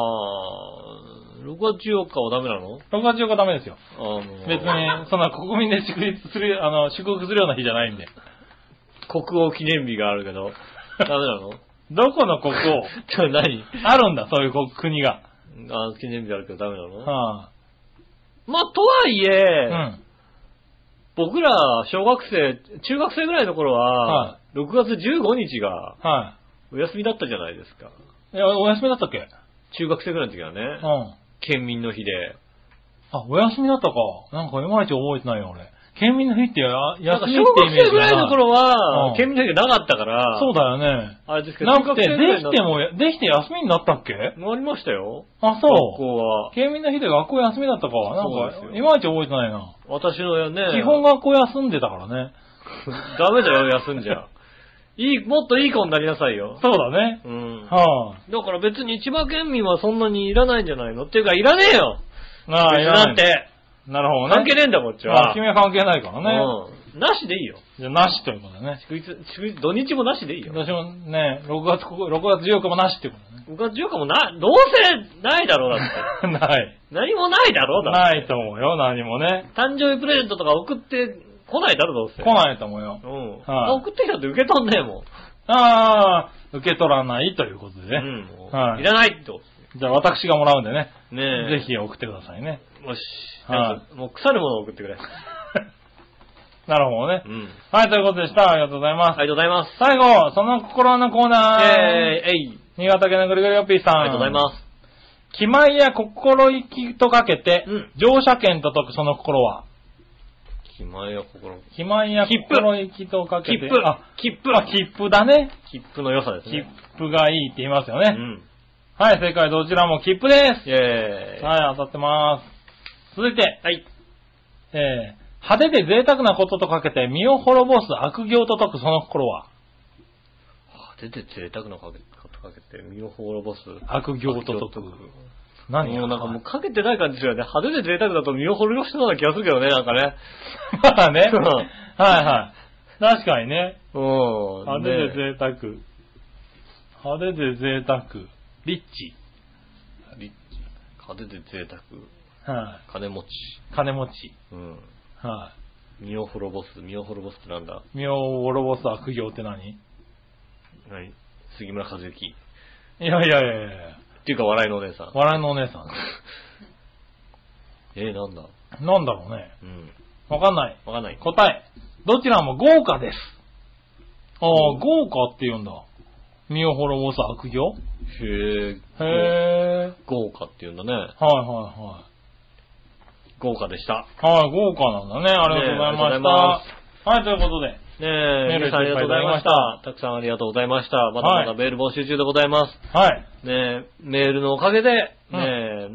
B: あー、6月14日はダメなの
C: ?6 月14日ダメですよ。
B: あの
C: 別に、そんな国民で祝日する、あの、祝福するような日じゃないんで。
B: 国王記念日があるけ
C: <laughs>
B: ど、ダメなの
C: どこの国
B: <laughs>
C: 王
B: ちょ何
C: あるんだ、そういう国国が。
B: あの記念日あるけどダメなの
C: はあ、
B: まあ、とはいえ、
C: うん。
B: 僕ら、小学生、中学生ぐらいの頃は、
C: は
B: 6月15日が
C: は
B: お休みだったじゃないですか。
C: い。いや、お休みだったっけう
B: 中学生ぐらいの時はね、
C: ん。
B: 県民の日で。
C: あ、お休みだったか。なんかいまいち覚えてないよ、俺。県民の日ってや
B: なん
C: 休
B: か
C: み
B: 小
C: って
B: 学
C: イメー
B: 生
C: ジ
B: ぐらいの頃
C: う
B: は
C: ん、
B: 県民の日がなかったから、
C: そうだよね。
B: あれですけど、
C: なくて、
B: 中学生ぐらい
C: で
B: にな
C: きても、できて休みになったっけ
B: なりましたよ。
C: あ、
B: 学
C: そう。
B: 校は。
C: 県民の日で学校休みだったか。なん
B: そうです
C: か、
B: よ
C: いまいち覚えてないな。
B: 私のね、
C: 基本学校休んでたからね。
B: ダメだよ、休んじゃ。いい、もっといい子になりなさいよ。
C: そうだね。
B: うん。
C: は
B: だから別に千葉県民はそんなにいらないんじゃないのっていうか、いらねえよ
C: あ。なあ、
B: 別に
C: いら
B: だ
C: な
B: っ
C: い。
B: て、
C: なるほどね。
B: 関係ねえんだ、こっち
C: ま
B: は。
C: あ君は関係ないからね。
B: うん。なしでいいよ。
C: じゃあ、なしということだね。
B: 祝日、祝日、土日もなしでいいよ。
C: 私もね、6月ここ、6月14日もなしってこ
B: 僕は中華もな、どうせないだろうだ
C: <laughs>
B: って。
C: とね。ない。
B: 何もないだろうだって。
C: ないと思うよ、何もね。
B: 誕生日プレゼントとか送って来ないだろ、どうせ。
C: 来ないと思うよ
B: う。ん。
C: はい
B: 送ってきたって受け取んねえもん。
C: ああ、受け取らないということでね。
B: うん。もう
C: はい
B: いらないと。
C: じゃあ私がもらうんでね。
B: ねえ。
C: ぜ。ひ送ってくださいね。
B: よし。
C: はい
B: なんかもう腐るものを送ってくれ。
C: なるほどね
B: う。ん。
C: はい、ということでした。ありがとうございます。
B: ありがとうございます。
C: 最後、その心のコーナー。
B: えー、えい。
C: 新潟県のぐるぐるよっぴーさん。
B: ありがとうございます。
C: す。気前や心意気とかけて、
B: うん
C: 乗車券と解くその心は。
B: 気前よ、心。
C: 気前や心意気とかけ
B: 切
C: て。
B: 符
C: あ、。
B: 切符。
C: あ切符だね。
B: 切符の良さです
C: 切
B: ね。
C: 符がいいって言いますよ
B: う
C: ね。
B: ん。
C: はい、正解どちらも切符です。
B: イェーイ。
C: はい、当たってます。続いて、
B: はい。
C: えー、派手で贅沢なこととかけて身を滅ぼす悪行と解くその心は
B: 出て贅沢なかけことかけて、身を滅ぼす。
C: 悪行と解く。何
B: もうなんかもうかけてない感じですよね。派手で贅沢だと身を滅ぼしてそうな気がするけどね、なんかね。
C: まあね。
B: うん
C: はいはい。確かにね。
B: うん。
C: 派手で贅沢。派手で贅沢。リッチ。
B: ねリッチ派手で贅沢。
C: はい、
B: 金持ち。
C: 金持ち。
B: うん。
C: は
B: 身を滅ぼす。身を滅ぼすってなんだ
C: い、身を滅ぼす悪行って何い
B: はい。杉村和之。っ
C: やいやいやいや
B: ていうか笑いのお姉さん。
C: 笑いのお姉さ
B: えー、なんだ
C: ん。なんだろうね。
B: うん。
C: わかんない。
B: わかんない。
C: 答え。どちらも豪華です。ああ、豪華って言うんだ。身を滅ぼす悪行
B: へ
C: へえ。
B: え。
C: はい
B: 豪華っていうんだね。
C: は
B: 豪華でした。
C: いはい。はい、豪華なんだね。ありがとうございました。はい、ということで。
B: ねえ、
C: メール
B: 皆さんありがとうございました。たくさんありがとうございました。まだまだメール募集中でございます。
C: はい。
B: ねえ、メールのおかげで、ね
C: うん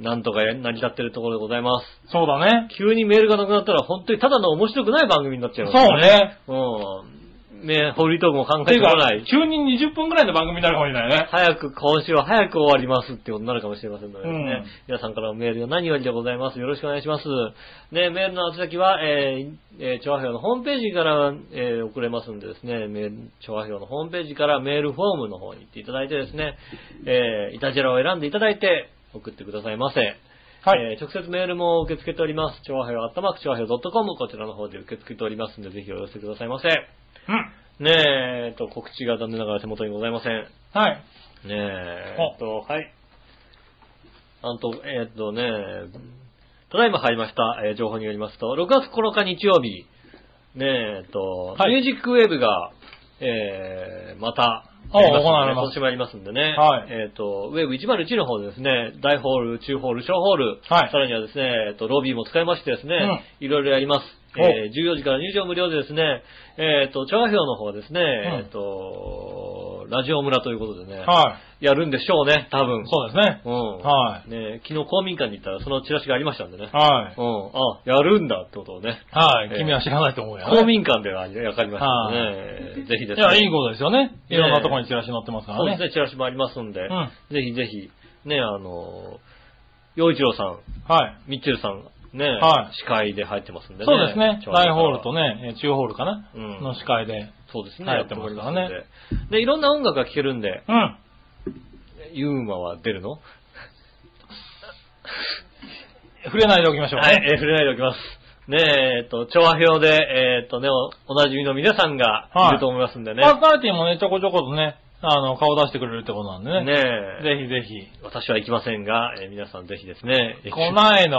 B: え、なんとかや成り立ってるところでございます。
C: そうだね。
B: 急にメールがなくなったら本当にただの面白くない番組になっちゃい
C: そう
B: ます
C: ね。
B: そうね。うん。ねえ、ホリートークも考
C: っ
B: え
C: てい
B: て
C: う
B: こ
C: か
B: ない、。
C: 急に20分くらいの番組になるかもしれないね。
B: 早く、今週は早く終わりますってことになるかもしれませんのでね。
C: うん
B: 皆さんからのメールが何よりでございます。よろしくお願いします。ね、メールの宛先は、えー、えー、調和表のホームページから、えー、送れますんでですね、メール、調和表のホームページからメールフォームの方に行っていただいてですね、えー、イタジェラを選んでいただいて送ってくださいませ。
C: はい。
B: えー直接メールも受け付けております。調和表、あったまく調和表 .com こちらの方で受け付けておりますんで、ぜひお寄せくださいませ。
C: うん。
B: ねえ、えーと、告知が残念ながら手元にございません。
C: はい。
B: ねえ、
C: お
B: えっと、はい。あんと、えーっとね、ただいま入りました、えー情報によりますと、6月9日日曜日、ねえ、えっと、
C: はい
B: ミュージックウェーブが、えー、また、
C: お
B: やります
C: 行わ
B: ので
C: れます
B: 今週もやりますんでね。
C: はい
B: えっ、と、ウェーブ101の方でですね、大ホール、中ホール、小ホール、
C: はい
B: さらにはですね、えっと、ロビーも使いましてですね、
C: うん
B: いろいろやります。
C: お
B: えー、14時から入場無料でですね、えっ、と、調和表の方はですね、えっ、と、ラジオ村ということでね、
C: はい。
B: やるんでしょうね、多分。
C: そうですね。
B: う。ん。
C: はい。
B: ね昨日公民館に行ったらそのチラシがありましたんでね。
C: はい。
B: うん。あ、やるんだってことをね。
C: はい
B: えー。
C: 君は知らないと思うよ。
B: 公民館ではやかりましたんでね。ぜひです
C: い
B: ね。
C: や、いいことですよね。いろんなところにチラシ載ってますか
B: そうで
C: ら
B: す
C: ね。
B: ね、チラシもありますんで。
C: うん
B: ぜひぜひ、ね、あの、洋一郎さん、
C: はい。
B: ミッチェルさん、ね、
C: はい
B: 司会で入ってますんでね。
C: そうですね。
B: ちょうど
C: 大ホールとね、えー中ホールかな
B: うん
C: の司会で。
B: そうですね、
C: はい
B: やってますからね。で、いろんな音楽が聴けるんで、
C: うん。
B: ユーマは出るの
C: 触れないでおきましょう。
B: はい、えー触れないでおきます。ねえ、えっと、調和表で、えっとね、おおなじみの皆さんが
C: はい
B: いると思いますんでね。
C: パーソナリティもね、ちょこちょことね、あの、顔出してくれるってことなんでね。
B: ねえ、
C: ぜひぜひ。
B: 私は行きませんが、えー皆さんぜひですね、
C: 来ないの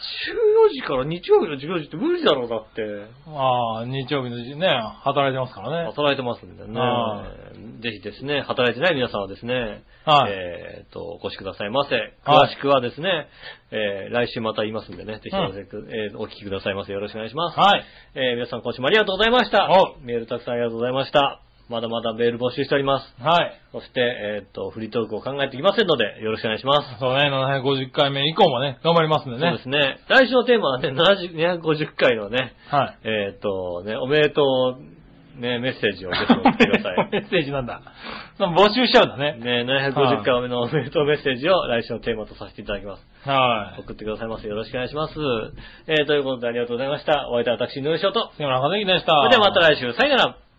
B: 14時から日曜日の14時って無理だろう、だって。
C: ああ、日曜日の時ね、働いてますからね。
B: 働いてますんで
C: は
B: ね。ぜひですね、働いてない皆さんはですね、
C: はい
B: えーと、お越しくださいませ。詳しくはですね、えー来週また言いますんでね、ぜひ、
C: うん
B: えーお聞きくださいませ。よろしくお願いします。
C: はい。
B: えー皆さん今週もありがとうございました
C: お。
B: メールたくさんありがとうございました。まだまだメール募集しております。
C: はい。
B: そして、えっ、と、フリートークを考えていきませんので、よろしくお願いします。
C: そうね、750回目以降もね、頑張りますんで
B: そう
C: ね
B: で。すね。来週のテーマはね、70 250回のね、
C: はい。
B: えっ、と、ね、おめでとう、ね、メッセージをぜひ送ってください。
C: <laughs> メッセージなんだ。募集しちゃうんだね。
B: ね、750回目のおめでとうメッセージを来週のテーマとさせていただきます。
C: はい。
B: 送ってくださいませ。よろしくお願いします。えー、ということでありがとうございました。お相手は私、ヌーショと。
C: 杉村和之でした。
B: それではまた来週、さよなら。